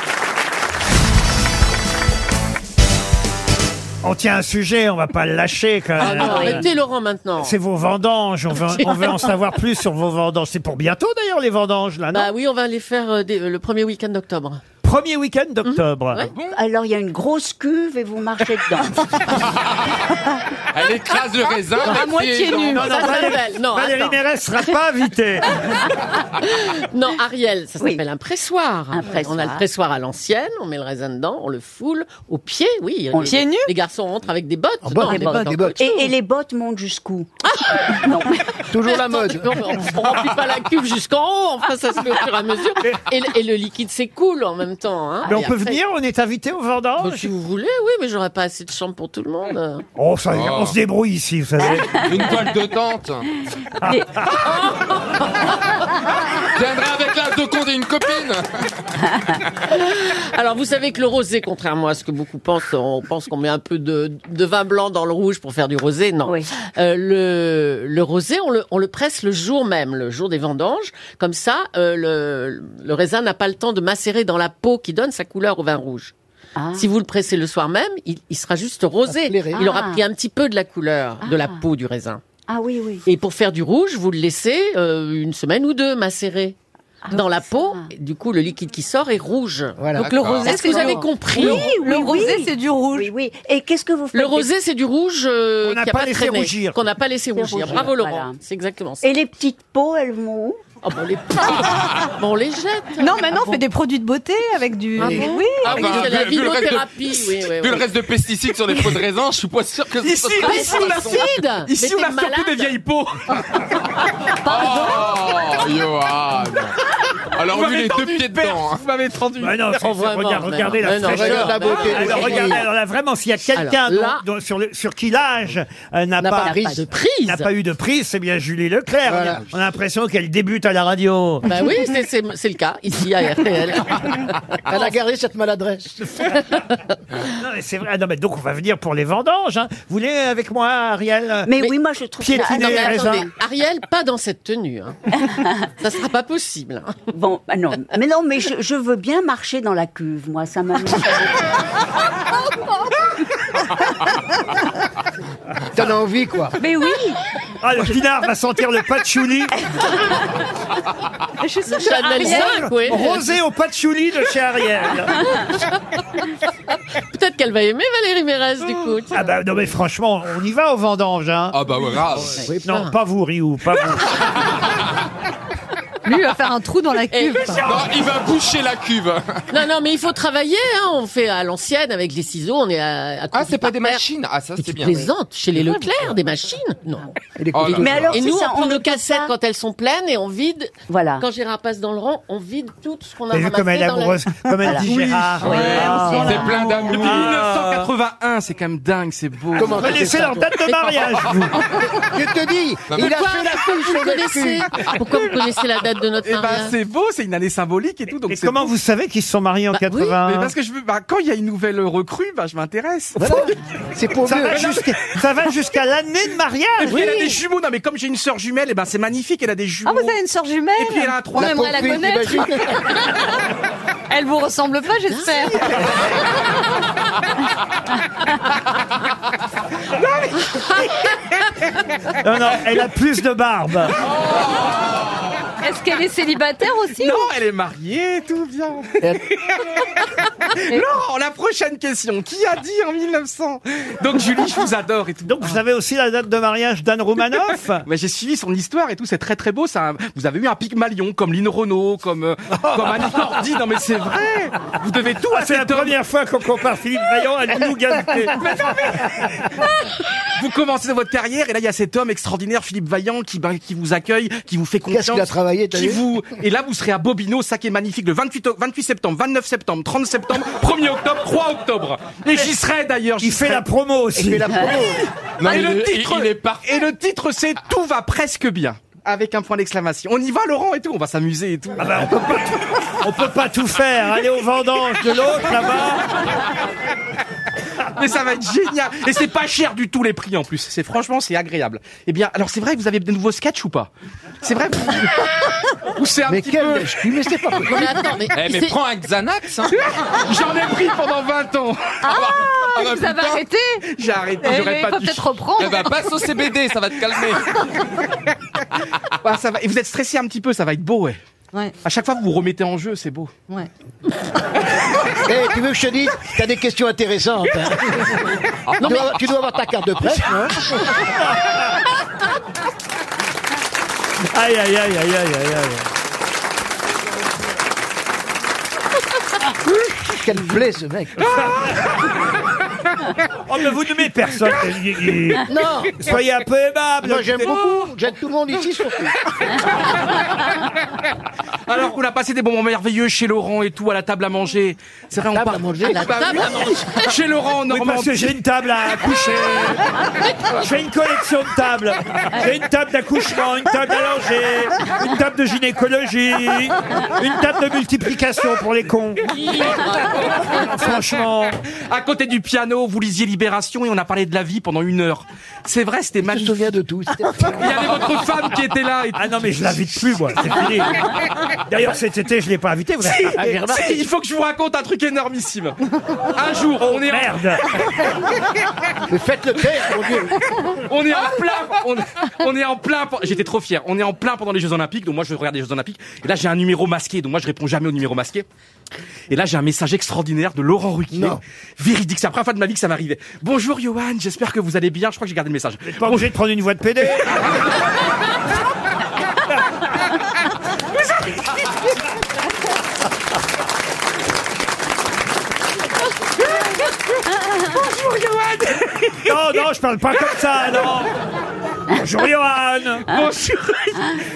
On tient un sujet, on va pas le lâcher quand
Ah
même. Euh,
non, arrêtez Laurent maintenant.
C'est vos vendanges, on veut, on veut en savoir plus sur vos vendanges. C'est pour bientôt d'ailleurs les vendanges là, non
Bah oui, on va les faire euh, dès- euh, le premier week-end d'octobre. Mhm.
Premier week-end
Ah,
d'octobre.
Alors il y a une grosse cuve et vous marchez dedans.
Elle écrase
Ah.
le raisin.
À
merci.
moitié nu,
Non, non,
ça
Valérie-
s'appelle. Non,
Valérie
attends.
Mérès sera pas invitée.
Non, Ariel, ça s'appelle un pressoir. On a le pressoir à l'ancienne, on met le raisin dedans, on le foule au pied, oui.
On
les,
le- Pieds nus
Les garçons rentrent avec des bottes.
Des
Non,
bottes,
en
des
caoutchouc.
Et, et les bottes montent jusqu'où
Toujours la mode. On, on remplit pas la cuve jusqu'en haut, enfin ça se fait au fur et à mesure. Et, le- et le liquide s'écoule en même temps. hein.
Mais on
Et
peut
après-
venir, on est invité aux vendanges.
Bah, si vous voulez, oui, mais j'aurais pas assez de chambre pour tout le monde.
Oh, ça,
Oh.
on se débrouille ici, vous savez.
Une
toile
de
tente. Ah.
Viendra avec l'âge de compte et une copine Alors, vous savez que le rosé, contrairement à ce que beaucoup pensent, on pense qu'on met un peu de, de vin blanc dans le rouge pour faire du rosé. Non. Euh, le, le rosé, on le, on le presse le jour même, le jour des vendanges. Comme ça, euh, le, le raisin n'a pas le temps de macérer dans la peau qui donne sa couleur au vin rouge. Si vous le pressez le soir même, il, il sera juste rosé. Il aura
Ah.
pris un petit peu de la couleur de la peau du raisin.
Ah oui, oui.
Et pour faire du rouge, vous le laissez euh, une semaine ou deux macérer. Dans la peau, et du coup, le liquide qui sort est rouge. Donc le rosé,
Est-ce
c'est vous avez compris.
Oh. Oui, oui, oui. Oui, oui. Et qu'est-ce que vous faites
Le rosé, c'est du rouge euh,
Qu'on n'a
qui a
pas
pas,
laissé
traîné,
rougir.
Qu'on n'a pas laissé
Laissé
rougir.
rougir,
Bravo Laurent.
voilà.
C'est exactement ça.
Et les petites peaux, elles vont où
Oh, bah, les petits- bon, on les jette.
Non, maintenant, on fait des produits de beauté avec du.
Ah bon
oui,
Ah
avec
bah,
du-
c'est la
vu le reste de-
vinothérapie. Oui, oui,
Vu
oui.
le reste de pesticides sur les pots de raisin, je suis pas sûr que
Ici, ici, on a- ici, on a surtout des
vieilles peaux.
Oh.
Oh,
Pardon. Johan.
Vous
Alors, vu
m'avez
les
tendu
deux pieds
hein.
dedans. Vous m'avez tendu.
Bah non, c'est- regarde- regardez la fraîcheur. Ah, Alors, regardez, alors là, vraiment, s'il y a quelqu'un
Alors là-
dont- dont- sur, le- sur qui l'âge euh, n'a
N'a
pas,
pas prise de prise.
n'a pas eu de prise, c'est bien Julie Leclerc. On a l'impression qu'elle débute à la radio.
Bah oui, c'est- c'est c'est le cas, ici, à RTL.
Elle a garé cette maladresse.
Non, mais c'est vrai. Ah, Non, mais donc on va venir pour les vendanges. hein. Vous voulez euh, avec moi, Ariel euh, piétiner
Ah Non, mais
les raisins
attendez, Ariel, pas dans cette tenue. hein. ça sera pas possible.
Bon, ah non. Mais non, mais je, je veux bien marcher dans la cuve, moi, ça m'amuse.
T'en as envie, quoi.
Mais oui
Ah, le pinard va sentir le patchouli.
Je suis sûre
Le Chanel
que Ariel-
5, oui.
Rosé au patchouli de chez Ariel.
Peut-être qu'elle va aimer Valérie Mérez, du coup. tiens.
Ah bah non mais franchement, on y va aux vendanges hein.
Ah bah ouais, grave. Ah,
Oui, non, pas vous Riou, pas vous.
Lui, il va faire un trou dans la
Eh
cuve.
Non, il va boucher la cuve.
Non, non, mais il faut travailler. hein. On fait à l'ancienne avec les ciseaux. On est à,
Ah, c'est pas des machines. Ah, ça, c'est bien.
Plaisante chez les Leclerc, des machines Non.
Oh là là.
Et nous, on prend nos cassettes quand elles sont pleines et on vide.
Voilà.
Quand Gérard passe dans le rang, on vide tout ce qu'on a
T'as vu
ramassé.
comme elle est
dans la-
amoureuse, comme elle dit Gérard.
Ouais,
Ah.
on sent
C'est plein
d'amour. Depuis
Ah.
1981, c'est quand même dingue, c'est beau.
Comment Mais t'as fait laissez ça, leur toi date de mariage, vous.
Je te dis,
Non, mais-
il a
Bah, Pourquoi-
fait la couche
pourquoi
sur
vous
le
connaissez
cul.
Pourquoi vous connaissez la date de notre
Eh ben,
mariage
c'est beau, c'est une année symbolique et tout. Donc
Et
c'est
comment
beau.
vous savez qu'ils se sont mariés
Bah,
en 80
Bah, Mais parce que je veux, bah, quand il y a une nouvelle recrue, bah, je m'intéresse.
C'est pour
ça va jusqu'à ça va jusqu'à l'année de mariage.
Et puis, elle a des jumeaux. Non, mais comme j'ai une sœur jumelle, et ben, c'est magnifique. Elle a des jumeaux.
Ah, vous avez une sœur jumelle
Et puis elle a un
On
troisième.
aimerait la connaître. Elle vous ressemble pas, j'espère.
Non non, elle a plus de barbe.
Est-ce qu'elle est célibataire aussi
Non, elle est mariée, tout bien. non, la prochaine question. Qui a dit en 1900 Donc Julie, je vous adore et tout.
Donc vous savez aussi la date de mariage d'Anne Roumanoff
Mais j'ai suivi son histoire et tout, c'est très très beau. Ça, a- vous avez eu un Pygmalion comme Lynn Renault, comme euh, comme Annie Cordy. Non mais c'est vrai. Vous devez tout à
Ah, C'est la
cet homme.
première fois qu'on compare Philippe Vaillant à Lilou Ganté.
Mais non, mais- Vous commencez dans votre carrière et là il y a cet homme extraordinaire Philippe Vaillant qui ben, qui vous accueille, qui vous fait confiance,
qu'il a travaillé, t'as
qui
vu
vous et là vous serez à Bobino, ça qui est magnifique le 28 o- 28 septembre, 29 septembre, 30 septembre, 1er octobre, 3 octobre. Et j'y serai d'ailleurs.
Il fait la promo aussi.
Il fait la promo.
Non,
et,
il
le
est-
titre,
il est
et le titre c'est tout va presque bien. Avec un point d'exclamation. On y va, Laurent, et tout. On va s'amuser et tout.
Ah ben, on peut pas tout, faire. Allez au vendange de l'autre là-bas.
Mais ça va être génial. Et c'est pas cher du tout les prix en plus. C'est franchement, c'est agréable. Eh bien, alors c'est vrai que vous avez de nouveaux sketchs ou pas C'est vrai. vous- Ou c'est un petit peu.
Mais c'est pas
possible.
Mais attends, mais-
Eh,
c'est-
prends un Xanax. hein. J'en ai pris pendant 20 ans.
Ah,
bah,
vous avez
putain.
arrêté
J'ai arrêté.
Eh,
j'aurais
mais
pas
faut
dû.
peut-être reprendre.
Eh ben, passe au CBD, ça va te calmer. Ouais, ça va. Et vous êtes stressé un petit peu, ça va être beau, ouais.
Ouais.
À chaque fois, vous vous remettez en jeu, c'est beau.
Ouais.
Eh, tu veux que je te dise T'as des questions intéressantes. hein.
Non,
tu,
mais-
dois, tu dois avoir ta carte de presse, hein. non
Aïe, aïe, aïe, aïe, aïe, aïe, aïe.
Quel blé, ce mec
Oh, mais vous n'aimez personne.
Non.
Soyez un peu aimable.
Moi, j'aime beaucoup. J'aime tout le monde ici, surtout.
Alors qu'on a passé des moments merveilleux chez Laurent et tout, à la table à manger. C'est vrai, on part...
À la
Bah
table
oui.
à manger.
Chez Laurent,
Oui,
en
parce que
Normandie.
j'ai une table à coucher. Je fais une collection de tables. J'ai une table d'accouchement, une table à langer, une table de gynécologie, une table de multiplication pour les cons. Franchement.
À côté du piano, vous lisiez Libération et on a parlé de la vie pendant une heure. C'est vrai, c'était magnifique. Je me souviens
de tout.
Il y avait votre femme qui était là. Et...
Ah non, mais je l'invite plus, moi. C'est fini. D'ailleurs, cet été, je l'ai pas invité. Vous avez-
Si, si, il faut que je vous raconte un truc énormissime. Un jour, on est
Merde.
Mais faites le taire, mon Dieu
on est en plein, on, on est en plein. pe- J'étais trop fier. On est en plein pendant les Jeux Olympiques. Donc moi, je regarde les Jeux Olympiques. Et là, j'ai un numéro masqué. Donc moi, je réponds jamais au numéro masqué. Et là, j'ai un message extraordinaire de Laurent Ruquier. Véridique. C'est la première fois de ma vie que ça m'arrivait. Bonjour, Johan. J'espère que vous allez bien. Je crois que j'ai gardé le message.
Pas obligé de prendre une voix de PD.
Bonjour, Johan.
Non, non, je parle pas comme ça, non. Bonjour, Johan.
Bonjour.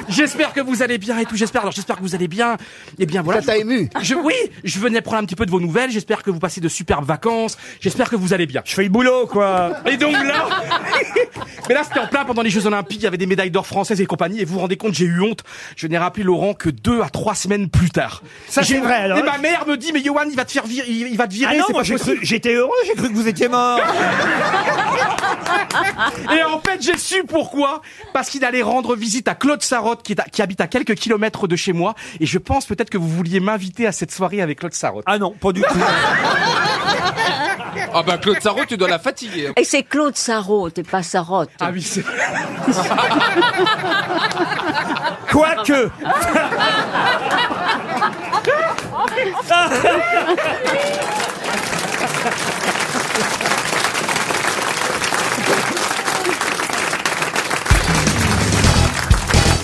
J'espère que vous allez bien et tout. J'espère. Alors j'espère que vous allez bien. Et bien voilà. Ça t'a
ému.
Je, oui. Je venais prendre un petit peu de vos nouvelles. J'espère que vous passez de superbes vacances. J'espère que vous allez bien.
Je fais le boulot, quoi.
Et donc là, mais là c'était en plein pendant les Jeux Olympiques, il y avait des médailles d'or françaises et compagnie, et vous vous rendez compte, j'ai eu honte. Je n'ai rappelé Laurent que deux à trois semaines plus tard.
Ça,
J'ai-
c'est vrai, alors.
Et ma mère me dit, mais Johan, il va te faire virer, il il va te
Ah
virer,
non,
c'est
moi
pas
j'ai cru,
possible.
j'étais heureux, j'ai cru que vous étiez mort.
Et en fait, j'ai su pourquoi. Parce qu'il allait rendre visite à Claude Sarotte, qui, est à- qui habite à quelques kilomètres de chez moi. Et je pense peut-être que vous vouliez m'inviter à cette soirée avec Claude Sarotte.
Ah non, pas du tout.
Ah
ben,
bah Claude Sarraud, tu dois la fatiguer.
Et c'est Claude Sarraute et pas Sarotte.
Ah oui, c'est
Quoique.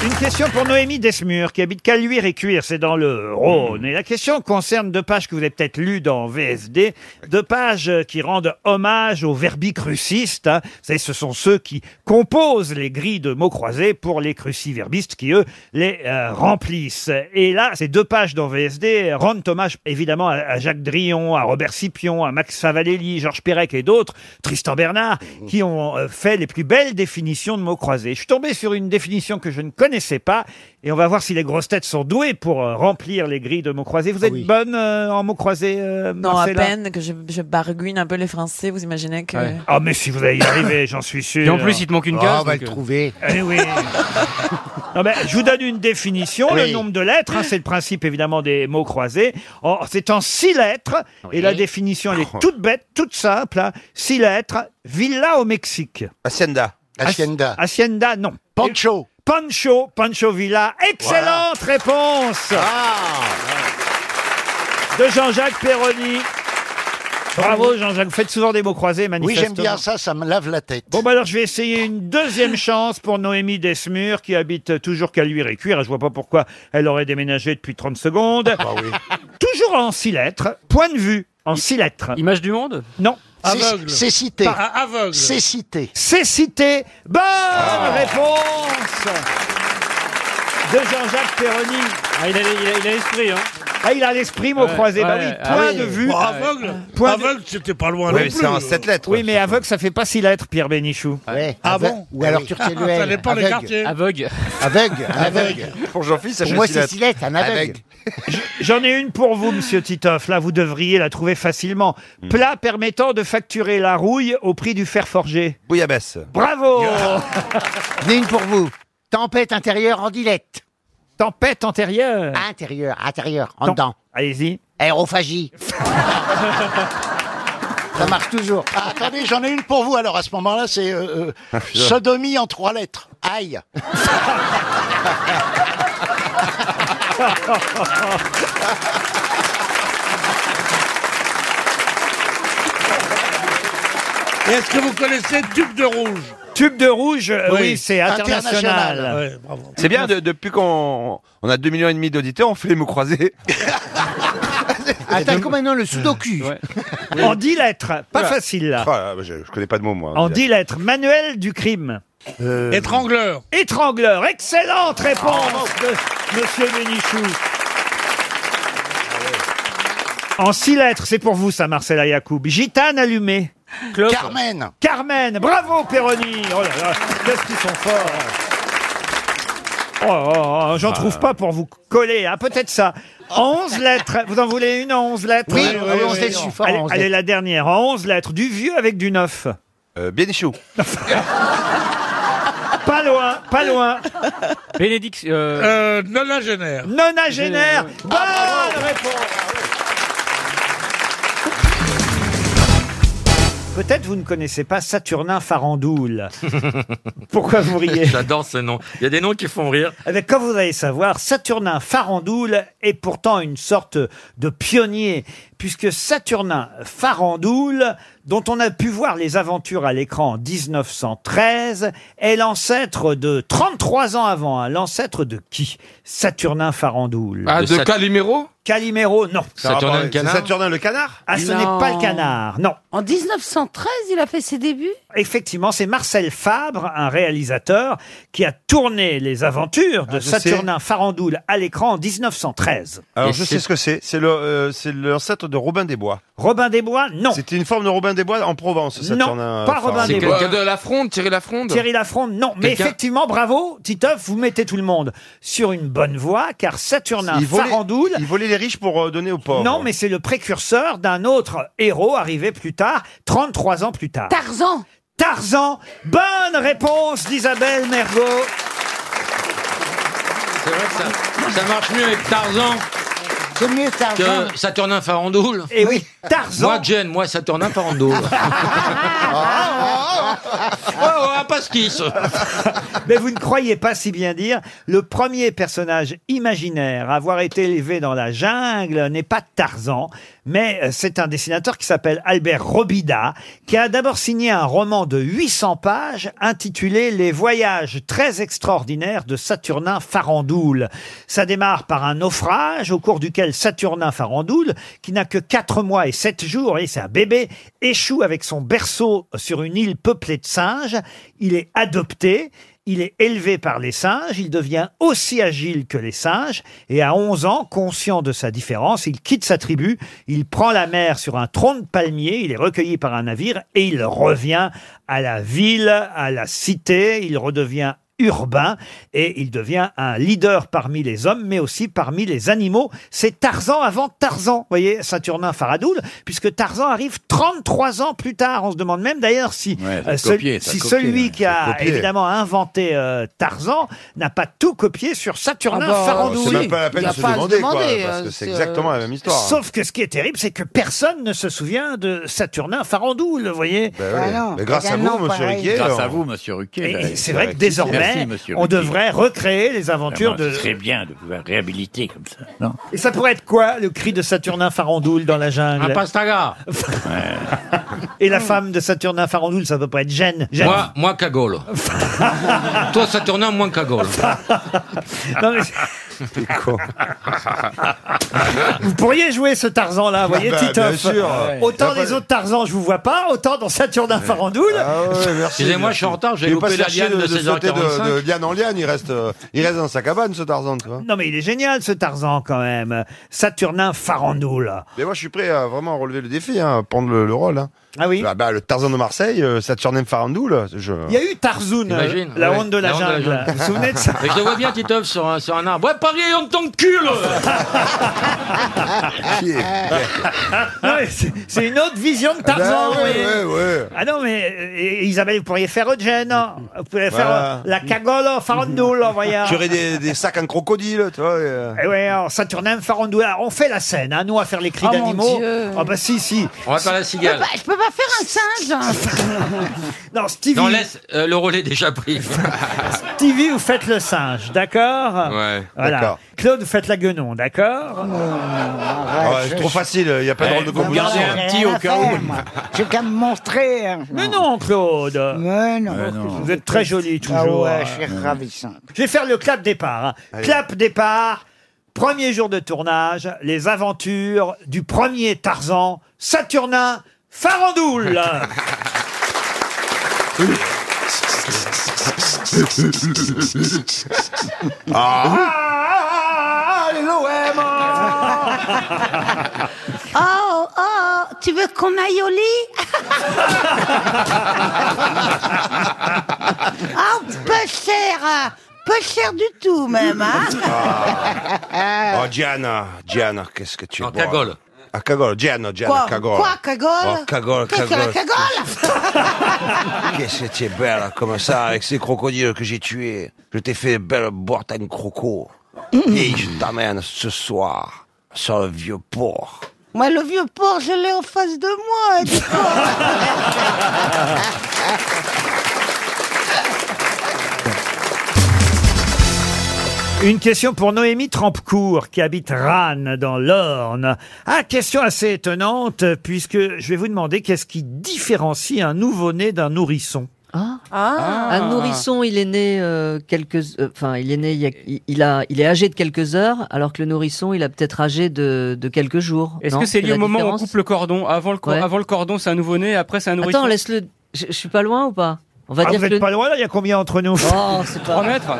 Une question pour Noémie Desmures, qui habite Caluire et Cuire, c'est dans le Rhône. Et la question concerne deux pages que vous avez peut-être lues dans VSD, deux pages euh, qui rendent hommage aux verbicrucistes. hein. Vous savez, ce sont ceux qui composent les grilles de mots croisés pour les cruciverbistes qui, eux, les euh, remplissent. Et là, ces deux pages dans VSD rendent hommage évidemment à, à Jacques Drillon, à Robert Scipion, à Max Savalelli, Georges Perec et d'autres, Tristan Bernard, qui ont euh, fait les plus belles définitions de mots croisés. Je suis tombé sur une définition que je ne connaissais pas et on va voir si les grosses têtes sont douées pour euh, remplir les grilles de mots croisés. Vous êtes bonne euh, en mots croisés, euh,
Non, à
Marcella
peine que je, je barguine un peu les Français, vous imaginez que...
euh.
Ouais. Ah, mais si vous allez y arriver, j'en suis sûr.
Et en plus, il te manque une Oh, case, on va donc, le euh.
trouver. oui. Non, mais je vous donne une définition.
Oui.
Le nombre de lettres, hein, c'est le principe évidemment des mots croisés. En- c'est en six lettres. Et la définition, elle est toute bête, toute simple. hein. Six lettres. Villa au Mexique. Hacienda. Hacienda. Hacienda, non. Pancho. Pancho, Pancho Villa. Excellente réponse de Jean-Jacques Perroni. Bravo Jean-Jacques, vous faites souvent des mots croisés,
Oui,
manifestement.
j'aime bien ça, ça me lave la tête.
Bon, bah alors je vais essayer une deuxième chance pour Noémie Desmures qui habite toujours Caluire et Cuire. Je vois pas pourquoi elle aurait déménagé depuis 30 secondes. Toujours en six lettres. Point de vue en six lettres. Image du monde Non.
Aveugle. Cé- cécité.
ah,
Pas-
Aveugle. Cécité.
Cécité. Bonne réponse de Jean-Jacques Perroni.
Ah, il a il a- il a l'esprit, hein.
Ah, il a l'esprit, mot
Ouais,
croisé. bah
ouais,
oui,
ah
point
oui.
de vue.
Bon, aveugle.
Point de-
Aveugle, c'était pas loin. non plus. euh.
Oui, mais aveugle, ça fait pas six lettres, Pierre Bénichou.
Ah aveugle. bon
Ou alors tu retiens le L.
Ça dépend des
Aveugle.
quartiers.
Aveugle.
Aveugle. un Aveugle.
Pour Jean-Philippe,
Pour moi, c'est Silette, un aveugle.
J'en ai une pour vous, monsieur Titoff. Là, vous devriez la trouver facilement. Plat permettant de facturer la rouille au prix du fer forgé.
Bouillabaisse.
Bravo
J'en ai une pour vous. Tempête intérieure en dilette.
Tempête antérieure.
Intérieure, intérieure, en dedans.
Allez-y.
Aérophagie. ça marche toujours. Ah, attendez, j'en ai une pour vous. Alors à ce moment-là, c'est euh, euh,
Ah, putain.
sodomie en trois lettres. Aïe.
Ah.
Est-ce que vous connaissez Tube de Rouge
Tube de rouge, euh, oui, c'est international.
Ouais, bravo.
C'est bien, de- depuis qu'on on a 2 millions et demi d'auditeurs, on fait les mots croisés.
Attends, comment maintenant le sudoku
En dix lettres, pas facile là.
Oh là, bah, je, je connais pas de mots, moi.
En dix lettres, manuel du crime.
Étrangleur.
Étrangleur, excellente réponse de Monsieur Bénichou. En six lettres, c'est pour vous ça, Marcella Yacoub. Gitane allumée.
Carmen.
Carmen, bravo Péroni. Oh là là, qu'est-ce qu'ils sont forts. Oh, oh, oh, j'en
Ah.
trouve pas pour vous coller. hein. Peut-être ça. En 11 lettres. Vous en voulez une en 11 lettres Ah,
Oui, oui, oui, je suis fort en
Allez,
11
allez,
lettres. Euh,
la dernière. En 11 lettres. Du vieux avec du neuf.
Bénichou.
Pas loin, pas loin.
Bénédicte.
Euh, nonagénaire.
Nonagénaire.
Euh,
Bonne
Ah,
réponse. Peut-être vous ne connaissez pas Saturnin Farandoul. Pourquoi vous riez
J'adore ce nom. Il y a des noms qui font rire.
Eh bien, comme vous allez savoir, Saturnin Farandoul est pourtant une sorte de pionnier, puisque Saturnin Farandoul, dont on a pu voir les aventures à l'écran en 1913, est l'ancêtre de 33 ans avant, hein, l'ancêtre de qui Saturnin Farandoul.
Ah, de De Sat-
Calimero Calimero, non.
Saturnin le canard
Saturnin le canard
Ah, ce n'est pas le canard, non.
En 1913, il a fait ses débuts
Effectivement, c'est Marcel Fabre, un réalisateur, qui a tourné les aventures de
Ah, je
Saturnin Farandoul à l'écran en 1913.
Alors, je sais ce que c'est. C'est le, euh, c'est l'ancêtre de Robin des Bois.
Robin des Bois, non.
C'était une forme de Robin des Bois en Provence, Saturnin.
Non, pas Robin
Farin.
des Bois.
De la fronde, Thierry Lafronde
Thierry Lafronde, non. Mais
Quelqu'un-
effectivement, bravo, Titoff, vous mettez tout le monde sur une bonne voie, car Saturnin
Il volait-
Farandoul...
Il volait les riches pour euh, donner aux pauvres.
Non, mais c'est le précurseur d'un autre héros arrivé plus tard, 33 ans plus tard.
Tarzan
Tarzan Bonne réponse d'Isabelle Mergot
C'est vrai que ça, ça marche mieux avec Tarzan
C'est mieux Tarzan.
que Saturnin Farandoul.
Et oui, Tarzan.
Moi, Jen, moi, Saturnin Farandoul.
Ah.
Oh, oh, pas ce kiss.
Mais vous ne croyez pas si bien dire, le premier personnage imaginaire à avoir été élevé dans la jungle n'est pas Tarzan, mais euh, c'est un dessinateur qui s'appelle Albert Robida, qui a d'abord signé un roman de 800 pages intitulé Les voyages très extraordinaires de Saturnin Farandoul. Ça démarre par un naufrage au cours duquel Saturnin Farandoul, qui n'a que 4 mois et 7 jours, et c'est un bébé, échoue avec son berceau sur une île peuplée de singes. Il est adopté. Il est élevé par les singes, il devient aussi agile que les singes, et à 11 ans, conscient de sa différence, il quitte sa tribu, il prend la mer sur un tronc de palmier, il est recueilli par un navire, et il revient à la ville, à la cité, il redevient urbain, et il devient un leader parmi les hommes, mais aussi parmi les animaux. C'est Tarzan avant Tarzan, vous voyez, Saturnin Faradoul, puisque Tarzan arrive 33 ans plus tard. On se demande même d'ailleurs si,
Ouais, t'as
euh, celui-
copié, t'as
si
copié,
celui
ouais,
qui
t'as
a
copié.
évidemment inventé euh, Tarzan n'a pas tout copié sur
Ah
Saturnin
bah,
Farandoul.
C'est même pas la peine de se demander, quoi, parce que c'est euh, exactement la même histoire.
Sauf que ce qui est terrible, c'est que personne ne se souvient de Saturnin Farandoul, vous voyez
Ben oui. Mais grâce à vous, monsieur Riquet.
Riquet.
on-
Et c'est vrai que désormais, devrait,
Merci, monsieur. Ah, bah,
on devrait recréer les
Ah
aventures
ben,
de...
Ce serait bien de pouvoir réhabiliter comme ça.
Non. Et ça pourrait être quoi le cri de Saturnin Farandoul dans la jungle
Un pastaga.
Et la femme de Saturnin Farandoul, ça peut pas être Jeanne. Jeanne.
Moi, moi cagole.
Ah.
Toi, Saturnin, moins cagole.
Non, mais- Vous pourriez jouer ce Tarzan-là, vous voyez,
Bah,
Titoff.
bien sûr. Ouais.
Autant
Ah, bah-
les autres Tarzans, je vous vois pas, autant dans Saturnin Farandoul.
Ah
Excusez-moi, je suis en retard, j'ai
Il est
loupé
pas
la
cherché
liane
de-
de
de sauter de-
16h45.
de
liane en liane, il reste,
euh,
il reste dans sa cabane, ce Tarzan, tu vois.
Non, mais il est génial, ce Tarzan, quand même. Saturnin Farandoul.
Mais moi, je suis prêt à vraiment relever le défi, hein, à prendre le, le rôle.
Ah oui
bah, Le Tarzan de Marseille, euh, ça te surnomme Farandoul. Je...
Il y a eu Tarzoun, euh, la honte de la jungle. Vous vous souvenez de ça
Mais je vois bien Titov sur un, sur un arbre. Ouais, Paris, on tombe cul
Non, mais c'est- C'est une autre vision de Tarzan.
Ah ben
vous
ouais,
voyez.
ouais, ouais.
Ah non, mais euh, et- Isabelle, vous pourriez faire Eugène. hein. Vous pourriez faire
Voilà.
euh, la cagole en farandoule, en voyant.
J'aurais des, des sacs en crocodile, tu vois. et, euh.
Eh ouais, en Saturnin, farandoule. Alors, on fait la scène, hein, nous, à faire les cris
Oh, mon
d'animaux.
Dieu.
Ah bah si, si. Bah,
On va faire la
Je peux pas- je peux pas faire un hein. singe.
non, Stevie.
Non, laisse, euh, le relais est déjà pris.
Stevie, vous faites le singe, d'accord
Ouais,
Voilà.
d'accord.
Claude, vous faites la guenon, d'accord
Ah,
ouais, Ah, c'est trop facile, il n'y a pas de rôle de compétition.
Je vais quand même
hein.
montrer. Mais non, Claude. Mais non. Vous êtes très joli toujours.
Ah ouais, je suis ravissant.
Je vais faire le clap départ. hein. Clap départ. Premier jour de tournage, les aventures du premier Tarzan, Saturnin Farandoul.
Ah, Oh, oh, tu veux qu'on aille au lit Ah, peu cher, hein. peu cher du tout même.
Ah,
hein.
Oh, Gianna, Gianna, qu'est-ce que tu es En cagole. À cagole, Gianna, Gianna,
Quoi,
cagole.
quoi, cagole
Oh, cagole,
Qu'est-ce que la
cagole.
cagole
Qu'est-ce que tu es belle, comme ça, avec ces crocodiles que j'ai tués. Je t'ai fait une belle boîte à croco. Et je t'amène ce soir sur le vieux port.
Moi, le vieux porc, je l'ai en face de moi. hein, du coup.
Une question pour Noémie Trampecourt qui habite Rannes dans l'Orne. Ah, question assez étonnante puisque je vais vous demander qu'est-ce qui différencie un nouveau-né d'un nourrisson.
Ah. Un nourrisson, il est né euh, quelques, euh, enfin, il est né, il, y a- il- il a, il est âgé de quelques heures, alors que le nourrisson, il a peut-être âgé de, de quelques jours.
Est-ce
non
que c'est lié
la
au moment où on
différence
coupe le cordon Avant le, cor-
Ouais.
avant le cordon, c'est un nouveau-né, après c'est un nourrisson.
Attends, laisse-le. Je, je suis pas loin ou pas On va
Ah,
dire
vous
que
êtes
le-
pas loin là, il y a combien entre nous
Oh, c'est pas.
3 mètres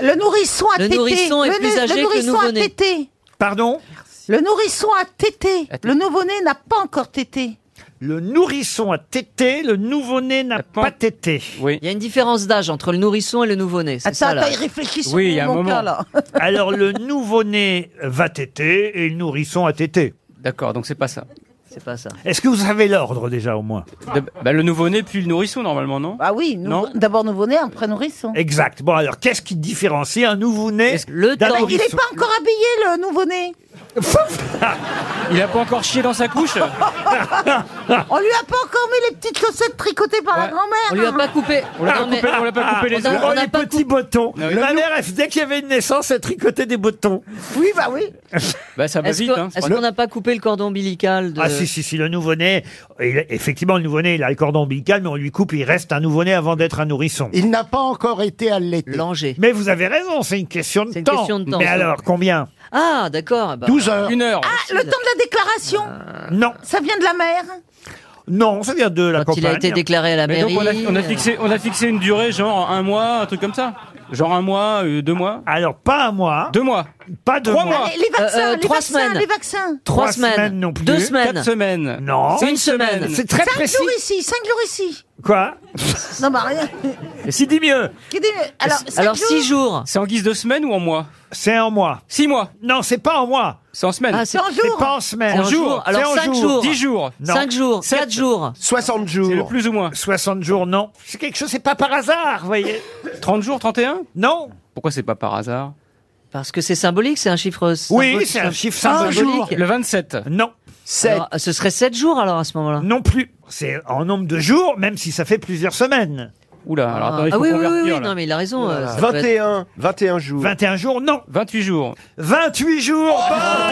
le nourrisson a
Le
tété.
nourrisson est
le,
plus
nu-
âgé que le
nourrisson a
nouveau-né.
tété.
Pardon
Le nourrisson a tété. Le nouveau-né n'a pas encore tété.
Le nourrisson a tété, le nouveau-né n'a pas tété.
Oui. Il y a une différence d'âge entre le nourrisson et le nouveau-né. c'est
Attends,
ça, là.
attends, il réfléchit sur Oui, il y a mon un moment. cas, là.
Alors le nouveau-né va téter et le nourrisson a tété.
D'accord, donc c'est pas ça.
C'est pas ça.
Est-ce que vous savez l'ordre déjà au moins
Bah, le nouveau-né, puis le nourrisson, normalement, non
Ah oui, nouveau- d'abord nouveau-né, après nourrisson.
Exact. Bon alors qu'est-ce qui différencie un nouveau-né
Ah
d'un
bah, il n'est
nourrisson
pas encore habillé, le nouveau-né.
Il a pas encore chié dans sa couche
On lui a pas encore mis les petites chaussettes tricotées par la grand-mère.
On lui a pas coupé.
Ah,
On l'a pas coupé- on l'a pas coupé les Ah
on a-
œufs.
on
Oh,
a
les
pas
petits bottons. Ma mère, elle- dès qu'il y avait une naissance, elle tricotait des bottons.
Oui, bah oui.
Bah ça va
Est-ce
vite,
qu'on
hein. c'est
est-ce
pas-
qu'on n'a pas coupé le cordon ombilical de...
Ah si, si, si, le nouveau-né, il- effectivement, le nouveau-né, il a le cordon ombilical, mais on lui coupe, il reste un nouveau-né avant d'être un nourrisson.
Il n'a pas encore été allaité.
Langer.
Mais vous avez raison, c'est une question de,
une
temps.
question de temps,
Mais
ça.
alors, combien
Ah, d'accord. bah-
Ah, le temps de la déclaration.
Non.
Ça vient de la mère.
Non, ça vient de la
Quand il a
campagne.
été déclaré à la
Mais donc, on a,
mairie,
on a
euh,
fixé, on a fixé une durée, genre un mois, un truc comme ça Genre un mois, euh, deux mois
Alors, pas un mois.
Deux mois
Pas deux
Trois
mois.
mois
Les, les vaccins,
Euh, euh,
les
trois
vaccins,
semaines.
les vaccins.
Trois semaines.
non plus.
Deux semaines.
Quatre semaines
Non.
C'est une
Une
semaine.
semaine. C'est très
cinq
précis.
jours ici, cinq jours ici.
Quoi
Non, bah rien.
Si dit mieux.
Qui dit- Alors, cinq
jours.
C'est en guise de semaine ou en mois
C'est en mois.
Six mois
Non, c'est pas en mois.
C'est en semaine.
Ah, c'est- C'est en c'est jours. pas en semaine.
C'est En
C'est en
jour.
jours. Alors,
C'est en
cinq jours.
Dix jours.
Non. Cinq jours.
Sept.
Quatre jours.
60 jours. C'est le plus ou moins.
60 jours, non. C'est quelque chose, c'est pas par hasard, vous voyez.
30 jours, 31
Non.
Pourquoi c'est pas par hasard
Parce que c'est symbolique, c'est un chiffre
Oui,
symbolique.
c'est un chiffre symbolique.
Le 27.
Non.
Alors, ce serait 7 jours alors à ce moment-là
Non plus. C'est en nombre de jours, même si ça fait plusieurs semaines.
Oula, alors
Ah,
attendez,
ah
faut
oui, oui, oui,
convertir,
oui,
là.
non, mais il a raison. euh, ça peut être-
21, 21 jours. 21 jours, non. 28 jours. 28 jours,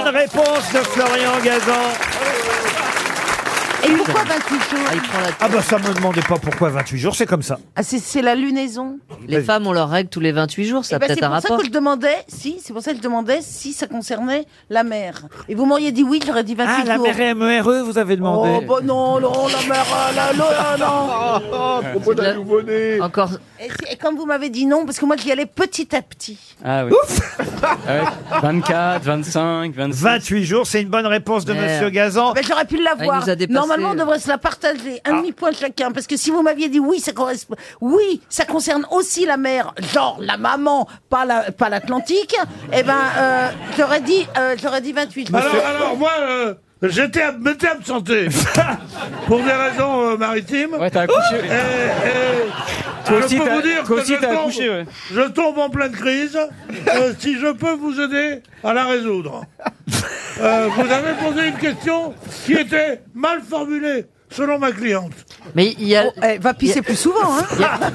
bonne réponse de Florian Gazan.
Et pourquoi 28 jours
Ah bah ça me demandez pas pourquoi 28 jours, c'est comme ça.
Ah, c'est- C'est la lunaison.
Les femmes ont leurs règles tous les 28 jours, ça
Eh
a
ben,
peut-être
c'est
un
pour ça
rapport.
que je demandais si, c'est pour ça que je demandais si ça concernait la mer. Et vous m'auriez dit oui, j'aurais dit 28
Ah, la
jours.
mère
E
MERE, vous avez demandé.
Oh, bah non, non, la mère, euh, la, la- la- non.
propos d'un
nouveau-né.
Encore.
Et, c'est- et comme vous m'avez dit non, parce que moi, j'y allais petit à petit.
Ah oui. Ah ouais. 24, 25, 26.
28 jours, c'est une bonne réponse de
Merde.
Monsieur Gazan. Ah.
Ben, j'aurais pu l'avoir.
euh.
Normalement, on devrait se la partager un demi-point chacun. Parce que si vous m'aviez dit oui, ça correspond. Oui, ça concerne aussi la mer, genre la maman, pas la, pas l'Atlantique. Eh ben, euh, j'aurais dit, euh, j'aurais dit 28.
Alors, alors, moi, euh, j'étais, ab- m'étais absenté. pour des raisons euh, maritimes. Ouais,
t'as accouché.
Et, et-
Toi
je
aussi,
peux
t'as-
vous dire
toi
que
aussi,
je
t'as
tombe-
accouché, ouais.
Je tombe en pleine crise. Euh, si je peux vous aider à la résoudre. Euh, vous avez posé une question qui était mal formulée, selon ma cliente.
Mais il y a...
Oh, eh, va pisser plus souvent, hein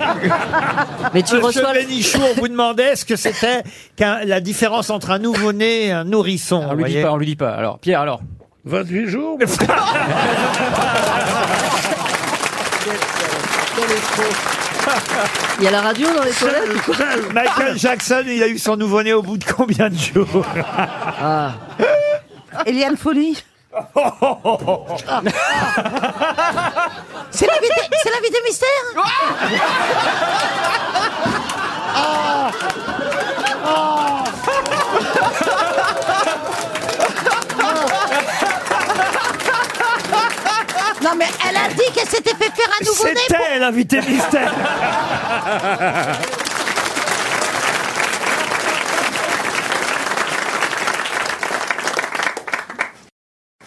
Mais tu Monsieur
reçois-
Bénichou, on vous demandait ce que c'était qu'un- la différence entre un nouveau-né et un nourrisson. On
lui dit pas, on lui dit pas. Alors, Pierre, alors
28 jours
Il y a la radio dans les toilettes ou quoi
Michael Jackson, il a eu son nouveau-né au bout de combien de jours
Ah.
Eliane Folie. C'est la vie des- c'est la vie des mystères
Ah Ah
Non mais elle a dit qu'elle s'était fait faire un nouveau-né
C'était l'invité mystère.